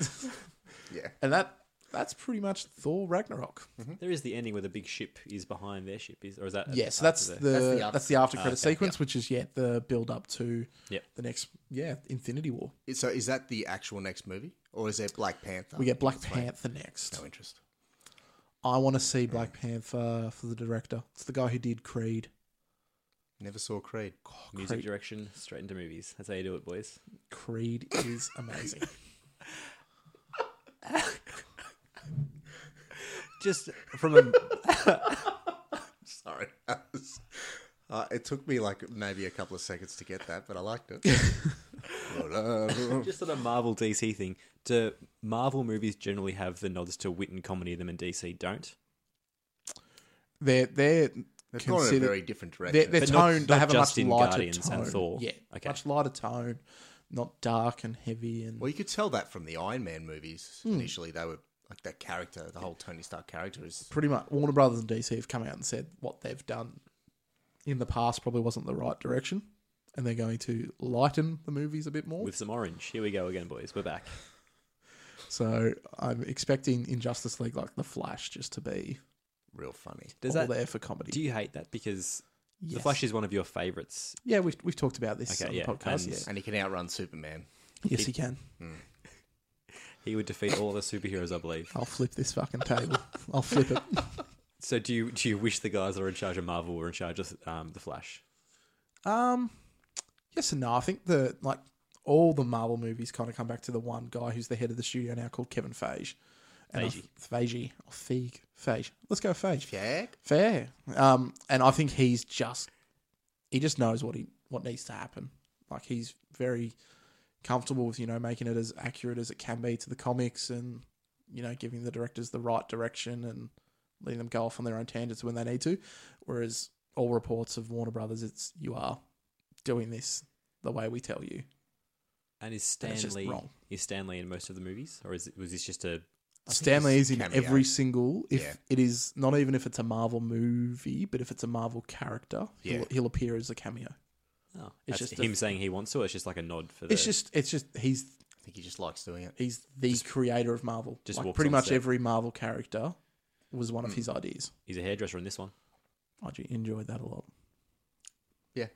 [SPEAKER 2] Yeah.
[SPEAKER 1] And that that's pretty much Thor Ragnarok.
[SPEAKER 3] there is the ending where the big ship is behind their ship, is or is that?
[SPEAKER 1] Yeah, so that's the
[SPEAKER 3] after
[SPEAKER 1] that's the,
[SPEAKER 2] the after-
[SPEAKER 1] after credit sequence, which is yet the build up to
[SPEAKER 3] Yep.
[SPEAKER 1] the next yeah Infinity War.
[SPEAKER 2] So is that the actual next movie, or is it Black Panther?
[SPEAKER 1] We get Black
[SPEAKER 2] That's why
[SPEAKER 1] Panther next.
[SPEAKER 2] No interest.
[SPEAKER 1] I want to see Black Panther for the director. It's the guy who did Creed.
[SPEAKER 2] Never saw Creed.
[SPEAKER 3] music
[SPEAKER 1] Creed.
[SPEAKER 3] direction straight into movies. That's how you do it, boys.
[SPEAKER 1] Creed is amazing.
[SPEAKER 3] Just from a
[SPEAKER 2] Sorry. Uh, it took me like maybe a couple of seconds to get that, but I liked it. uh,
[SPEAKER 3] just on a Marvel DC thing, do Marvel movies generally have the nods to wit and comedy in them, and DC don't?
[SPEAKER 1] They're they're
[SPEAKER 2] They've gone in a
[SPEAKER 1] considered
[SPEAKER 2] very different
[SPEAKER 1] their,
[SPEAKER 2] direction.
[SPEAKER 1] their
[SPEAKER 3] But not-
[SPEAKER 1] tone they
[SPEAKER 3] not
[SPEAKER 1] have a
[SPEAKER 3] just
[SPEAKER 1] much
[SPEAKER 3] in
[SPEAKER 1] lighter
[SPEAKER 3] Guardians
[SPEAKER 1] tone.
[SPEAKER 3] and Thor.
[SPEAKER 1] Yeah,
[SPEAKER 3] Okay.
[SPEAKER 1] much lighter tone, not dark and heavy and
[SPEAKER 2] well, you could tell that from the Iron Man movies. Initially, they were like that character, the whole Tony Stark character is.
[SPEAKER 1] pretty much Warner Brothers and DC have come out and said what they've done in the past probably wasn't the right direction, and they're going to lighten the movies a bit more.
[SPEAKER 3] With some orange, here we go again, boys. We're back.
[SPEAKER 1] so I'm expecting in Justice League like the Flash just to be
[SPEAKER 2] Real funny.
[SPEAKER 3] Does
[SPEAKER 1] all
[SPEAKER 3] that?
[SPEAKER 1] there for comedy.
[SPEAKER 3] Do you hate that because the
[SPEAKER 1] Yes.
[SPEAKER 3] Flash is one of your favorites?
[SPEAKER 1] Yeah, we've we've talked about this
[SPEAKER 3] Okay,
[SPEAKER 1] on
[SPEAKER 3] yeah,
[SPEAKER 1] the podcast.
[SPEAKER 3] and-
[SPEAKER 1] yeah.
[SPEAKER 2] And he can outrun Superman.
[SPEAKER 1] Yes, he can.
[SPEAKER 3] He would defeat all the superheroes, I believe.
[SPEAKER 1] I'll flip this fucking table. I'll flip it.
[SPEAKER 3] So do you do you wish the guys that are in charge of Marvel were in charge of um, the Flash?
[SPEAKER 1] Um, yes and no. I think the like all the Marvel movies kind of come back to the one guy who's the head of the studio now called Kevin Feige. And I-
[SPEAKER 3] Feige.
[SPEAKER 1] Feige. Or Feig. Feige. Let's go Feige.
[SPEAKER 2] Yeah.
[SPEAKER 1] Fair. Um, and I think he's just he just knows what he what needs to happen. Like he's very comfortable with you know making it as accurate as it can be to the comics, and you know giving the directors the right direction and letting them go off on their own tangents when they need to. Whereas all reports of Warner Brothers, it's you are doing this the way we tell you.
[SPEAKER 3] And is
[SPEAKER 1] And it's just
[SPEAKER 3] Stanley
[SPEAKER 1] wrong.
[SPEAKER 3] is Stanley in most of the movies, or is it, was this just a
[SPEAKER 1] Stanley is in
[SPEAKER 2] cameo.
[SPEAKER 1] every single. If
[SPEAKER 2] Yeah.
[SPEAKER 1] it is not even if it's a Marvel movie, but if it's a Marvel character,
[SPEAKER 2] Yeah.
[SPEAKER 1] he'll, he'll appear as a cameo.
[SPEAKER 3] Oh,
[SPEAKER 1] It's
[SPEAKER 3] it's
[SPEAKER 1] just
[SPEAKER 3] just
[SPEAKER 1] a-
[SPEAKER 3] him saying he wants to. Or it's just like a nod for the.
[SPEAKER 1] It's just it's just he's
[SPEAKER 2] I think he just likes doing it.
[SPEAKER 1] he's the creator of Marvel.
[SPEAKER 3] just
[SPEAKER 1] like
[SPEAKER 3] walks
[SPEAKER 1] pretty
[SPEAKER 3] on
[SPEAKER 1] much
[SPEAKER 3] set. Hmm.
[SPEAKER 1] every Marvel character was one of his ideas.
[SPEAKER 3] He's a hairdresser in this one.
[SPEAKER 1] I do enjoyed that a lot.
[SPEAKER 2] Yeah.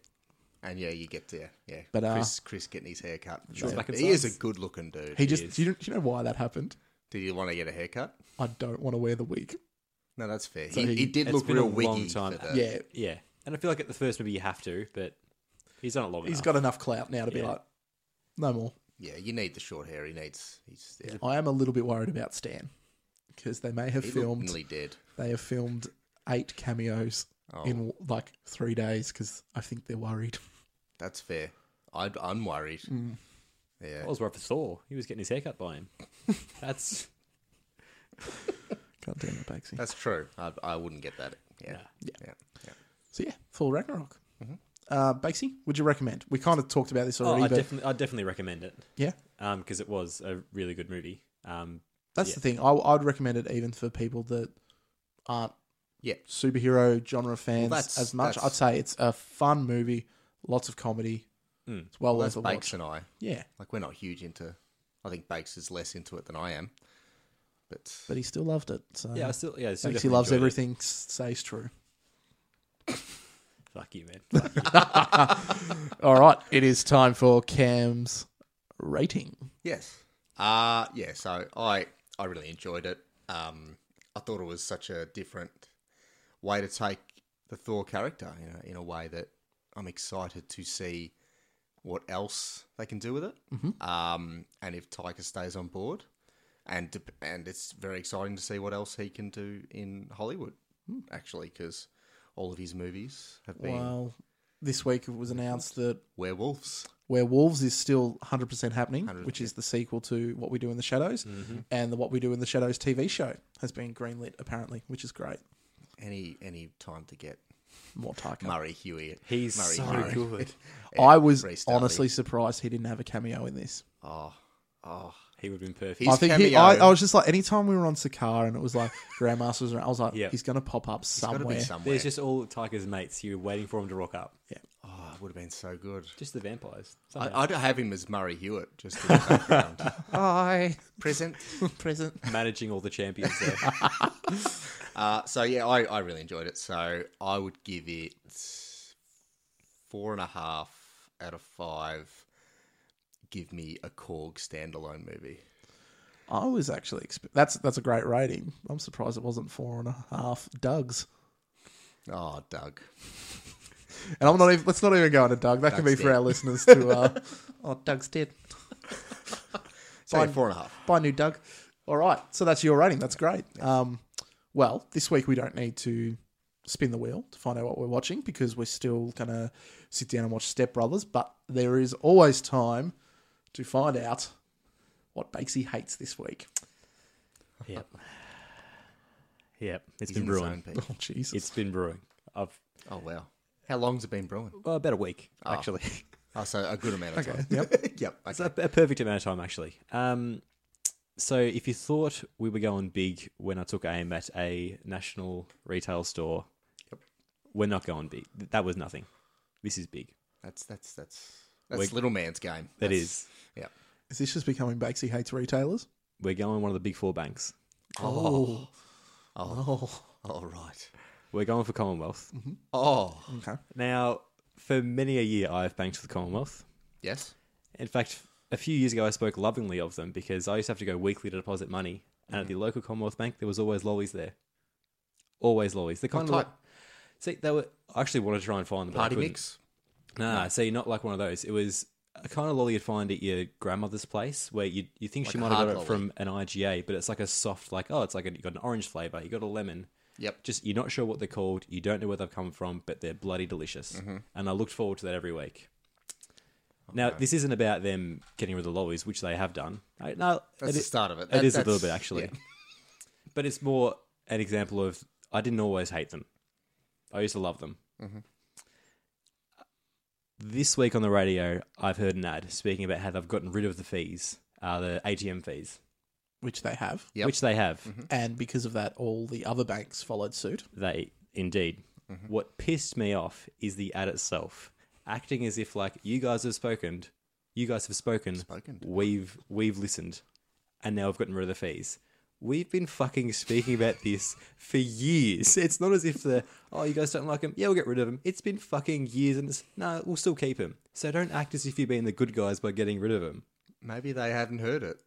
[SPEAKER 2] And yeah, you get there. Yeah.
[SPEAKER 1] But, uh,
[SPEAKER 2] Chris, Chris getting his hair cut.
[SPEAKER 1] Sure.
[SPEAKER 2] He's a-
[SPEAKER 3] Back in
[SPEAKER 2] He is
[SPEAKER 3] size.
[SPEAKER 2] a good looking dude.
[SPEAKER 1] He just do you, do you know why that happened?
[SPEAKER 2] Did you want to get a haircut?
[SPEAKER 1] I don't want to wear the wig.
[SPEAKER 2] No, that's fair.
[SPEAKER 1] So
[SPEAKER 2] he,
[SPEAKER 1] he-
[SPEAKER 2] he, did
[SPEAKER 3] It's
[SPEAKER 2] look
[SPEAKER 3] been
[SPEAKER 2] real
[SPEAKER 3] a
[SPEAKER 2] wiggy.
[SPEAKER 3] long time.
[SPEAKER 2] for the-
[SPEAKER 1] Yeah,
[SPEAKER 3] Yeah, and I feel like at the first movie you have to, but he's done it long
[SPEAKER 1] he's
[SPEAKER 3] enough.
[SPEAKER 1] got enough clout now to be
[SPEAKER 3] Yeah.
[SPEAKER 1] like, no more.
[SPEAKER 2] yeah, you need the short hair. He needs. He's yeah.
[SPEAKER 1] I am a little bit worried about Stan because they may have
[SPEAKER 2] He looked
[SPEAKER 1] filmed
[SPEAKER 2] nearly dead.
[SPEAKER 1] they have filmed eight cameos
[SPEAKER 2] Oh.
[SPEAKER 1] in like three days because I think they're worried.
[SPEAKER 2] That's fair. I, I'm worried. Yeah.
[SPEAKER 3] I was worried for Thor. He was getting his haircut by him. That's
[SPEAKER 1] God damn it,
[SPEAKER 3] Uh,
[SPEAKER 1] Banksy.
[SPEAKER 2] That's true. I, I wouldn't get that. Yeah.
[SPEAKER 3] Nah.
[SPEAKER 2] Yeah. yeah.
[SPEAKER 1] So yeah, Thor Ragnarok. Uh, Banksy, would you recommend? We kind of talked about this
[SPEAKER 3] mm-hmm. oh,
[SPEAKER 1] already,
[SPEAKER 3] I
[SPEAKER 1] but
[SPEAKER 3] definitely, I definitely recommend it
[SPEAKER 1] yeah,
[SPEAKER 3] because it was a really good movie. Um,
[SPEAKER 1] that's
[SPEAKER 3] Yeah.
[SPEAKER 1] the thing. I, I'd recommend it even for people that aren't
[SPEAKER 2] Yeah.
[SPEAKER 1] superhero genre fans
[SPEAKER 2] that's-
[SPEAKER 1] as much.
[SPEAKER 2] that's-
[SPEAKER 1] I'd say it's a fun movie, lots of comedy.
[SPEAKER 3] Mm.
[SPEAKER 1] It's well
[SPEAKER 2] Oh, Well,
[SPEAKER 1] worth
[SPEAKER 2] that's
[SPEAKER 1] a
[SPEAKER 2] Bakes
[SPEAKER 1] watch.
[SPEAKER 2] and I.
[SPEAKER 1] Yeah,
[SPEAKER 2] Like, we're not huge into. I think Bakes is less into it than I am. But
[SPEAKER 1] but he still loved it. So
[SPEAKER 3] yeah, I still, yeah, I still
[SPEAKER 1] Banksy
[SPEAKER 3] definitely
[SPEAKER 1] Uh-huh. loves
[SPEAKER 3] enjoyed it.
[SPEAKER 1] everything s- says true.
[SPEAKER 3] Fuck you, man. Fuck you.
[SPEAKER 1] All right, it is time for Cam's rating.
[SPEAKER 2] Yes. Uh yeah, so I I really enjoyed it. Um I thought it was such a different way to take the Thor character, you know, in a way that I'm excited to see what else they can do with it.
[SPEAKER 3] Mm-hmm.
[SPEAKER 2] Um and if Tyker stays on board and dep- and it's very exciting to see what else he can do in Hollywood
[SPEAKER 3] Hmm.
[SPEAKER 2] actually cuz all of his movies have been
[SPEAKER 1] Well, this week it was announced that
[SPEAKER 2] werewolves.
[SPEAKER 1] Werewolves is still 100% happening,
[SPEAKER 2] 100%.
[SPEAKER 1] which is the sequel to What We Do in the Shadows, and the What We Do in the Shadows TV show has been greenlit apparently, which is great.
[SPEAKER 2] Any any time to get
[SPEAKER 1] More Taika.
[SPEAKER 2] Murray Hewitt.
[SPEAKER 3] He's
[SPEAKER 2] Murray
[SPEAKER 3] so
[SPEAKER 2] Hewitt.
[SPEAKER 3] good.
[SPEAKER 2] Yeah,
[SPEAKER 1] I was
[SPEAKER 2] Reece Darby.
[SPEAKER 1] honestly surprised he didn't have a cameo in this.
[SPEAKER 2] Oh, oh,
[SPEAKER 3] He would have been perfect.
[SPEAKER 2] He's- His
[SPEAKER 1] I think he,
[SPEAKER 2] cameo-
[SPEAKER 1] I, I was just like, anytime we were on Sakar and it was like Grandmasters, around, I was like,
[SPEAKER 3] Yeah.
[SPEAKER 1] he's going to pop up
[SPEAKER 2] gotta
[SPEAKER 1] somewhere.
[SPEAKER 2] be somewhere.
[SPEAKER 3] There's just all Tiger's mates. You're waiting for him to rock up.
[SPEAKER 2] oh, it would have been so good.
[SPEAKER 3] Just the vampires. Somehow.
[SPEAKER 2] I, I'd have him as Murray Hewitt just in the background.
[SPEAKER 1] Hi,
[SPEAKER 2] Present.
[SPEAKER 1] present.
[SPEAKER 3] Managing all the champions. There.
[SPEAKER 2] Uh, so yeah, I, I really enjoyed it. So I would give it four and a half out of five. Give me a Korg standalone movie.
[SPEAKER 1] I was actually expe- that's that's a great rating. I'm surprised it wasn't four and a half Dugs.
[SPEAKER 2] Oh, Doug.
[SPEAKER 1] And I'm not even. Let's not even go into Doug. That can be
[SPEAKER 2] Doug's
[SPEAKER 1] for
[SPEAKER 2] dead.
[SPEAKER 1] our listeners to. Uh, oh, Doug's dead.
[SPEAKER 2] So
[SPEAKER 1] Fine.
[SPEAKER 2] four and a half.
[SPEAKER 1] Bye, new Doug. All right. So that's your rating. That's great. Um, well, this week we don't need to spin the wheel to find out what we're watching because we're still gonna sit down and watch Step Brothers. But there is always time to find out what Bakesy hates this week.
[SPEAKER 3] yep. Yep. It's
[SPEAKER 2] He's
[SPEAKER 3] been
[SPEAKER 2] in the zone,
[SPEAKER 3] brewing.
[SPEAKER 2] Pete.
[SPEAKER 1] Oh Jesus!
[SPEAKER 3] It's been brewing. I've
[SPEAKER 2] Oh wow. How long's it been brewing?
[SPEAKER 3] well, about a week actually.
[SPEAKER 2] Oh, so a good amount of time.
[SPEAKER 1] yep.
[SPEAKER 2] yep.
[SPEAKER 3] It's
[SPEAKER 2] Okay.
[SPEAKER 3] a, a perfect amount of time, actually. Um, so, if you thought we were going big when I took aim at a national retail store, we're not going big. Th- That was nothing. This is big.
[SPEAKER 2] That's that's that's that's little man's game.
[SPEAKER 3] That
[SPEAKER 2] That's-
[SPEAKER 3] is.
[SPEAKER 2] Yeah.
[SPEAKER 1] is this just becoming Bakesy hates retailers?
[SPEAKER 3] We're going one of the big four banks.
[SPEAKER 1] Oh.
[SPEAKER 2] Oh. All right.
[SPEAKER 3] We're going for Commonwealth.
[SPEAKER 2] Oh.
[SPEAKER 1] Okay.
[SPEAKER 3] Now, for many a year, I've banked with Commonwealth.
[SPEAKER 2] Yes.
[SPEAKER 3] In fact, a few years ago, I spoke lovingly of them because I used to have to go weekly to deposit money, and at the local Commonwealth Bank, there was always lollies there. Always lollies. They kind of
[SPEAKER 2] type?
[SPEAKER 3] like- see they were. I actually wanted to try and find them. but I
[SPEAKER 2] Party
[SPEAKER 3] couldn't.
[SPEAKER 2] mix.
[SPEAKER 3] Nah, see, not like one of those. It was a kind of lolly you'd find at your grandmother's place where you you think she
[SPEAKER 2] Like a
[SPEAKER 3] might have got
[SPEAKER 2] hard
[SPEAKER 3] it from an IGA, but it's like a soft, like oh, it's like a, you got an orange flavor, you got a lemon.
[SPEAKER 2] Yep.
[SPEAKER 3] Just you're not sure what they're called, you don't know where they've come from, but they're bloody delicious.
[SPEAKER 2] Mm-hmm.
[SPEAKER 3] And I looked forward to that every week. Now, this isn't about them getting rid of the lollies, which they have done. I, no,
[SPEAKER 2] That's
[SPEAKER 3] it
[SPEAKER 2] the
[SPEAKER 3] is-
[SPEAKER 2] start of it.
[SPEAKER 3] it
[SPEAKER 2] That-
[SPEAKER 3] is a little
[SPEAKER 2] that's-
[SPEAKER 3] bit actually,
[SPEAKER 2] yeah.
[SPEAKER 3] but it's more an example of I didn't always hate them. I used to love them.
[SPEAKER 2] Mm-hmm.
[SPEAKER 3] This week on the radio, I've heard an ad speaking about how they've gotten rid of the fees, uh, the ATM fees,
[SPEAKER 1] Which they have,
[SPEAKER 2] Yep. Mm-hmm.
[SPEAKER 3] which they have.
[SPEAKER 1] and because of that, all the other banks followed suit.
[SPEAKER 3] They indeed.
[SPEAKER 1] Mm-hmm.
[SPEAKER 3] What pissed me off is the ad itself, acting as if like you guys have spoken, you guys have spoken,
[SPEAKER 2] Spoken.
[SPEAKER 3] we've we've listened, and now I've gotten rid of the fees. We've been fucking speaking about this for years. It's not as if the oh you guys don't like him. Yeah, we'll get rid of him. It's been fucking years, and it's no, we'll still keep him. So don't act as if you've been the good guys by getting rid of him.
[SPEAKER 2] Maybe they hadn't heard it.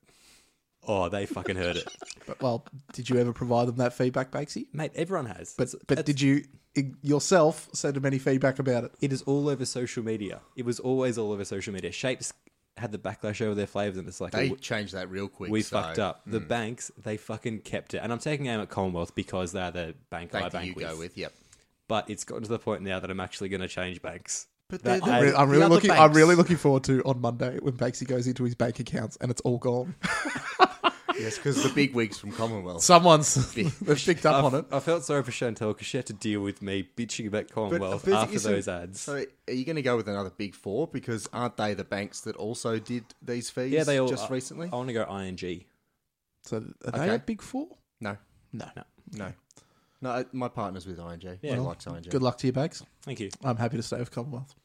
[SPEAKER 3] Oh, they fucking heard it,
[SPEAKER 1] But, well, did you ever provide them that feedback, Bakesy?
[SPEAKER 3] mate. Everyone has.
[SPEAKER 1] But but did you i- yourself send them any feedback about it?
[SPEAKER 3] It is all over social media. It was always all over social media. Shapes had the backlash over their flavors, and it's like
[SPEAKER 2] They
[SPEAKER 3] we-
[SPEAKER 2] changed that real quick.
[SPEAKER 3] we
[SPEAKER 2] so-
[SPEAKER 3] fucked up. The banks they fucking kept it, and I'm taking aim at Commonwealth because they're the bank I
[SPEAKER 2] Thank you,
[SPEAKER 3] bank
[SPEAKER 2] you
[SPEAKER 3] with.
[SPEAKER 2] go with. Yep.
[SPEAKER 3] But it's gotten to the point now that I'm actually going to change banks.
[SPEAKER 2] But
[SPEAKER 3] That
[SPEAKER 2] they're
[SPEAKER 3] I-
[SPEAKER 2] the-
[SPEAKER 1] Re- I'm
[SPEAKER 2] the
[SPEAKER 1] really
[SPEAKER 2] other
[SPEAKER 1] looking. I'm
[SPEAKER 2] banks.
[SPEAKER 1] really looking forward to on Monday when Bakesy goes into his bank accounts and it's all gone.
[SPEAKER 2] Yes, because the big wigs from Commonwealth.
[SPEAKER 1] Someone's they've picked up on it.
[SPEAKER 3] I felt sorry for Chantel because she had to deal with me bitching about Commonwealth
[SPEAKER 2] but
[SPEAKER 3] after
[SPEAKER 2] isn't-
[SPEAKER 3] those ads.
[SPEAKER 2] So are you going to go with another big four? Because aren't they the banks that also did these fees?
[SPEAKER 3] yeah, they all Oh.
[SPEAKER 2] just
[SPEAKER 3] I-
[SPEAKER 2] recently.
[SPEAKER 3] I want to go ING.
[SPEAKER 1] So are they
[SPEAKER 2] Okay.
[SPEAKER 1] at Big Four?
[SPEAKER 2] No,
[SPEAKER 1] No.
[SPEAKER 2] no, no. I- My partner's with ING. Yeah,
[SPEAKER 3] Yeah.
[SPEAKER 2] I likes ING.
[SPEAKER 1] Good luck to you, Bakes.
[SPEAKER 3] Thank you.
[SPEAKER 1] I'm happy to stay with Commonwealth.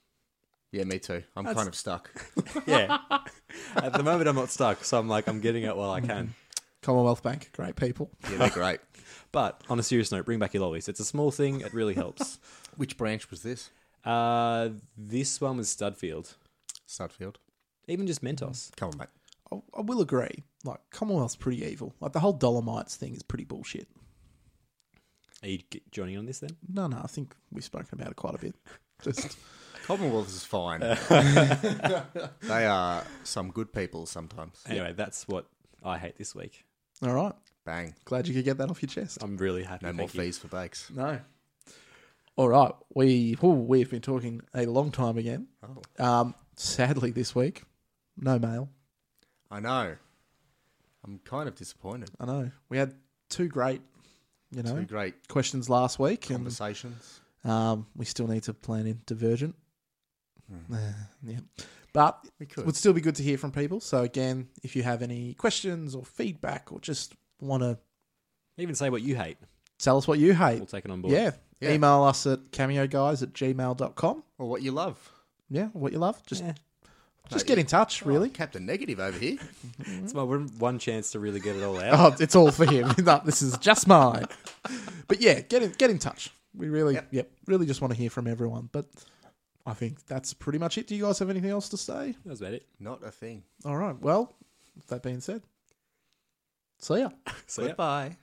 [SPEAKER 2] Yeah, me too. I'm kind of stuck.
[SPEAKER 3] Yeah. At the moment, I'm not stuck, so I'm like I'm getting it while I can.
[SPEAKER 1] Commonwealth Bank, great people.
[SPEAKER 2] Yeah, they're great.
[SPEAKER 3] But on a serious note, bring back your lollies. It's a small thing. It really helps.
[SPEAKER 2] Which branch was this?
[SPEAKER 3] Uh, this one was Studfield.
[SPEAKER 2] Sudfield.
[SPEAKER 3] Even just Mentos.
[SPEAKER 2] Come on, mate.
[SPEAKER 1] I, I will agree. Like Commonwealth's pretty evil. Like the whole Dolomites thing is pretty bullshit.
[SPEAKER 3] Are you g- joining on this then?
[SPEAKER 1] No, no, I think we've spoken about it quite a bit. Just
[SPEAKER 2] Commonwealth is fine. they are some good people sometimes.
[SPEAKER 3] Anyway, that's what I hate this week.
[SPEAKER 1] all right.
[SPEAKER 2] Bang.
[SPEAKER 1] Glad you could get that off your chest.
[SPEAKER 3] I'm really happy.
[SPEAKER 2] No
[SPEAKER 3] thank
[SPEAKER 2] more
[SPEAKER 3] you.
[SPEAKER 2] fees for bakes.
[SPEAKER 1] No. All right, we ooh, we've been talking a long time again.
[SPEAKER 2] Oh,
[SPEAKER 1] Um, sadly, this week, no mail.
[SPEAKER 2] I know. I'm kind of disappointed.
[SPEAKER 1] I know we had two great, you know,
[SPEAKER 2] Two great
[SPEAKER 1] questions last week, and
[SPEAKER 2] conversations.
[SPEAKER 1] um, we still need to plan in Divergent. yeah, but
[SPEAKER 2] We
[SPEAKER 1] it
[SPEAKER 2] could.
[SPEAKER 1] would still be good to hear from people. So again, if you have any questions or feedback, or just want to
[SPEAKER 3] Even say what you hate.
[SPEAKER 1] tell us what you hate,
[SPEAKER 3] We'll take it on board.
[SPEAKER 1] yeah,
[SPEAKER 2] Yeah.
[SPEAKER 1] email us at cameoguys at gmail.com.
[SPEAKER 2] Or what you love.
[SPEAKER 1] Yeah, what you love, just
[SPEAKER 3] Yeah.
[SPEAKER 1] just get in touch. Really,
[SPEAKER 2] Oh, Captain Negative over here.
[SPEAKER 3] It's my one, one chance to really get it all out.
[SPEAKER 1] Oh, it's all for him. no, this is just mine. But yeah, get in, get in touch. We really, yep. really just want to hear from everyone. But I think that's pretty much it. Do you guys have anything else to say?
[SPEAKER 3] That was about it.
[SPEAKER 2] Not a thing.
[SPEAKER 1] All right. Well, with that being said, see ya.
[SPEAKER 3] So, yeah.
[SPEAKER 2] Goodbye.